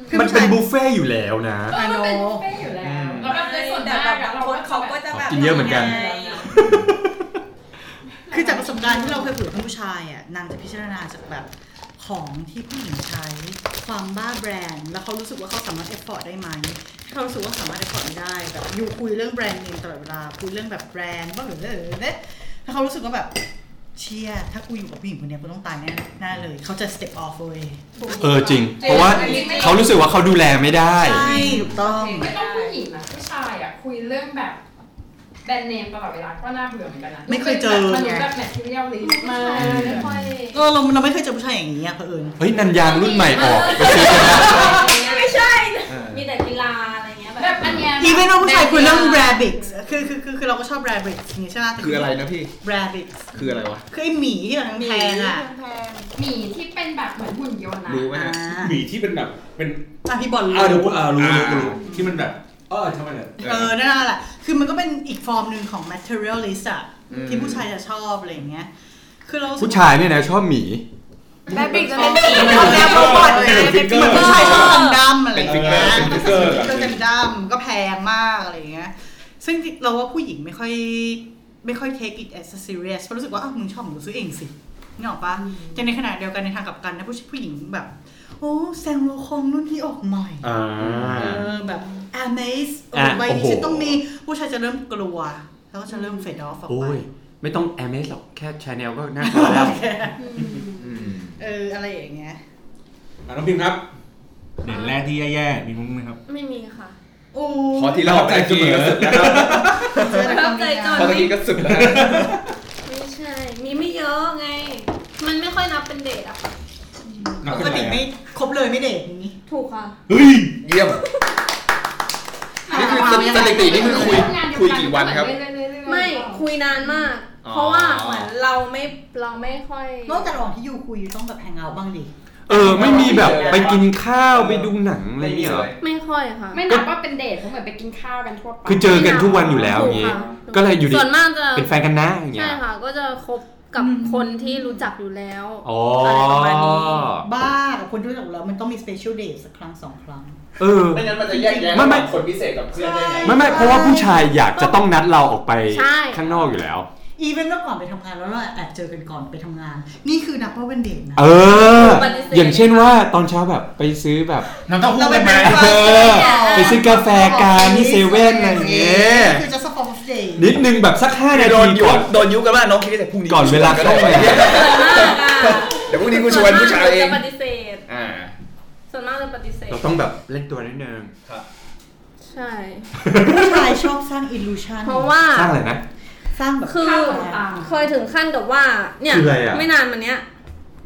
Speaker 5: พื่อ
Speaker 1: มันเป็น
Speaker 5: ผู้ชาย
Speaker 1: บุฟเฟ่ต์อยู่แล้วนะ
Speaker 10: เออมันเป็นบุฟเฟ่ต์อยู่แล้วแล้วแบบในส่วนมากอะเรา
Speaker 12: คน
Speaker 10: เขา
Speaker 12: เขา
Speaker 10: ก็
Speaker 12: ก็
Speaker 10: จะ
Speaker 12: จะแบบ
Speaker 1: กินเยอะเหมือนกัน
Speaker 5: คือจากประสบการณ์ที่เราเคยคุยกับผู้ชายอ่ะนางจะพิจารณาจากแบบของที่ผู้หญิงใช้ความบ้าแบรนด์ แล้วเขารู้สึกว่าเขาสามารถเอฟฟอร์ตได้ไหมถ้าเขารู้สึกว่าสามารถเอฟฟอร์ตไม่ได้แบบอยู่คุยเรื่องแบรนด์เนมตลอดเวลาคุยเรื่องแบบแบรนด์บ้างหรือเนี่ยถ้าเขารู้สึกว่าแบบเชี่ยถ้ากูอยู่กับผู้หญิงคนเนี้ยกูต้องตายแน่แน่เลยเขาจะ step off เลย
Speaker 1: เออจริง เพราะว่าเขารู้สึกว่าเขาดูแลไม่ได้
Speaker 5: ใช่ถูกต้อง
Speaker 10: ไม่ต้องผู้หญิงนะผู้ชายอะคุยเรื่องแบบแบรนด์เนมตลอดเวลาก็น่าเบื่อเหมือนกันนะ
Speaker 5: ไม่เคยเจอ
Speaker 10: มันรู้แบบแมทเทียลลิสต์มาก
Speaker 11: ค่อย
Speaker 5: เออเราเราไม่เคยเจอผู้ชายอย่างนี้อ่ะเผอิญ
Speaker 1: เฮ้ย นันยางรุ่นใหม่ออกไปซื้อกัน
Speaker 12: ไม่ใช่ มีแต่กีฬาอะไรเงี้ยแบ
Speaker 10: แบบ บอันเนี้ย
Speaker 5: อีเวนต์ว่าผู้ชายคุยเรื่อง rabbits คือคือคือคือเราก็ชอบ rabbits อย่างนี้ใช่ไหม
Speaker 2: คืออะไรนะพี่
Speaker 5: rabbits
Speaker 2: คืออะไรวะ
Speaker 5: คือไอหมีที่เราทั้งแพงอ่ะ
Speaker 10: หมีที่เป็นแบบเหมือนหุ่นยนต์นะ
Speaker 2: รู้ไหม
Speaker 5: อ่า
Speaker 2: ฮะ
Speaker 3: หมีที่เป็นแบบเป็น
Speaker 5: อ่ะพี่บอล
Speaker 3: อ่าเดี๋ยว
Speaker 5: รู้
Speaker 3: กูอ่ารู้รู้รู้
Speaker 2: อ่า
Speaker 3: ที่มันแบบเออทำไมเนี่ย
Speaker 5: เออนั่นแหละคือมันก็เป็นอีกฟอร์มหนึ่งของ materialist อ่ะ
Speaker 2: อืม
Speaker 5: ที่ผู้ชายจะชอบอะไรอย่างเงี้ยคือเรารู้สึก
Speaker 1: ผู้ชายเนี่ยนะชอบหมี
Speaker 4: แม่บิ๊กจะเป็นผี
Speaker 5: เหมือนแล้วก็บอดเลยเหมือนผู้ชายชอบกันดั้มอะไร
Speaker 2: เป็
Speaker 5: อน ย่าง
Speaker 2: ฟิกเกอ
Speaker 5: เงี้
Speaker 2: ร์
Speaker 5: ย
Speaker 2: เป็นฟิกเกอร์แบบ
Speaker 5: ก็
Speaker 2: นี้
Speaker 5: กันดั้มก็แพงมากอะไรอย่างเงี้ย ซึ่งเราว่าผู้หญิงไม่ค่อยไม่ค่อย take it as a serious เพราะรู้สึกว่าอ้าวมึงชอบมึงซื้อเองสินี่ออกปะแต่ในขณะเดียวกันในทางกลับกันนะผู้ชายผู้หญิงแบบ โอ้แซงโลคองรุ่นที่ออกใหม่
Speaker 1: อ่า
Speaker 5: เออแบบ amaze โอ้
Speaker 1: อ่ะ
Speaker 5: ใบนี้
Speaker 1: โอ้โห
Speaker 5: ฉันต้องมี ผู้ชายจะเริ่มกลัว แล้วก็จะเริ่ม fade off ออก
Speaker 1: โอ้
Speaker 5: ไป
Speaker 1: ย ไม่ต้องแอมเมสหรอก แค่ชาแนลก็น่ากลัวแล้ว
Speaker 5: เอออะไรอย่างเงี้ย
Speaker 3: อ่ะน้องพิมครับ เดทแรกที่แย่ๆมีมั้งไหมครับ
Speaker 11: ไม่มีค่ะ
Speaker 5: โอ้
Speaker 2: ขอทีละหอกใจเสมอ
Speaker 5: เจอแต่ความ
Speaker 12: ใจจอ
Speaker 5: ดีา
Speaker 12: ง
Speaker 5: ม
Speaker 12: น
Speaker 2: พอตะ
Speaker 12: วิ
Speaker 2: กี้
Speaker 12: ก
Speaker 2: ก็สุดแล้ว
Speaker 12: ไม่ใช่ มีไม่เยอะไง มันไม่ค่อยนับเป็นเดทอะค่ะ
Speaker 3: นับ
Speaker 5: ป
Speaker 3: เป็น
Speaker 5: ก
Speaker 3: อะไร
Speaker 5: ติ
Speaker 3: อะ
Speaker 5: ไม่ครบเลยไม่เด็กอย่างนี้
Speaker 12: ถูกค่ะ
Speaker 3: เฮ้ย
Speaker 2: เยี่ยม นี่คือสถิตินี่คือคุยคุยกี่วันครับ
Speaker 12: ไม่คุยนานมาก
Speaker 2: อ๋อ
Speaker 12: เพราะว่าเหมือนเราไม่
Speaker 11: เราไม่ค่อย
Speaker 5: นอกจากระหว่างที่อยู่คุยอยู่ต้องแบบแฮงเอาท์บ้างดิ
Speaker 1: เออ ไม่มีแบบไปกินข้าวไปดูหนังอะไรนี่เหรอ
Speaker 12: ไม่ค่อยค่ะ
Speaker 10: ไม่นับว่าเป็นเดทเพราะเหมือนไปกินข้าวกันทั่วไป
Speaker 1: คือเจอกันทุกวันอยู่แล้วอย่างงี้
Speaker 12: ถูกค่ะ
Speaker 1: ก็เลยอยู่ดี
Speaker 12: ส่วนมากจะ
Speaker 1: เป็นแฟนกันนะอย่างเงี้
Speaker 12: ใช่
Speaker 1: ย
Speaker 12: ค่ะ ก็จะคบกับคนที่รู้จักอยู่แล้ว
Speaker 1: อ๋อ
Speaker 12: อะไรประมาณนี้
Speaker 5: บ้ากับคนที่รู้จักเรามันต้องมีสเปเชียลเดทสักครั้งสองครั้ง
Speaker 1: เออ
Speaker 2: ไม่งั้นมันจะแยกแยะ
Speaker 1: ไม่ไม่
Speaker 2: คนพิเศษกับเพื่อนได้ไง
Speaker 1: ไม่ไม่เพราะว่าผู้ชายอยากจะต้องนัดเราออกไป
Speaker 12: ใช่
Speaker 1: ข้างนอกอยู่แล้ว
Speaker 5: อีเวนต์เมื่อก่อนไปทำงานแล้วเราแอบเจอกันก่อนไปทำงาน นี่คือนับว่าเป็นเดทนะ
Speaker 1: เออ อย่างเช่นว่าตอนเช้าแบบไปซื้อแบบ
Speaker 3: น้ำเต้าหู้
Speaker 5: เราไป
Speaker 3: เป็นไหม
Speaker 5: แบ่ง
Speaker 1: เออ ไปซื้อกาแฟกันที่เซเว่นอะไรอย่างเงี้ย
Speaker 5: คือจะสปอนเซอร์
Speaker 1: นิดนึงแบบสัก 5 นา
Speaker 2: โด
Speaker 1: ที
Speaker 2: นยุ
Speaker 1: ก่อน
Speaker 2: โดนยุกันว่าน้องเค้กแต่พรุ่งนี้
Speaker 1: ก่อนเวลาเข้ามา
Speaker 12: ส่วนมากอะ
Speaker 2: เดี๋ยวพรุ่งนี้กูชวนผู้ชายเอง
Speaker 12: ส่วนมกจะปฏิเสธ
Speaker 2: อ่า
Speaker 12: ส่วนมากจะปฏิเสธ
Speaker 1: เราต้องแบบเล่นตัวนิดนึง
Speaker 12: ใช่
Speaker 5: ผู้ชายชอบสร้างอิลูชัน
Speaker 12: เพราะว่า
Speaker 1: สร้างอะไรนะ
Speaker 5: สร้างแบบ
Speaker 12: คือเคยถึงขั้นกับว่า เนี่ย
Speaker 1: คืออะไรอะ
Speaker 12: ไม่นานมาเนี้ย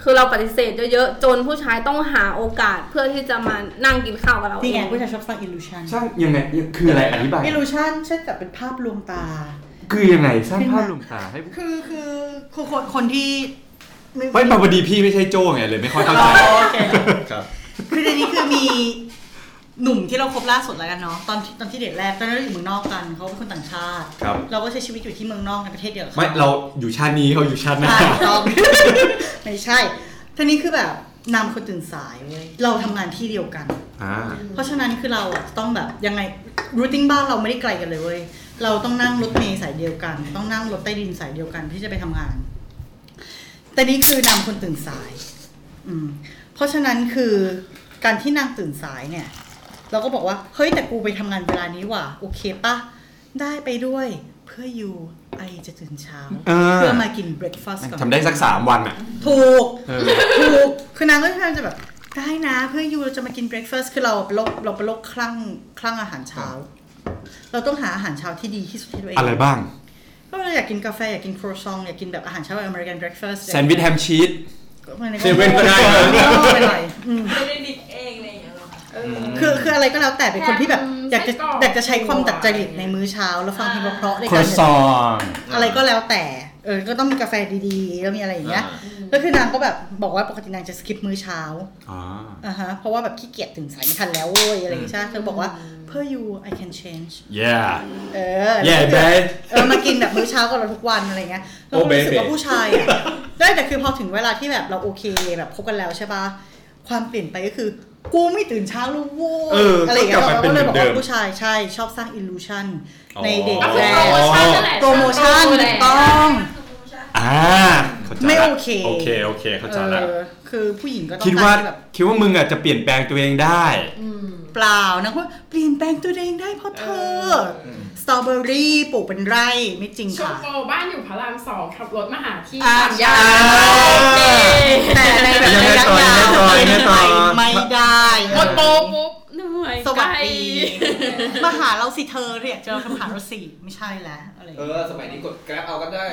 Speaker 12: คือเราปฏิเสธเยอะๆ จนผู้ชายต้องหาโอกาสเพื่อที่จะมานั่งกินข้าวกับเรา
Speaker 5: นี่ไง
Speaker 12: เอง
Speaker 5: ผู้ชายชอบสร้างอิลูชัน
Speaker 1: สร้างยังไงคืออะไรอธิบาย
Speaker 5: อิลูชันเช่นแบบเป็นภาพลวงตา
Speaker 1: คือยังไงสร้างภาพลวงตาให้ผู้
Speaker 5: คือคือคือคนคนที่
Speaker 1: ไม่ปกติพี่ไม่ใช่โจ้ไงเลยไม่ค่อยเข้าใจ
Speaker 5: อ๋อโอเค
Speaker 2: ครับ
Speaker 5: คือในนี้คือมีหนุ่มที่เราคบล่าสุดแล้วกันเนาะตอนที่ตอนที่เดทแรกตอนนั้นเราอยู่เมืองนอกกันเขาเป็นคนต่างชาติ
Speaker 1: ครับ
Speaker 5: เราก็ใช้ชีวิตอยู่ที่เมืองนอกในประเทศเดียวกับข
Speaker 1: ไม่เราอยู่ชาตินี้เขาอยู่ชาติหน้า
Speaker 5: ใช่ต้อง [laughs] ไม่ใช่ทีนี้คือแบบนำคนตื่นสายเว้ยเราทำงานที่เดียวกัน
Speaker 1: อ่า
Speaker 5: เพราะฉะนั้นคือเราอะต้องแบบยังไงรูทติ้งบ้านเราไม่ได้ไกลกันเลยเว้ยเราต้องนั่งรถเมล์สายเดียวกัน ต้องนั่งรถใต้ดินสายเดียวกันที่จะไปทำงาน แต่นี่คือนางคนตื่นสาย อืม เพราะฉะนั้นคือการที่นางตื่นสายเนี่ย เราก็บอกว่าเฮ้ยแต่กูไปทำงานเวลานี้ว่ะโอเคปะได้ไปด้วยเพื่ออยู่ไอจะตื่นเช้า
Speaker 1: เออ
Speaker 5: เพื่อมากินเบรคฟาสต์ก่อน
Speaker 1: ทำได้สักสามวันอ่ะ
Speaker 5: ถูก
Speaker 1: เออ
Speaker 5: ถูก คือนางก็พยายามจะแบบ ได้นะเพื่อยูเราจะมากินเบรคเฟาสต์คือเราเป็นโรคเราเป็นโรคคลั่งคลั่งอาหารเช้า เราต้องหาอาหารเช้าที่ดีที่สุดที่ตัวเอง
Speaker 1: อะไรบ้าง
Speaker 5: ก็เราอยากกินกาแฟ อยากกินครัวซอง อยากกินแบบอาหารเช้าแบบอเมริกันเบรคเฟาสต์
Speaker 1: แซนด์วิชแฮมชีส
Speaker 5: ก็
Speaker 1: เซเว่นก็ได้
Speaker 5: ก็ไปหน่อยอืม
Speaker 12: ไม่ได้ดิกเองอะไรอย่างเงี้ยหรอ
Speaker 5: คือคืออะไรก็แล้วแต่เป็นคนที่แบบอยากจะ
Speaker 10: ไส้กรอก
Speaker 5: อยากจะใช้ความตัดจริตในมื้อเช้า แล้วฟังเพลงเพราะๆใน
Speaker 1: ครั
Speaker 5: กาว ร
Speaker 1: ซอง
Speaker 5: อะไรก็แล้วแต่ เออ ก็ต้องมีกาแฟดีๆ แล้วมีอะไรอย่างเงี้ย ก็คือนางก็แบบบอกว่าปกตินางจะสกิปมื้อเช้า
Speaker 1: อ๋อ
Speaker 5: อ่าฮะเพราะว่าแบบขี้เกียจถึงสายไม่ทันแล้วเว้ยอะไรอย่างงี้ใช่ไหมเธอบอกว่าเพื่อ you I can change
Speaker 1: yeah
Speaker 5: เออ
Speaker 1: yeah
Speaker 5: แล้วก็
Speaker 1: babe
Speaker 5: เออมากินแบบมื้อเช้ากับเราทุกวันอะไรเงี้ยเรา
Speaker 1: โอ้
Speaker 5: ก็รู้สึก
Speaker 1: baby
Speaker 5: ว่าผู้ชายอะได้แต่คือพอถึงเวลาที่แบบเราโอเคแบบคบกันแล้วใช่ปะความเปลี่ยนไปก็คือ กูไม่ตื่นเช้าแล้วโว้ย
Speaker 1: เอออ
Speaker 5: อะไรอย่างเงี้ย
Speaker 1: ก็กลับ
Speaker 5: เรา
Speaker 1: ไปเป็น
Speaker 5: ก็เลยบอก
Speaker 1: เหมือนเดิ
Speaker 5: ว่าม ผู้ชายใช่ชอบสร้าง illusion
Speaker 1: อ๋อ
Speaker 5: ในเด็ก
Speaker 10: ก็คือ
Speaker 5: แร
Speaker 10: โปร
Speaker 5: ก
Speaker 10: โมชั่นนั่นแหละ
Speaker 5: โปรโมชั่น
Speaker 10: โปรโม
Speaker 5: ถู
Speaker 10: แห
Speaker 5: ก
Speaker 10: ละ
Speaker 5: ต้อง
Speaker 1: อ่าเข้าใจละ
Speaker 5: ไม่โอเค
Speaker 1: โอเค โอเค เข้าใจละ
Speaker 5: เออคือผู้หญิงก็ต้อง
Speaker 1: คิดว่า
Speaker 5: การที่แบบ
Speaker 1: คิดว่ามึงอ่ะจะเปลี่ยนแปลงตัวเองได้
Speaker 5: เปล่านะว่าเปลี่ยนแปลงตัวเองได้เพราะเธอ สตรอเบอรี่ปลูกเป็นไร่ไม่จริง
Speaker 10: ชม
Speaker 5: ค่ะ
Speaker 10: โปบ้านอยู่พระรามสองขับรถมาหาที่
Speaker 5: อ่า
Speaker 10: สามย่าน
Speaker 5: แต่ในแบบระยะยาว
Speaker 1: ยังไงต่อยังไงต่อ
Speaker 5: ไม่ได้
Speaker 10: หมดโปปุ๊บเหนื่อย
Speaker 5: สวัส
Speaker 10: ไกล
Speaker 5: ดีมาหาเราสิเธอเรียกเจอคำหาเราสิไม่ใช่แล้วอะไรอย่าง
Speaker 2: เอ
Speaker 5: เงี้ย
Speaker 2: อ สมัยนี้กดแกร็บเอากันได้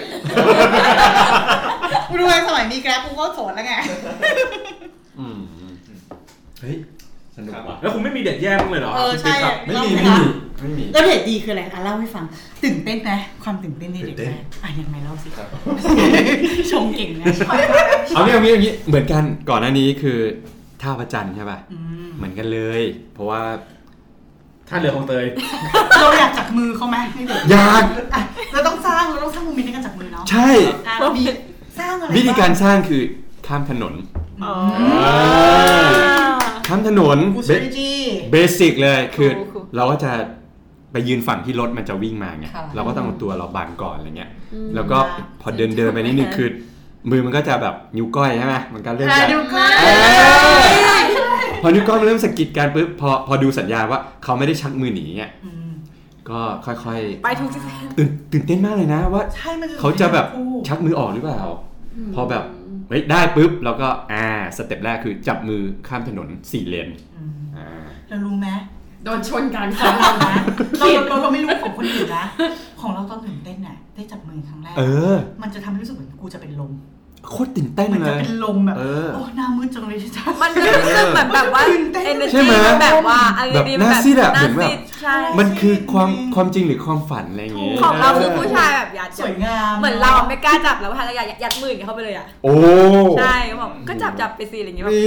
Speaker 5: กูรู้ไหมสมัยมีแกร็บกูก็โสดแล้วไง
Speaker 1: อืม
Speaker 3: เฮ้ย สนุกว่ะ
Speaker 13: แล้วคุณไม่มีเด็ดแย่บ้างเลยเหรอ
Speaker 5: เออใช่
Speaker 13: ครับ
Speaker 1: ไม่มี ไม่มี ไม่มี
Speaker 5: แล้วเดทดีคืออะไรอ่ะเล่าให้ฟังตื่นเต้นไหมความตื่นเต้นใน
Speaker 1: ตื่
Speaker 5: เด็ก
Speaker 1: นเต้น
Speaker 5: แรกอ่ะยังไงเล่าสิชมเก่งนะ
Speaker 1: เอางี้เอางี้เอางี้เหมือนกันก่อนหน้านี้คือท่าพระจันทร์ใช่ป่ะ
Speaker 5: อืม
Speaker 1: เหมือนกันเลย เพราะว่า
Speaker 13: ท่าเรือของเตย
Speaker 5: เราอยากจับมือเขาไหมไม่เด็ก
Speaker 1: อยาก
Speaker 5: อ่ะเราต้องสร้างเราต้องสร้างโมเมนต์ในการจับมือเนาะ
Speaker 1: ใช่
Speaker 5: อ่ะมีสร้างอะไร
Speaker 1: วิธีการสร้างคือข้ามถนนข้ามถนน
Speaker 5: กู
Speaker 1: เบ
Speaker 5: ซื้อจี้
Speaker 1: เบสิกเลยคือ
Speaker 5: ครูครู
Speaker 1: เราก็จะไปยืนฝั่งที่รถมันจะวิ่งมาไง
Speaker 5: ค่ะ
Speaker 1: เราก็ต้องเอาตัวเราบังก่อนอะไรเงี้ย แล้วก็พอเดินเดินไปนิดนึงคือ มือมันก็จะแบบนิ้วก้อยใช่ไหมมันก็เริ่มจะเออพอนิ้วก้อยมันเริ่มสะกิดกันปุ๊บพอพอดูสัญญาณว่าเขาไม่ได้ชักมือหนีอ่ะ
Speaker 5: อืม
Speaker 1: ก็ค่อย
Speaker 4: ไปทุกที่
Speaker 1: ๆตื่นตื่นเต้นมากเลยนะว่า
Speaker 5: ใช่มัน
Speaker 1: เขาจะแบบชักมือออกหรือเปล่า พอแบบเฮ้ยได้ปุ๊บแล้วก็อ่าสเต็ปแรกคือจับมือข้ามถนนสี่เลน
Speaker 5: อืม
Speaker 1: อ่า
Speaker 5: เรารู้ไหม
Speaker 10: โดนชนกลางทาง
Speaker 5: เรานะเราเราเราไม่รู้ของคนอื่นนะ ของ มือครั้งแรก
Speaker 1: เออ
Speaker 5: มันจะทำให้รู้สึกเหมือนกูจะเป็นลม
Speaker 1: โคตรตื่นเต้น
Speaker 5: มัน
Speaker 1: เล
Speaker 5: จะ
Speaker 1: ย
Speaker 5: เป็นลมแบบ
Speaker 1: เออ
Speaker 5: โอ้หน้ามืดจังเลยที่จ้า
Speaker 4: มันคือคือเหมือนแบบว่า
Speaker 5: ตื่นเต้น
Speaker 1: ใช่
Speaker 4: energy
Speaker 1: ไหม
Speaker 4: มันแบบว่าอะไร
Speaker 1: แบบ
Speaker 4: ดี
Speaker 1: หน้าซีดอะเหมือนแบบ
Speaker 4: ใช่
Speaker 1: มันคือความความจริงหรือความฝันอะไรอย่างเงี้ย
Speaker 4: ของเราคือผู้ชายแบบยัด
Speaker 5: สวยงาม
Speaker 4: เหมือนเราไม่กล้าจับแล้วพันธยายัดมืออย่างเงี้ยเข้าไปเลยอ่ะ
Speaker 1: โอ้
Speaker 4: ใช่บอกก็จับจับไปสิอะไรอย่างเงี้ยแบบ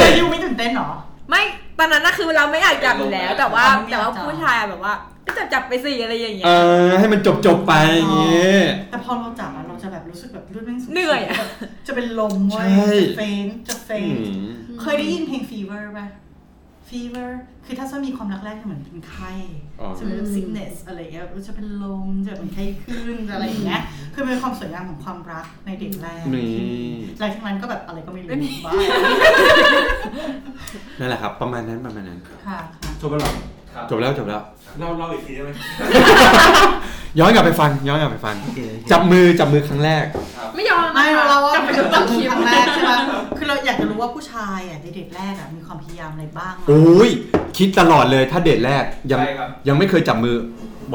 Speaker 5: แต่ยูไม่ตื่นเต้นหรอ
Speaker 4: ไม่ตอนนั้นน่ะคือเราไม่อยากจับอยู่แล้ว แต่ว่า
Speaker 5: เราไม่อยากจับ
Speaker 4: แต่ว่าผู้ชายแบบว่าก็จับจับไปสิอะไรอย่างเงี้
Speaker 1: เอย อให้มันจบจบๆไปอย่างเงี้ย
Speaker 5: แต่พอเราจับอะเราจะแบบรู้สึกแบบเลือดแม่งสูบ
Speaker 4: เหนื่อยอะ
Speaker 5: แบบจะเป็นลมเว้ย
Speaker 1: ใช่
Speaker 5: จะเฟนจะเฟ
Speaker 1: อื
Speaker 5: น
Speaker 1: ม
Speaker 5: เคยได้ยินเพลง fever ป่ะ fever คือถ้าจะมีความรักแรกจะเหมือนเป็นไข้
Speaker 1: อ๋อ
Speaker 5: จะเป็น sickness อะไรเงี้ยจะเป็นลมจะเป็นไข้ขึ้นจะอะไรอย่างเงี้ยคือมันเป็นความสวยงามของความรักในเด็กแรก
Speaker 1: นี่
Speaker 5: หลังจากนั้นก็แบบอะไรก็ไม่
Speaker 1: [laughs]
Speaker 5: รู้บ้า
Speaker 1: นั่นแหละครับ ประมาณนั้นประมาณนั้น
Speaker 5: ค่ะค่ะ
Speaker 3: จบแล้วเหรอ
Speaker 1: จบแล้วจบแล้ว
Speaker 3: เล่าเล่าอีกทีได้ไหม
Speaker 1: ย้อนกลับไปฟังย้อนกลับไปฟัง จับมือจับมือครั้งแรก
Speaker 10: ไม่ยอม
Speaker 5: ไม่
Speaker 10: นะคะ
Speaker 5: เราว่า
Speaker 10: จับ
Speaker 5: เป็น
Speaker 10: ไปจน
Speaker 5: จั
Speaker 10: ต้
Speaker 5: บ
Speaker 10: อง
Speaker 5: มือ
Speaker 10: คิว
Speaker 5: ครั้งแรกใช่ปะคือเราอยากจะรู้ว่าผู้ชายอะในเด็กแรกอะมีความพยายามอะไรบ้างอะ
Speaker 1: โอ้ยคิดตลอดเลยถ้าเดทแรกยัง
Speaker 2: ใช่ครับ
Speaker 1: ยังไม่เคยจับมือ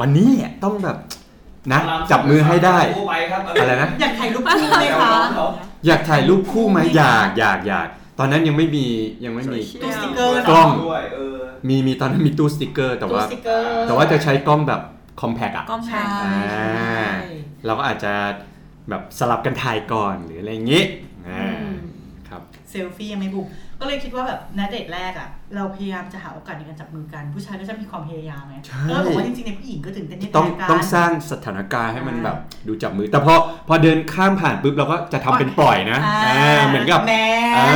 Speaker 1: วันนี้แหละต้องแบบนะจับมือให้ได้
Speaker 2: ไปครับ
Speaker 1: อะไรนะ
Speaker 5: อยากถ่ายรูปคู่ไหมคะ
Speaker 1: อยากถ่ายรูปคู่ไหมอยากอยากอยากตอนนั้นยังไม่มียังไม่มี
Speaker 5: ตู้สติกเกอร์
Speaker 1: กล้อง
Speaker 2: ด้วยเออ
Speaker 1: มีมีตอนนั้นมีตู้สติกเกอร์ แต่
Speaker 5: ตู้
Speaker 1: ว่า
Speaker 5: สติกเกอร์
Speaker 1: แต่ว่าจะใช้กล้องแบบคอมแพกอะ
Speaker 4: กล้องแพ
Speaker 5: ใช่
Speaker 4: ง
Speaker 1: อ่าเราก็อาจจะแบบสลับกันถ่ายก่อนหรืออะไรอย่างงี้อ่าครับ
Speaker 5: เซลฟี่ยังไม่บุกก็เลยคิดว่าแบบณเดทแรกอ่ะ เราพยายามจะหาโอกาสในการจับมือกัน ผู้ชายก็จะมีความพยายามไง
Speaker 1: ใช่
Speaker 5: แล้วบอกว่าจริงๆในผู้หญิงก็ตื่นเต้นที่
Speaker 1: ต้อง
Speaker 5: แกกัน
Speaker 1: ต้องสร้างสถานการณ์ให้มันแบบดูจับมือ แต่พอพอเดินข้ามผ่านปุ๊บเราก็จะทำเป็นปล่อยนะ
Speaker 5: า
Speaker 1: อ่าเหมือนกับ
Speaker 5: แม
Speaker 1: อ่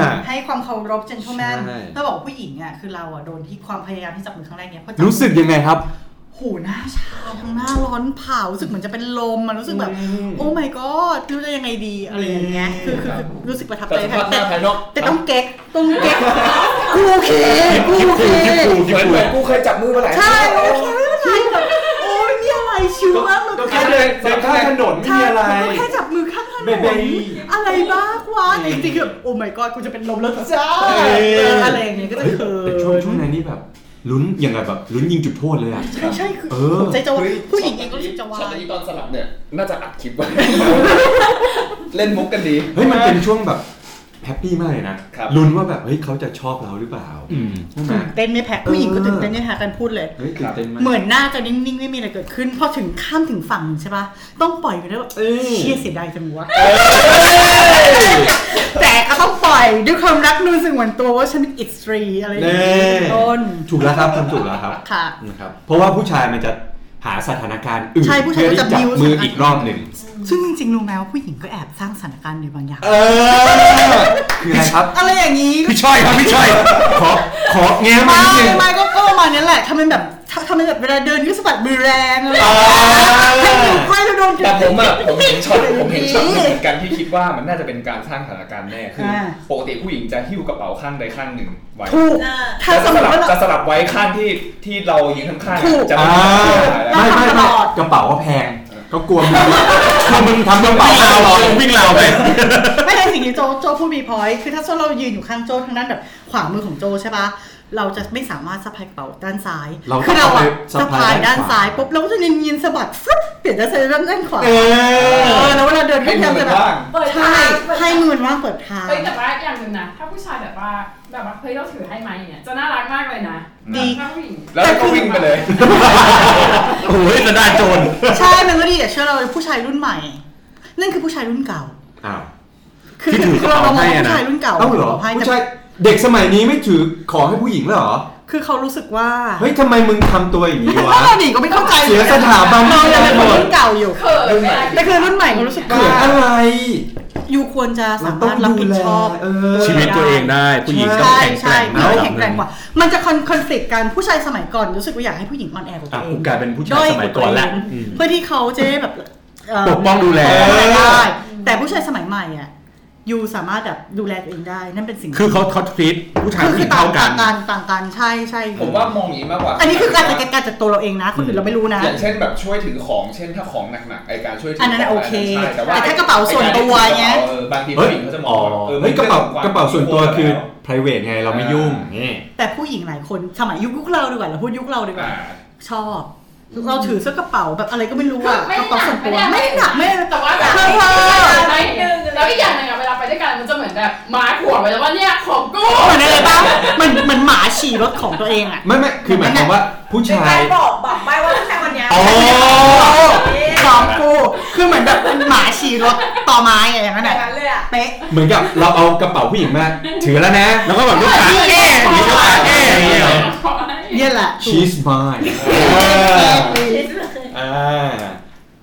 Speaker 1: า
Speaker 5: ให้ความเคารพ gentleman
Speaker 1: ใช่
Speaker 5: แล้วบอกผู้หญิงอ่ะคือเราอ่ะโดนที่ความพยายามที่จับมือครั้งแรกเนี้ยเพราะจับ
Speaker 1: รู้สึกยังไงครับ
Speaker 5: โหูหน้าชาทั้งหน้าร้อนเผารู้สึกเหมือนจะเป็นลมมันรู้สึกแบบ โอ้ my god รู้จะยังไงดีอะไรอย่างเงี้ยคือคือคือรู้สึกประทับใจ
Speaker 2: แต่สภาพหน้าภายนอก
Speaker 5: แต่ต้องเก๊กต้องเก๊กกูโอเคกูโอเค
Speaker 2: เหมือนเหมือนกูเคยจับมือมาหลาย
Speaker 5: ใช่โอเคไม่เป็นไรแบบโอ้ยมีอะไรชิวมากเลย
Speaker 2: ก็แค่เดินเดินข้ามถนน
Speaker 5: ใช่ก็แค่จับมือข้างถนนอะไรบ้างวะแต่จริงๆคือโอ้ my god กูจะเป็นลมแล้วจ้า
Speaker 1: เอ้ย
Speaker 5: เอออะไรอย่างเงี้ยก็จะเขิ
Speaker 1: แต่ช่วง
Speaker 5: น
Speaker 1: ช่วงนั้นนี่แบบลุ้นยังไงแบบลุ้นยิงจุดโทษเลยอ่ะ
Speaker 5: ใช่ใช่คือ
Speaker 1: เออ
Speaker 5: ใจจะวายผู้หญิงเองก็รู้สึกจะวา
Speaker 2: ช็อต
Speaker 5: ย
Speaker 2: นี้ตอนสลับเนี่ย น่าจะอัดคลิปไว้ [laughs] เล่นมุกกันดี
Speaker 1: เฮ้ยมันเป็นช่วงแบบแฮปปี้มากเลยนะครับ ลุ้นว่าแบบเฮ้ยเขาจะชอบเราหรือเปล่าใช่ไหม
Speaker 5: ตื่นเต้นไม่แพ้ผู้หญิงก็ตื่นเต้นไม่แพ้กันพูดเลย
Speaker 1: เฮ้ยตื่นเต้นมาก
Speaker 5: เหมือนหน้าจะนิ่งๆ ไม่มีอะไรเกิดขึ้น พอถึงข้ามถึงฝั่งใช่ปะต้องปล่อยไปด้วยแบบเออเชี่ยเสียดายจังวะแต่ก็ต้องปล่อยด้วยความรักนูนสึงหวนตัวว่าฉันเป็นอิสตรีอะไรอย่างนี้
Speaker 1: แน่
Speaker 5: เป็นต้น
Speaker 1: ถูกแล้วครับทำถูกแล้วครับ
Speaker 5: ค่ะ
Speaker 1: นะครับ เพราะว่าผู้ชายมันจะหาสถานการณ์อื่น
Speaker 5: ใช่ผู้ชาย
Speaker 1: เพื่อที่
Speaker 5: ก็จะ
Speaker 1: จะจับ
Speaker 5: build
Speaker 1: มืออีกรอบหนึ่ง
Speaker 5: ซึ่งจริงๆรู้ไหมว่าผู้หญิงก็แอบสร้างสถานการณ์ในบางอย่าง
Speaker 1: เออคืออะไรครับ
Speaker 5: อะไรอย่างนี้
Speaker 1: พี่ช่อยครับพี่ช่อยขอขอแง้มมา
Speaker 5: ไม่
Speaker 1: นิดนึง
Speaker 5: ไม่ก็ก็ประมาณนี้แหละทำเป็นแบบทำเป็นแบบเวลาเดินก็สะบัดมือแรงอะไรอย่าง
Speaker 1: อ่า
Speaker 5: เงี้ยให้ดูใครเราโดนถึง
Speaker 2: แต่ผมอะผมเห็น
Speaker 5: [laughs]
Speaker 2: ช็อตผมเห็นช็อตเหมือนกันที่คิดว่ามันน่าจะเป็นการสร้างสถานการณ์แน่คืออา ปกติผู้หญิงจะหิ้วกระเป๋าข้างใดข้างหนึ่งไว้
Speaker 5: ถูกถ้า
Speaker 2: จะ
Speaker 5: ส
Speaker 2: ส
Speaker 5: มม
Speaker 2: ลั
Speaker 5: ติ
Speaker 2: บ
Speaker 5: ว่าเรา
Speaker 2: จะสลับไว้ข้างที่ที่เรายืนข้างๆ
Speaker 5: ถู
Speaker 2: อะ
Speaker 5: ก
Speaker 2: จะไม่
Speaker 1: อ่า
Speaker 2: ได้
Speaker 1: ไม่ไม่ไม่กระเป๋าก็แพง ก็กลัวมึงกลัวมึงทำกระเป๋าเราหรอวิ่งเราไป
Speaker 5: ไม่ใช่สิ่งที่โจโจพูดมีพอยต์คือถ้าโจเรายืนอยู่ข้างโจทางด้านแบบขวามือของโจใช่ปะเราจะไม่สามารถสะพายกระเป๋าด้านซ้าย
Speaker 1: เราต้อง
Speaker 5: คือเราอะ
Speaker 1: เอาไป
Speaker 5: สะพาย
Speaker 1: สะพาย
Speaker 5: ด้าน
Speaker 1: ด้านขวา
Speaker 5: ซ้ายปุ๊บเราก็จะเนียนๆสะบัดฟึ๊บเปลี่ยนด้านซ้ายเป็นด้านขวา
Speaker 1: เอ
Speaker 5: เอ
Speaker 1: อ
Speaker 5: อแล้วเวลาเดินก็
Speaker 2: ให้
Speaker 5: พยา
Speaker 2: มื
Speaker 5: ยาม
Speaker 2: อ
Speaker 5: จะแบบ
Speaker 2: บ้าง
Speaker 12: เปิด
Speaker 5: ใช่
Speaker 12: ทาง
Speaker 5: ให้มือว่างเปิดทาง
Speaker 10: เฮ้ยแต่ว่าอย่างหนึ่งนะถ้าผู้ชายแบบว่าแบบว่าเฮ้ยเราถือให้ไหมเนี่ยจะน่ารักมากเลยนะ
Speaker 2: ดี
Speaker 10: ถ้าผู้หญิง
Speaker 2: แล้วก็วิ่งไปเลย
Speaker 1: โอ้ยกระดาษโจร
Speaker 5: ใช่มันก็ดีแต่เชื่อเราผู้ชายรุ่นใหม่ นั่นคือผู้ชายรุ่นเก่า
Speaker 1: อ้าว
Speaker 5: คือ
Speaker 1: ที่ถือกระ
Speaker 5: เรา
Speaker 1: เป๋าม
Speaker 5: อง
Speaker 1: ให้
Speaker 5: ว่า
Speaker 1: อะ
Speaker 5: ผู้
Speaker 1: นะ
Speaker 5: ชายรุ่นเก่า
Speaker 1: ต้องเหรอ
Speaker 5: ให้
Speaker 1: ผู้
Speaker 5: แต่
Speaker 1: ชายเด็กสมัยนี้ไม่ถือของให้ผู้หญิงแล้วเหรอ
Speaker 5: คือเขารู้สึกว่า
Speaker 1: เฮ้ยทำไมมึงทำตัวอย่างนี้วะ
Speaker 5: ถ้าเราหนีก็ไม่เข้าใจ
Speaker 1: เสียสถาบัน
Speaker 5: เรายังเป็นคนรุ่นเก่าอยู่
Speaker 10: เขินไหม
Speaker 5: แต่คือรุ่นใหม่ก็รู้สึกว่า
Speaker 1: เขินอะไร
Speaker 5: อยู่ควรจะสามารถรับผิดชอบ
Speaker 1: เราต้องดูแลเออ
Speaker 13: ชีวิตตัวเองได้ผู้หญิงต้อง
Speaker 5: ใช่
Speaker 13: แข็งแก
Speaker 5: ใช่
Speaker 13: ร่ง
Speaker 5: ผู้หญิงแข็งแกร่ง
Speaker 13: นะ
Speaker 5: กว่า มันจะคอนคอนฟ lict กันผู้ชายสมัยก่อนรู้สึกว่าอยากให้ผู้หญิงอ่อนแอกว่าตัว
Speaker 1: อ่ะ
Speaker 5: เอ
Speaker 1: กู
Speaker 5: ง
Speaker 1: กลายเป็นผู้ชายสมัยก่อนแหละ
Speaker 5: ด้ยว่าตัว
Speaker 1: อื
Speaker 5: เอ
Speaker 1: ม
Speaker 5: งเพื่อที่เขาจะได้แบบเ
Speaker 1: ปกป้องดูแล
Speaker 5: ได้แต่ผู้ชายสมัยใหม่อ่ะอยู่สามารถแบบดูแลตัวเองได้นั่นเป็นสิ่ง
Speaker 13: คือเขาเขาฟิตผู้ชาย
Speaker 5: คือ
Speaker 13: ผู้ห
Speaker 5: คื
Speaker 13: ญิ
Speaker 5: อง ต่าง
Speaker 13: เท่ากัน
Speaker 5: กันต่างกันใช่ใช่
Speaker 2: ผมว่ามองอย่างนี้มากกว่า
Speaker 5: อันนี้คือการจัดการจากตัวเราเองนะคนอื่นเราไม่รู้นะ
Speaker 2: อย่างเช่นแบบช่วยถือของเช่นถ้าของหนักๆไอการช่วยถื
Speaker 5: อันนั้น
Speaker 2: ขง
Speaker 5: โอเค
Speaker 2: ใช่แต่ว่า
Speaker 5: แต่ถ้ากระเป๋าส่วนตัวเงี้ย
Speaker 2: ไอ้การที่ถือกระเป๋าเออบางทีผู้หญิงเขาจะมองว่าออ
Speaker 1: เฮ้ยกระเป๋า
Speaker 2: มัน
Speaker 1: กระเป๋าส่วนตัวคือ
Speaker 2: แล้
Speaker 1: private ไงเราไม่ยุ่งนี่
Speaker 5: แต่ผู้หญิงหลายคนสมัยยุคยุคเราดีกว่าเราพูดยุคเราดีกว่า
Speaker 2: อ่า
Speaker 5: ชอบ เราถือเสื้อกระเป๋าแบบอะไรก็ไม่รู้อะกระเป๋าส่วนตัว
Speaker 10: ไม่
Speaker 5: ไม่
Speaker 10: ได้
Speaker 5: ได้
Speaker 10: ห
Speaker 5: ห
Speaker 10: นั
Speaker 5: นั
Speaker 10: ก
Speaker 5: ก
Speaker 10: ไม่
Speaker 5: ไม่
Speaker 10: ได้
Speaker 5: ได้
Speaker 10: หนัก แต่ว่าแบบ
Speaker 5: เพิ่ม
Speaker 10: แล้วอีกอย่างหนึ่งอะเวลาไปด้วยกันมันจะเหมือนแบบมาหัวไปแล้วว่าเนี่ยของกู
Speaker 5: เหมือนอะไรบ้างมันเหมันหมาฉี่รถของตัวเองอะ
Speaker 1: ไม่ไม่คือหมายความว่าผู้ชา
Speaker 4: ไป
Speaker 1: ย
Speaker 4: บอกบอกไปว่าผู้ชายคนเนี้ย
Speaker 1: อ๋อ
Speaker 5: ของกูคือเหมือนแบบหมาฉี่รถต่อไม้อะไรอย่างนั้น
Speaker 4: แบบ
Speaker 5: น่ะ
Speaker 4: นั้นเลยอ่ะ
Speaker 5: เป๊ะ
Speaker 1: เหมือนกับเราเอากระเป๋าผู้หญิงมาถือแล้วนะ แล้วก็แบบลูกค้า
Speaker 5: เอ๊ะ
Speaker 1: มีลูกค้าเอ๊ะอย่างเงี้ยเหรอ
Speaker 5: เนี่ยแหละ
Speaker 1: she's mine อ่า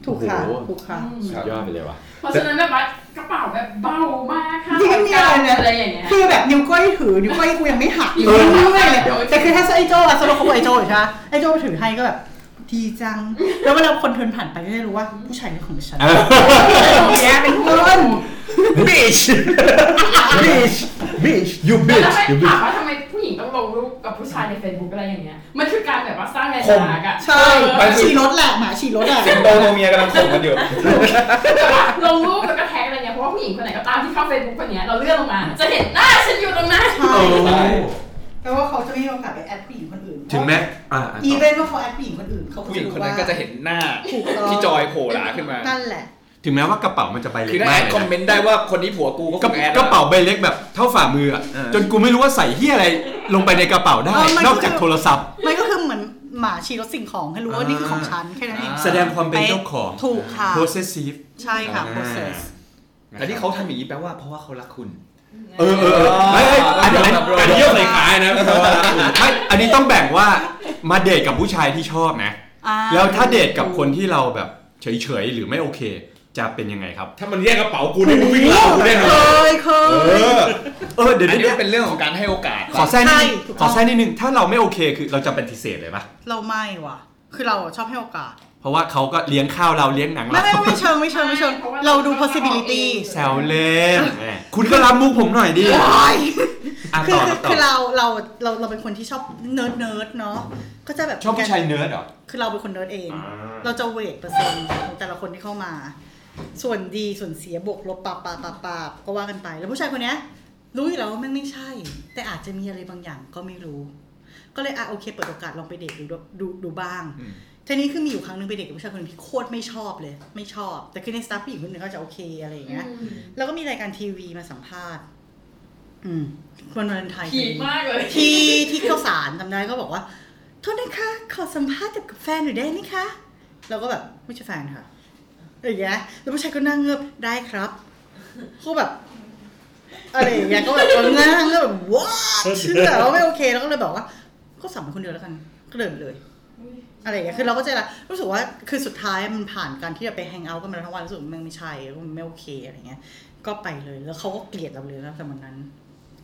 Speaker 5: ถูกค่ะ
Speaker 1: โอ้โห
Speaker 5: ถูกค่ะ
Speaker 1: สุดยอดไปเลยว่ะ
Speaker 10: เพราะฉะนั้นแบบว่ากระเป๋าแบบเบามากค่ะ
Speaker 5: จริงๆมีอะไรเนี่ย
Speaker 10: อะไรอย่างเงี้ย
Speaker 5: คือแบบนิ้วก้อยถือนิ้วก้อยกูยังไม่หักอยู่
Speaker 1: เออ
Speaker 5: เรื่อยๆเลยแต่คือถ้าไอ้โจ้อะสำหรับคนไอ้โจ้อยู่ใช่ไหมไอ้โจ้ไปถือให้ก็แบบดีจัง แล้วเวลาคนเทินผ่านไปก็จะรู้ว่าผู้ชายเป็นของฉันแย่เป็นคน
Speaker 1: bitch bitch bitch you
Speaker 10: แล้ว
Speaker 1: bitch
Speaker 10: ทำไม
Speaker 1: you bitch
Speaker 10: ถามว่าทำไมผู้หญิงต้องลงรูปกับผู้ชายใน Facebook อะไรอย่างเงี้ย มันคือการแบบว่าสร้างแรง
Speaker 2: ข่ม
Speaker 10: สาอะ
Speaker 5: ใช่
Speaker 2: ไปสิ
Speaker 5: ฉี่รถแหละหมาฉี่รถอะ
Speaker 2: สิงโตตัวเมียกำลังข่มกันอยู่
Speaker 10: แต่ว่าลงรูปแล้วก็แท็กอะไรเงี้ย เพราะว่าผู้หญิงคนไหนก็ตามที่เข้า Facebook คนเนี้ยเราเลื่อนลงมา จะเห็นหน้าฉันอยู่ตรงนั้น
Speaker 5: ใช่
Speaker 1: โอ้ย
Speaker 5: แปลว่าเขาจะไม่มีโอกาสไปแอดผู้หญิงคนอื่น
Speaker 1: ถึงแม้อ่าอ่ะ
Speaker 5: อี
Speaker 1: ต่อ
Speaker 5: เวนต์ว่าเขาแอดผู้หญิงคนอื่นเขา
Speaker 2: ผู้หญิง
Speaker 5: รู้
Speaker 2: คน
Speaker 5: ว่า
Speaker 2: นั้นก็จะเห็นหน้า
Speaker 5: ถูกต้อง
Speaker 2: ที่จอยโผล่หลาขึ้นมา
Speaker 5: นั่นแหละ
Speaker 1: ถึงแม้ว่ากระเป๋ามันจะใบเล็
Speaker 2: คือก ถ้าแอ
Speaker 1: มากเลย
Speaker 2: ดคอม
Speaker 1: นะ
Speaker 2: เมนต์ได้ว่าคนนี้ผัวกูก็
Speaker 1: ก
Speaker 2: ค
Speaker 1: ระ
Speaker 2: งแอด
Speaker 1: ก
Speaker 2: แล้ว
Speaker 1: ระเป๋าใบเล็กแบบเท่าฝ่ามืออะ
Speaker 2: เออ
Speaker 1: จนกูไม่รู้ว่าใส่เฮียอะไรลงไปในกระเป๋าได้
Speaker 5: เออมันก็
Speaker 1: นอกจากโทรศัพท์
Speaker 5: มันก็คือเหมือนหมาชี้รถสิ่งของให้รู้ว่านี่คือของฉันแค่นั้นเอง
Speaker 1: แสดงความเป็นเจ้าของ
Speaker 5: ถูกค่ะ
Speaker 1: possessive
Speaker 5: ใช่ค่ะ
Speaker 1: อ่า
Speaker 5: process
Speaker 2: แต่ที่เขาทำอย่างนี้แปลว่าเพราะว่าเขารักคุณ
Speaker 1: เออเออเออไม่ไม่อันนี้อันนี้ยกใส่ขายนะไม่อันนี้ต้องแบ่งว่ามาเดทกับผู้ชายที่ชอบนะ
Speaker 5: อ่า
Speaker 1: แล้วถ้าเดทกับคนที่เราแบบเฉยๆ หรือไม่โอเค จะเป็นยังไงครับ
Speaker 13: ถ้ามันแย่งกระเป๋ากูเนี่ยกูวิ่งเล่ากูแน่น
Speaker 5: เค
Speaker 13: อน
Speaker 5: ยเคย
Speaker 1: เออเดี๋ยว
Speaker 2: อัน
Speaker 1: เดี๋ยว
Speaker 2: นี้
Speaker 1: เดี๋ยว
Speaker 2: เป็นเรื่องของการให้โอกาส
Speaker 1: ขอแซ่นิดนึง
Speaker 5: ใช่ถูกต้อง
Speaker 1: ขอแซ่นิดนึงถ้าเราไม่โอเคคือเราจะปฏิเสธเลยปะ
Speaker 5: เราไม่ว่ะ คือเราอะชอบให้โอกาส
Speaker 1: เพราะว่าเขาก็เลี้ยงข้าวเราเลี้ยงหนัง
Speaker 5: ไม่
Speaker 1: เรา
Speaker 5: ไม่ไม่เชิงไม่เชิงไม่เชิง
Speaker 10: เพราะว่า
Speaker 5: เราดู possibility
Speaker 1: แซวเล่นแหมคุณก็รับมุกผมหน่อยดิ
Speaker 5: โอ๊ย
Speaker 1: อ่ะ
Speaker 5: คื
Speaker 1: ต่
Speaker 5: อ
Speaker 1: อ
Speaker 5: คือ
Speaker 1: ต่อ
Speaker 5: คือเราเราเราเราเป็นคนที่ชอบเนิร์ดเนิร์ดเนาะก็จะแบบ
Speaker 1: ชอบผู้ชายเนิร์ดเหรอ
Speaker 5: คือเราเป็นคนเนิร์ดเอง
Speaker 1: อ่า
Speaker 5: เราจะเวทเปอร์เซ็นต์ของแต่ละคนที่เข้ามา ส่วนดีส่วนเสียบวกลบปาบปาบปาบปาบก็ว่ากันไป แล้วผู้ชายคนเนี้ยรู้อยู่แล้วว่าแม่งไม่ใช่ แต่อาจจะมีอะไรบางอย่างก็ไม่รู้ ก็เลยอ่ะโอเคเปิดโอกาสลองไปเดทดูดูดูดูบ้างทีนี้คือมีอยู่ครั้งหนึงไปเดทกับผู้ชายคนหนึงที่โคตรไม่ชอบเลย ไม่ชอบ แต่คือในสตาฟผู้หญิงคนหนึงเขาจะโอเคอะไรอย่างเงี้ย แล้วก็มีรายการทีวีมาสัมภาษณ์ อืมวันวาเลนไทน์
Speaker 10: ผีมากเลย
Speaker 5: ที่ที่เข้าสารจำได้ก็บอกว่าโทษนะคะ ขอสัมภาษณ์กับแฟนหน่อยได้ไหมคะ เราก็แบบไม่ใช่แฟนค่ะอย่างเงี้ยแล้วผู้ชายก็นั่งเงือบได้ครับก็แบบอะไรอย่างเงี้ยก็แบบนั่งเงือบแบบ what แต่ว่าไม่โอเคแล้วก็เลยบอกว่า ก็สัมภาษณ์คนเดียวแล้วกันก็เดินไปเลย อะไรอย่างเงี้ยคือเราก็จะรู้สึกว่าคือสุดท้ายมันผ่านการที่จะไปแฮงเอาท์กันมาทั้งวันรู้สึกว่ามันไม่ใช่แล้วมันไม่โอเคอะไรเงี้ย ก็ไปเลยแล้วเขาก็เกลียดเราเลยนะแต่วันนั้น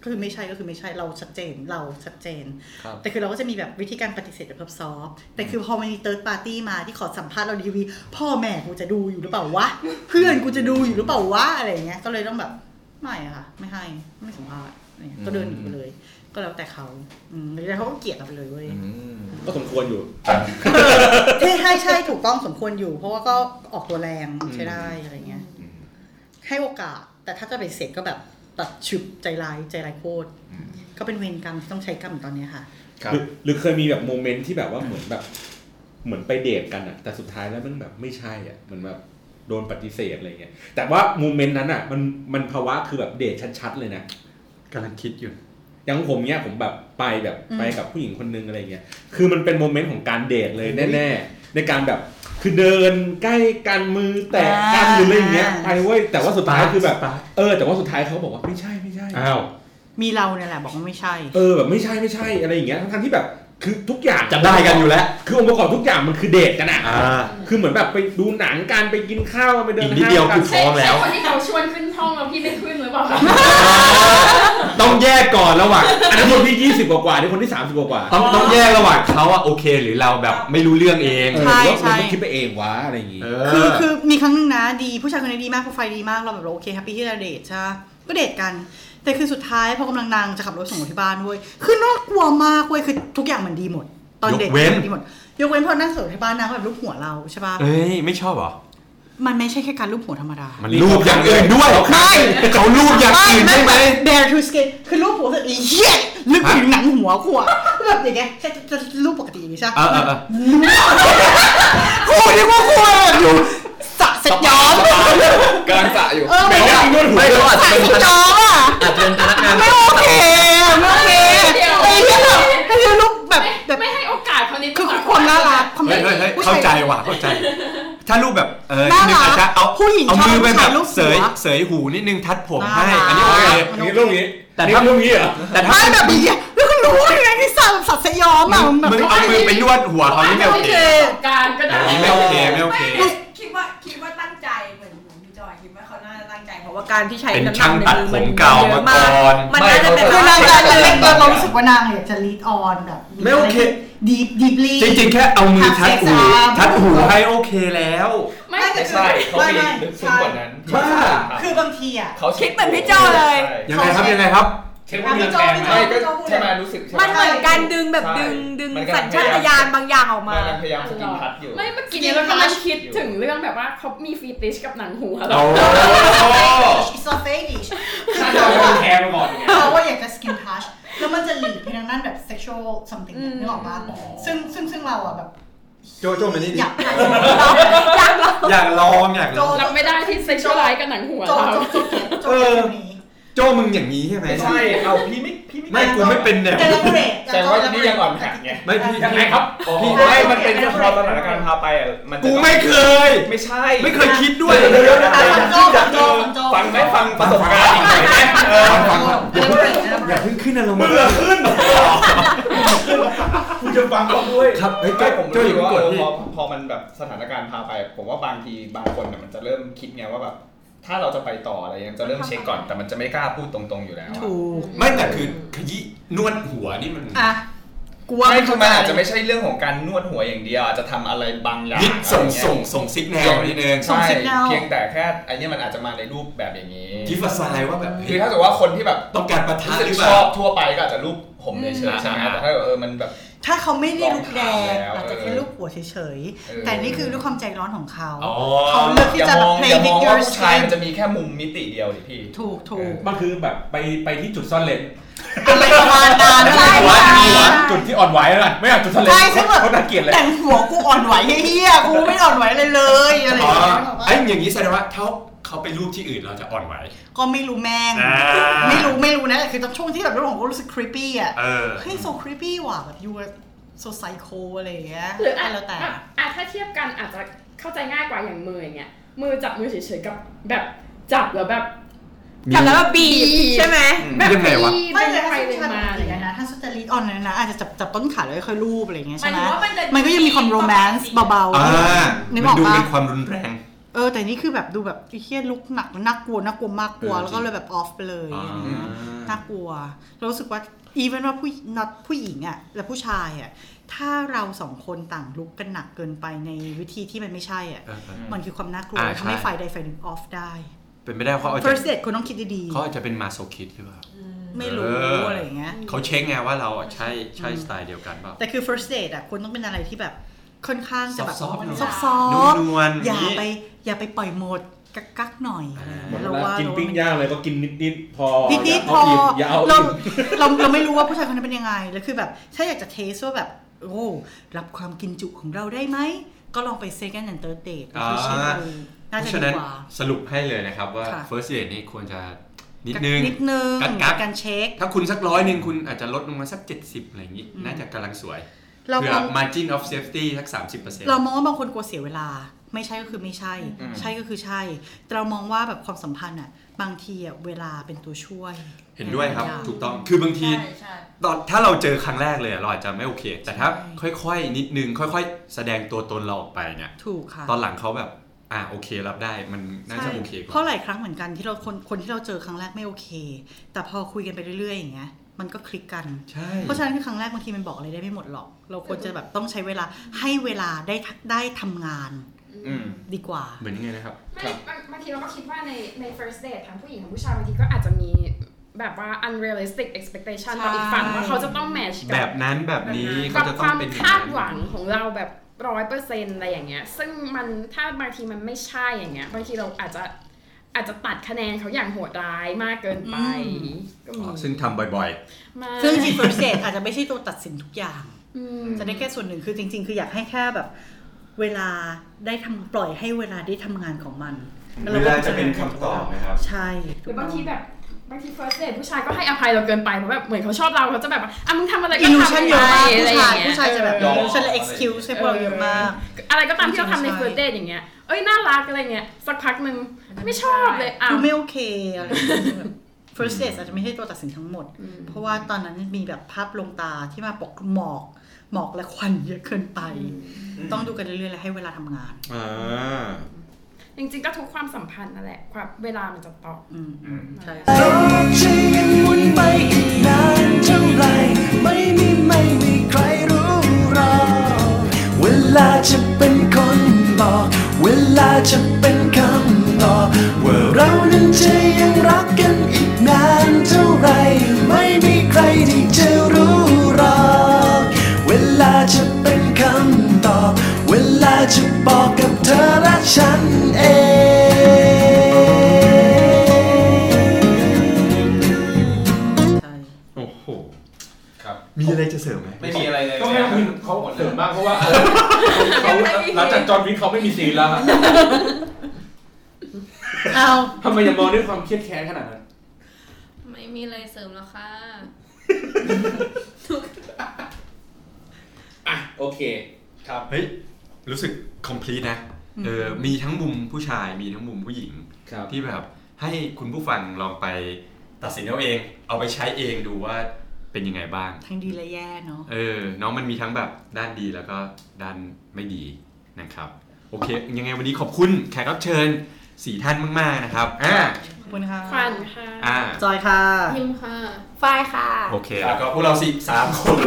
Speaker 5: ก็คือไม่ใช่ก็คือไม่ใช่เราชัดเจนเราชัดเจน
Speaker 2: ครับ
Speaker 5: แต่คือเราก็จะมีแบบวิธีการปฏิเสธแบบซอฟต์แต่คือพอมันมีเติร์ดปาร์ตี้มาที่ขอสัมภาษณ์เราดีวี พ่อแม่กูจะดูอยู่หรือเปล่าวะ เพื่อนกูจะดูอยู่หรือเปล่าวะอะไรอย่างเงี้ยก็เลยต้องแบบไม่อะค่ะ ไม่ให้ไม่สัมภาษณ์อะไรเงี้ยก็เดินหนีไปเลย ก็แล้วแต่เขาอืมแล้วเขาก็เกลียดเราไปเลยเว้ย
Speaker 13: ก็สมควรอยู่
Speaker 5: ใช่ใช่ใช่ถูกต้องสมควรอยู่ เพราะว่าก็ออกตัวแรงใช้ได้อะไรเงี้ยให้โอกาส แต่ถ้าจะไปเสร็จก็แบบตัดฉุบใจร้ายใจร้ายโคตรก็เป็นเวรกรรมที่ต้องใช้กรรมตอนเนี้ยค่ะ
Speaker 2: ครับ
Speaker 13: หรือหรือเคยมีแบบโมเมนต์ที่แบบว่าเหมือนแบบ เหมือนไปเดทกันอะแต่สุดท้ายแล้วมันแบบไม่ใช่อะเหมือนแบบโดนปฏิเสธอะไรเงี้ยแต่ว่าโมเมนต์นั้นอะมันมันภาวะคือแบบเดทชัดๆเลยนะ
Speaker 1: กำลังคิดอยู่
Speaker 13: อย่างผมเนี่ยผมแบบไปแบบ
Speaker 5: อืม
Speaker 13: ไปกับผู้หญิงคนนึงอะไรเงี้ยคือมันเป็นโมเมนต์ของการเดทเลยแน่ๆในการแบบคือเดินใกล้กันมือแตะกันหรืออะไรเงี้ยไปเว้ยแต่ว่าสุดท้ายคือแบบเออ แต่ว่าสุดท้ายเขาบอกว่าไม่ใช่ไม่ใช่
Speaker 1: อ้าว
Speaker 5: มีเราเนี่ยแหละบอกว่าไม่ใช่
Speaker 13: เออแบบไม่ใช่ไม่ใช่อะไรอย่างเงี้ยทั้งๆที่แบบคือทุกอย่าง
Speaker 1: จะได้กันอยู่แล้ว
Speaker 13: คือองค์ประกอบทุกอย่างมันคือเดทกันอะ
Speaker 1: อ่า
Speaker 13: คือเหมือนแบบไปดูหนังกันไปกินข้าวกันไปเดิน
Speaker 1: อีกนิดเดียว
Speaker 13: ห้าง
Speaker 1: คือ
Speaker 13: กั
Speaker 10: ใช่ใช่คนที่เขาชวนขึ้นห้องแล้วพี่ไม่ขึ้นหรือเปล่าคะ
Speaker 1: ต้องแยกก่อนระหว่าง
Speaker 13: อันนั้นคนที่ยี่สิบกว่าๆนี่คนที่สามสิบกว่า
Speaker 1: ต้องต้องแยกระหว่างเขาอะโอเค หรือเราแบบไม่รู้เรื่องเอง
Speaker 13: ๆเออ
Speaker 5: ใช่
Speaker 13: แล้ว
Speaker 5: ใช่
Speaker 13: มันก็คิดไปเองวะอะไรอย่างงี้
Speaker 1: เอ
Speaker 5: คือ
Speaker 1: อ
Speaker 5: คือมีครั้งหนึงนะดีผู้ชายคนนี้ดีมากโปรไฟล์ดีมากเราแบบเราโอเคแฮปปี้ที่จะเดทใช่ปะก็เดทกัน แต่คือสุดท้ายพอกำลังนางจะขับรถส่งเราที่บ้านด้วยคือน่ากลัวมากเว้ยคือทุกอย่างมันดีหมด ตอนเด
Speaker 1: ย
Speaker 5: ท
Speaker 1: กเว้น
Speaker 5: มันดีหมดยกเว้นพอนั่งส่งที่บ้านนางก็แบบลูกหัวเราใช่ปะ
Speaker 1: เอ้ยไม่ชอบเหรอ
Speaker 5: มันไม่ใช่แค่การรูปหัวธรรมดา
Speaker 1: มันรูปอย่างอื่นด้วยไม่เขารูปอย่างอื่นได้ไหม
Speaker 5: Dare to skin คือรูปหัวคือไอ้เหี้ยลึกถึงหนังหัวขวบแบบอย่างเงี้ยจะจะรูปปกติอย่างงี้ใช่
Speaker 1: เออเออเออ
Speaker 5: รูป
Speaker 1: อยู่
Speaker 5: สะสยอม
Speaker 2: กำลังสระอยู่
Speaker 5: เออไม่ได้
Speaker 1: ไม่รู้อาจจะ
Speaker 5: สะ
Speaker 1: เป็น
Speaker 5: สยอมอ่ะ
Speaker 1: อาจจะเป็นพนักงาน
Speaker 5: ไม่โอเคอะไม่โอเค
Speaker 10: เดี๋ยว
Speaker 5: ไอ้เหี้ยแบบไอ้เหี้ยรูปแบบ
Speaker 10: ไม่
Speaker 5: [laughs] แบบ
Speaker 10: ไม่ให้โอกาสคนนี้
Speaker 5: คือความน่ารักความ
Speaker 1: เฮ้ยเฮ้ยเฮ้ยเข้าใจว่ะเข้าใจ ถ้ารูปแบบเออ
Speaker 5: น่า
Speaker 1: นิดนึง
Speaker 5: รั
Speaker 1: อาจจะ
Speaker 5: ก
Speaker 1: เอา
Speaker 5: ผู้หญิง
Speaker 1: เอา
Speaker 5: ชอบ
Speaker 1: มือไปแบ
Speaker 5: ถ่า
Speaker 1: บ
Speaker 5: ยรูป
Speaker 1: เส
Speaker 5: เสื
Speaker 1: ย
Speaker 5: อ
Speaker 1: เสยหูนิดนึงทัดผมให้
Speaker 5: น่ารัก
Speaker 1: อันนี้โอเค
Speaker 13: อันนี้รูปนี้
Speaker 1: แต่ถ้า
Speaker 13: อันนี้รูปนี้เหรอ
Speaker 1: แต่ถ้า
Speaker 5: ไม่แบบไอ้เหี้ยแล้วก็รู้ยังไงที่สาแบบสัตว์สยอมอ่ะมันแบบ
Speaker 1: มึงเอามือไปนวดหัวเขานี่ไม่โอเค
Speaker 10: การก็ได้
Speaker 1: อันนี้ไม่โอเคไม่โอเค
Speaker 4: คิดว่าคิดว่าตั้งใจเหมือนเหมือนพี่จอยคิดว่าเขาน่าจะตั้งใจเพราะว่าการที่ใช้
Speaker 1: เป็น
Speaker 4: น้ำหนั
Speaker 1: ช่าง
Speaker 4: ใน
Speaker 1: ตัด
Speaker 4: อ
Speaker 1: ผมเก่ามาก่อน
Speaker 4: มันน่าจะเป็น
Speaker 5: คือนางจะเล่นเรารู้สึกว่านางอยากจะลีดออนแบบ
Speaker 1: ไม่โอเค
Speaker 5: ดีบดีบลี
Speaker 1: จริงๆ แค่เอามือทัดหู
Speaker 5: ทั
Speaker 1: ทัด
Speaker 5: ดหู
Speaker 1: หูให้โอเคแล้ว
Speaker 10: ไม่
Speaker 5: ไม่
Speaker 10: แต่
Speaker 5: ใช่
Speaker 13: เขามีลึกซึ้งกว่านั้น
Speaker 1: บ้า
Speaker 5: คือบางทีอ่ะ
Speaker 13: เขา
Speaker 4: คิดเหมือนพี่จอยเลย
Speaker 1: ยังไงครับยังไงครับ
Speaker 13: เช็คว่ามีแฟนไหม
Speaker 5: ไม่ก็ใช่ไหมรู้สึก
Speaker 4: มันเหมือนการดึงแบบดึงดึงสัญชาตญาณบางอย่างออกมา
Speaker 13: พยายามสกินทัดอยู่
Speaker 10: ไม่เมื่อกี้เรากำลังคิดถึงเรื่องแบบว่าเขามีฟีติชกับหนังหัวแล้ว
Speaker 1: โอ้
Speaker 5: ซอเฟดิช
Speaker 13: ถ้าเราโดนแคร์มาก่อนไง
Speaker 5: เขาว่าอยากจะสกินทัชแล้วมันจะหลีดไปทางด้านแบบ sexual something
Speaker 4: อืม
Speaker 5: นึกออกปะซึ่งซึ่งซึ่งเราอ่ะแบบ
Speaker 1: โจโจมานี่ดิ
Speaker 5: อยาก
Speaker 13: [laughs]
Speaker 4: อ
Speaker 1: อ
Speaker 4: ยากเรา
Speaker 1: ยากลองอยากลอง
Speaker 10: รับไม่ได้ที่เซ็กชวลไลซ์กับหนังหัว
Speaker 5: โจ
Speaker 10: เรา
Speaker 5: โจโจเก็ตโจ
Speaker 1: เอ
Speaker 5: เก็
Speaker 1: อ
Speaker 5: ตตรงนี้
Speaker 1: โจมึงอย่างนี้ใช่ไหม
Speaker 13: ไม่ใช่ เอาพี่ไม่ พี่
Speaker 1: ไม่กูไม่เป็นเนี่ย
Speaker 5: แต่เราเบรก
Speaker 13: แต่ว่านี่ยังอ่อนหัดไง
Speaker 1: ไม่พี่
Speaker 13: ยังไงครับพี่
Speaker 5: ไม่
Speaker 13: ไม่
Speaker 5: มันเป็นเฉพาะสถานการณ์พาไป
Speaker 1: กูไม่เคย
Speaker 2: ไม่ใช่
Speaker 1: ไม่เคยคิดด้วย
Speaker 5: ฟังโจฟังโจฟังโจ
Speaker 2: ฟังไหมฟังประสบการณ์อีกหน่อยไหมเออ
Speaker 1: ฟัง
Speaker 5: อย่าเพิ่ง
Speaker 1: อย่าเพิ่งขึ้นอารมณ์
Speaker 13: มึงอะขึ้นเหรอคุณจะฟังเขาด้วย
Speaker 1: ครับเฮ้ย
Speaker 2: ก็
Speaker 1: ก็
Speaker 2: ผม
Speaker 1: โจ
Speaker 2: รู้
Speaker 1: อ
Speaker 2: สึ
Speaker 1: ย่าก เพิ่ง
Speaker 2: ว่าก
Speaker 1: ด
Speaker 2: เออ
Speaker 1: พี่
Speaker 2: พอพอมันแบบสถานการณ์พาไป ผมว่าบางทีบางคนน่ะมันจะเริ่มคิดไงว่าแบบถ้าเราจะไปต่ออะไรยังจะเริ่มเช็คก่อน แต่มันจะไม่กล้าพูดตรงๆอยู่แล้วอะ
Speaker 5: ถูก
Speaker 1: ไม่แต่คือขยี้นวดหัวนี่มัน
Speaker 5: อ่ะกูว่า
Speaker 2: ไม่คือมันอาจจะไม่ใช่เรื่องของการนวดหัวอย่างเดียวอาจจะทำอะไรบางอย่าง
Speaker 1: พิษส่ง
Speaker 2: อะไรเย
Speaker 1: ส่งส่งซิกแนลนิดนึง
Speaker 2: ใช่เพียงแต่แค่ไอ้เนี่ยมันอาจจะมาในรูปแบบอย่างนี้
Speaker 1: กิฟต์ไซน์ว่าแบบเฮ้
Speaker 2: คื
Speaker 1: ย
Speaker 2: อถ้าสมมติว่าคนที่แบบ
Speaker 1: ต้องการปะทะห
Speaker 2: รู้สึก
Speaker 1: รือเป
Speaker 2: ช
Speaker 1: ล่า
Speaker 2: อบทั่วไปก็อาจจะรูปผมเฉยๆใช่ไหมแต่ถ้าเออมันแบบ
Speaker 5: ถ้าเขาไม่ได้ลุกแดง
Speaker 2: ลองถามแล้ว
Speaker 5: อาจจะแค่ลูกหัวเฉย
Speaker 2: เออ
Speaker 5: ๆ แต่นี่คือด้วยความใจร้อนของเขา
Speaker 1: อ๋อ
Speaker 5: เขาเลือกที่
Speaker 2: อย่า
Speaker 5: จะ
Speaker 2: มอง
Speaker 5: play
Speaker 2: อย่ามอง
Speaker 5: with
Speaker 2: ว่า
Speaker 5: your
Speaker 2: ผู้ชาย
Speaker 5: skin
Speaker 2: มันจะมีแค่มุมมิติเดียวดิพี่
Speaker 5: ถูกถูก
Speaker 13: มันคือแบบไปไปที่จุดซ่อนเลน
Speaker 5: อะไรประมาณนั้น
Speaker 1: ใช่
Speaker 5: อะไรประมาณนั้น
Speaker 13: จุดที่อ่อนไหวแล้วนะไม่อยากจุดซ่อนเลน
Speaker 5: ใช่ซึ่งแบบ
Speaker 13: เขาน่าเกลียดเลย
Speaker 5: แต่งหัวกูอ่อนไหวเฮียกูไม่อ่อนไหวเลยเลยอะไรอ
Speaker 1: อ๋อย่าง
Speaker 5: เงี้ย
Speaker 1: ไอ้อย่างนี้แสดงว่าเขาเขาไปรูปที่อื่นเราจะอ่อนไหว
Speaker 5: ก็ไม่รู้แม่ง
Speaker 1: อ่า
Speaker 5: ไม่รู้ไม่รู้นะแต่คือตอนช่วงที่แบบเรื่องของกูรู้สึก creepy อ่ะ
Speaker 1: เออ
Speaker 5: เฮ้ย so creepy ว่ะแบบ you are so psycho อะไรอย่างเงี้ย
Speaker 10: หรืออา
Speaker 5: ะ
Speaker 10: จ
Speaker 5: ไรแล้วแต่
Speaker 10: แบบอ่ะถ้าเทียบกันอาจจะเข้าใจง่ายกว่าอย่างมืออย่างเงี้ยมือจับมือเฉยๆกับแบบจับแล้วแบบ
Speaker 4: จับแล้วแบบบีบใช่ไหม
Speaker 10: แบบ
Speaker 1: ยังไงวะ
Speaker 10: ที่
Speaker 5: ไม่
Speaker 10: เป็น
Speaker 5: เลย
Speaker 10: ใคร
Speaker 5: ถ้าสุด
Speaker 10: เลยมา
Speaker 5: ท้าย
Speaker 10: อะ
Speaker 5: เห
Speaker 10: ไร
Speaker 5: มือนกัน
Speaker 10: เงี้ย
Speaker 5: นะถ้าสุดจะลีดออนเลยนะอาจจะจับจับต้นขาแล้วค่อยรูปอะไรอย่างเงี้ย
Speaker 12: หมา
Speaker 5: ใช่
Speaker 12: ย
Speaker 5: ไหม
Speaker 12: ถึงว่ามันจะ
Speaker 5: มันก็ยังมีความโรแมนซ์เบา
Speaker 1: อ่า
Speaker 5: ๆ
Speaker 1: มั
Speaker 5: นึ
Speaker 1: น
Speaker 5: กออก
Speaker 1: ดู
Speaker 5: ปะ
Speaker 1: เป็นความรุนแรง
Speaker 5: เออแต่นี่คือแบบดูแบบไอ้เคียลุกหนักน่ากลัวน่ากลัวมากกลัวแล้วก็เลยแบบออฟไปเลย
Speaker 1: อ่า
Speaker 5: อะไรเงี้ยน่ากลัวเรารู้สึกว่าอีเวนว่าผู้นัดผู้หญิงอะและผู้ชายอะถ้าเราสองคนต่างลุกกันหนักเกินไปในวิธีที่มันไม่ใช่อะ
Speaker 1: เออ
Speaker 5: มันคือความน่ากลัว
Speaker 1: อ่าใช่
Speaker 5: ทำให้ฝ่ายใดฝ่ายหนึ่งออฟได้
Speaker 1: เป็นไปได้เขาอาจ
Speaker 5: เฟิ
Speaker 1: จะ
Speaker 5: ร์สเดทคุณต้องคิดดี
Speaker 1: เขาอาจจะเป็นมาโซคิดหรือเปล่า
Speaker 5: ๆไม่รู้
Speaker 1: เอออ
Speaker 5: อะไรอย่างเงี้ย
Speaker 1: เขาเช็คไงว่าเราอ่ะใช่ใช่สไตล์เดียวกันเปล่า
Speaker 5: แต่คือ first date อะคุณต้องเป็นอะไรที่แบบค่อนข้างจะแบบ
Speaker 1: ซอฟต์ๆหน่อย
Speaker 5: ซอฟ
Speaker 1: นุ่
Speaker 5: ต์
Speaker 1: มนวล
Speaker 5: อ
Speaker 1: อย่า
Speaker 5: ย่า
Speaker 1: งนี้
Speaker 5: ไปอย่าไปปล่อยโหมดกักกักๆหน่อยอะไรอย่าง
Speaker 13: หม
Speaker 5: เงี้
Speaker 13: ด
Speaker 5: ย
Speaker 13: เวลา
Speaker 5: เราว่า
Speaker 13: กิน
Speaker 5: เรา
Speaker 13: ปิ้งย่างเลยก็กินนิดๆพอ
Speaker 5: นิดนิดๆพ
Speaker 13: ย่าเาม
Speaker 5: อ
Speaker 13: อย่าเอา
Speaker 5: เรา
Speaker 13: อิ่ม
Speaker 5: เราเราไม่รู้ว่าผู้ชายคนนั้นเป็นยังไงแล้วคือแบบถ้าอยากจะเทสว่าแบบโอ้รับความกินจุของเราได้ไหม ก็ลองไป second and third date แล้วคือเช็ค
Speaker 1: อ่า
Speaker 5: ดู
Speaker 1: เพราะฉะนั้
Speaker 5: น่าจะดี
Speaker 1: น
Speaker 5: กว่า
Speaker 1: สรุปให้เลยนะครับว่า
Speaker 5: ค่ะ
Speaker 1: first date นี่ควรจะนิด
Speaker 5: กัก
Speaker 1: นึง
Speaker 5: นิดนึง
Speaker 1: กักกัก
Speaker 5: การเช็ค
Speaker 1: ถ้าคุณสักร้อยหนึ่งคุณอาจจะลดลงมาสัก 70 อะไรอย่างนี้ น่าจะกำลังสวย
Speaker 5: เรา
Speaker 1: เผื่
Speaker 5: ม
Speaker 1: อ
Speaker 5: อง
Speaker 1: margin of safety สัก 30%
Speaker 5: เรามองว่าบางคนกลัวเสียเวลา ไม่ใช่ก็คือไม่ใช่ ใช่ก็คือใช่ แต่เรามองว่าแบบความสัมพันธ์อ่ะบางทีอ่ะเวลาเป็นตัวช่วย
Speaker 1: เห็นด้วยครับ
Speaker 5: าง
Speaker 1: ถูกต้องคือบางที
Speaker 4: ใช่
Speaker 1: ตอนถ้าเราเจอครั้งแรกเลยอะเราอาจจะไม่โอเค แต่ถ้า
Speaker 5: ใช่
Speaker 1: ค่อยๆ นิดนึง ค่อยๆ แสดงตัวตนเราออกไปเนี่ย
Speaker 5: ถูกค่ะ
Speaker 1: ตอนหลังเขาแบบ อ่าโอเครับได้มันน่าจะ
Speaker 5: ใช่
Speaker 1: โอเคก
Speaker 5: เพ
Speaker 1: ว่า
Speaker 5: ราะหลายครั้งเหมือนกันที่เราคนคนที่เราเจอครั้งแรกไม่โอเค แต่พอคุยกันไปเรื่อยๆอย่างเงี้ยมันก็คลิกกัน
Speaker 1: ใช่
Speaker 5: เพราะฉะนั้นคือครั้งแรกบางทีมันบอกอะไรได้ไม่หมดหรอก เราควรจะแบบต้องใช้เวลาให้เวลาได้ทักได้ทำงาน
Speaker 2: อืม
Speaker 5: ดีกว่า
Speaker 1: เหมือนยังไงนะครับ
Speaker 10: ไม่
Speaker 2: ครับ
Speaker 10: บางบางทีเราก็คิดว่าในใน first date ทั้งผู้หญิงทั้งผู้ชายบางทีก็อาจจะมีแบบว่า unrealistic expectation
Speaker 5: ใช่
Speaker 10: ต่ออีกฝั่งว่าเขาจะต้อง match กั
Speaker 1: แบบนั้นแบบนี้
Speaker 10: กั
Speaker 1: เขา
Speaker 10: บ
Speaker 1: จะ
Speaker 10: ค
Speaker 1: ต้อง
Speaker 10: วาม
Speaker 1: เป็นอย่
Speaker 10: คาด
Speaker 1: งนั้น
Speaker 10: หวังของเราแบบร้อยเปอร์เซ็นต์อะไรอย่างเงี้ย ซึ่งมันถ้าบางทีมันไม่ใช่อย่างเงี้ยบางทีเราอาจจะอาจจะตัดคะแนนเขาอย่างโหดร้ายมากเกินไปก็มี
Speaker 1: อ๋อซึ่งทำบ่อย
Speaker 10: ไม่
Speaker 5: ซึ่งจริง first date อาจจะไม่ใช่ตัวตัดสินทุกอย่าง
Speaker 10: อืม
Speaker 5: จะได้แค่ส่วนหนึ่งคือจริง ๆ คืออยากให้แค่แบบ เวลาได้ทำปล่อยให้เวลาได้ทำงานของมัน
Speaker 1: เวลาจะเป็นคำตอบนะครับ
Speaker 5: ใช่
Speaker 10: หรือบางทีแบบบางที first date ผู้ชายก็ให้อภัยเราเกินไปเพราะแบบเหมือนเขาชอบเราเขาจะแบบว่าอ่ะมึงทำอะไรก็
Speaker 5: อิลู
Speaker 10: ทำ
Speaker 5: ชัน
Speaker 10: ไป
Speaker 5: เยอะมาก
Speaker 10: อะไร
Speaker 5: ผู้
Speaker 10: อ
Speaker 5: ชาย
Speaker 10: งเงี้
Speaker 5: ผู้ชายจะแบบ
Speaker 10: เอ
Speaker 5: อิ
Speaker 10: อ
Speaker 5: ลูชันและ excuse ให้พวกเราเยอะมาก
Speaker 10: อะไรก็ตามที่เราทำใน
Speaker 5: ใช่
Speaker 10: first date อย่างเงี้ย เอ้ยน่ารักอะไรเงี้ย สักพักหนึ่งไม่ชอบเลยอ่ะ
Speaker 5: ดูไม่โอเคอะไรอย่างเงี้
Speaker 10: [laughs]
Speaker 5: ยแบบ first date อาจจะไม่ใช่ตัวตัดสินทั้งหมด
Speaker 10: อืม
Speaker 5: เพราะว่าตอนนั้นมีแบบภาพลวงตาที่มาปกหมอก หมอกและควันเยอะเกินไป ต้องดูกันเรื่อยๆและให้เวลาทำงาน
Speaker 3: อ่า
Speaker 10: จริงๆก็ทุกความสัมพันธ์นั่นแหละ ความเวลามันจะตอบ
Speaker 5: อืมๆใช่
Speaker 8: โลกจะยังหมุนไปอีกนานเท่าไหรไม่มีไม่มีใครรู้หรอกเวลาจะเป็นคนบอก เวลาจะเป็นคำตอบว่าเรานั้นจะยังรักกันอีกนานเท่าไหรไม่มีใครที่จะรู้หรอกเวลาจะเป็นคำตอบ เวลาจะบอกกับเธอและฉันเอง
Speaker 5: ใช่
Speaker 3: โอ้โห
Speaker 1: มีอะไรจะเสริมไหม
Speaker 2: ไม่มีอะไรเลย
Speaker 13: ก็ไม่ต้องมีเขาเสริมมากเพราะว่าอะไรเขาหลังจากจอห์นวิกเขาไม่มีซีนแล้วฮะ
Speaker 5: เอา
Speaker 13: ทำไมอย่ามองด้วยความเครียดแค้นขนาดนั้น
Speaker 11: ไม่มีอะไรเสริมแล้วค่ะ
Speaker 13: อ่ะ โอเค ครับ
Speaker 1: เฮ้ย รู้สึก complete นะ เออ มีทั้งมุมผู้ชาย มีทั้งมุมผู้หญิง
Speaker 13: ครับ
Speaker 1: ที่แบบให้คุณผู้ฟังลองไปตัดสินเอาเอง เอาไปใช้เองดูว่าเป็นยังไงบ้าง
Speaker 5: ทั้งดีและแย่เนาะ
Speaker 1: เออ น้องมันมีทั้งแบบด้านดีแล้วก็ด้านไม่ดีนะครับ โอเค ยังไงวันนี้ขอบคุณแขกรับเชิญสี่ท่านมาก ๆ นะครับ อ่า
Speaker 5: ขอบคุณค่ะ
Speaker 10: ควันค่ะ
Speaker 1: อ่า
Speaker 5: จอยค่ะ
Speaker 11: พิมพ์ค่ะ
Speaker 4: ฝ้ายค่ะ
Speaker 1: โอเค แล้วก็พวกเราสี่สามคน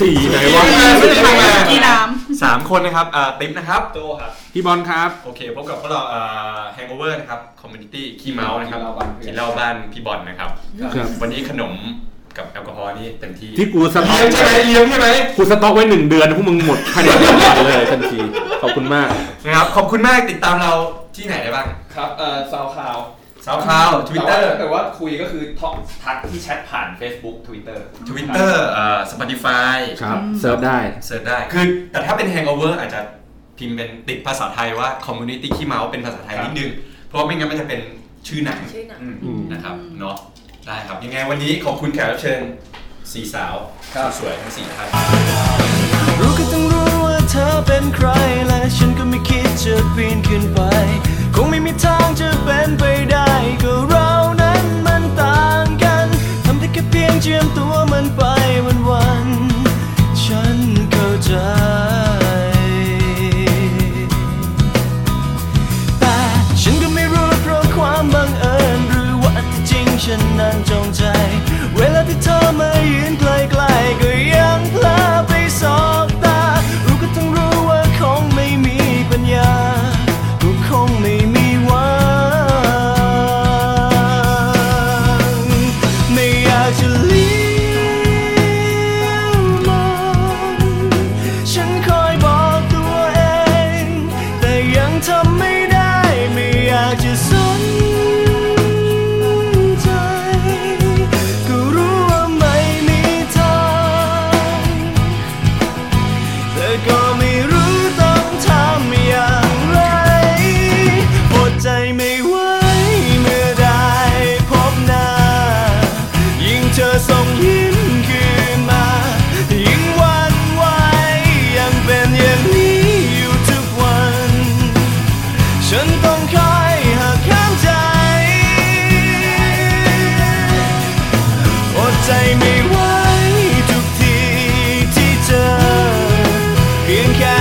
Speaker 1: สี่ไหนวะ
Speaker 5: ไม่ได้มาเมื่อกี้น้
Speaker 1: สามคนนะครับอ่าติ๊บนะครับ
Speaker 2: โตครับ
Speaker 3: พี่บอลครับ
Speaker 1: โอเค พบกับพวกเราเอ่อ Hangover นะครับ Community ขี้เมานะครับกินเหล้าบ้านพี่บอลนะครับ
Speaker 3: ครับ
Speaker 1: วันนี้ขนมกับแอลกอฮอล์นี่เต็มที่
Speaker 3: ที่กูสต็อก
Speaker 1: เลี้ยงใช่ไหมเลี้ยงใช่ไหม
Speaker 3: กูสต็อกไว้หนึ่งเดือนพวกมึงหมดภายในเดือนเดียวเลยทันที ขอบคุณมาก
Speaker 1: นะครับ ขอบคุณมากติดตามเราที่ไหนได้บ้าง
Speaker 2: ครับ เอ่อซาวคลาว
Speaker 1: สาวคลาวทวิตเตอร์
Speaker 2: แต่ว่าคุยก็คือท็อกทักที่แชทผ่าน Facebook Twitter
Speaker 1: ทวิตเตอร์เอ่อ Spotify
Speaker 3: ครับ เซิร์ฟได้
Speaker 1: เสิร์ชได้ คือ แต่ถ้าเป็น Hangover อาจจะพิมพ์เป็นติดภาษาไทยว่า Community ขี้เมาเป็นภาษาไทยนิดนึง เพราะไม่งั้นมันจะเป็นชื่อหนัง
Speaker 12: ชื่อหนัง
Speaker 3: อืม
Speaker 1: นะครับเนาะได้ครับ ยังไงวันนี้ขอบคุณแขกรับเชิญสี่สาวสวยๆทั้งสี่ท่าน
Speaker 8: รู้ก็ต้องรู้ว่าเธอเป็นใคร และฉันก็ไม่คิดจะปีนขึ้นไป คงไม่มีทางจะเป็นไปได้ ก็เรานั้นมันต่างกันทำได้แค่เพียงเจียมตัวมันไปวันวันๆฉันเข้าใจ แต่ฉันก็ไม่รู้เพราะความบังเอิญหรือว่าที่จริงฉันนั้นจงใจ เวลาที่เธอมายืนไกลๆก็ยังเพลอไปสอบตา รู้ก็ต้องรู้ว่าคงไม่มีปัญญาก็คงไม่มีหวังไม่อยากจะเลี้ยวมอง ฉันคอยบอกตัวเอง แต่ยังทำไม่ได้ ไม่อยากจะสนใจ ก็รู้ว่าไม่มีทางแต่ก็ไม่รู้ต้องทำอย่างไรอดใจไม่ไหวเมื่อได้พบหน้า ยิ่งเธอส่งยิ้มคืนมา ยิ่งหวันไหวยังเป็นอย่างนี้อยู่ทุกวัน ฉันต้องคอยหักข้ามใจ อดใจไม่ไหวทุกทีที่เจอ เพียงแค่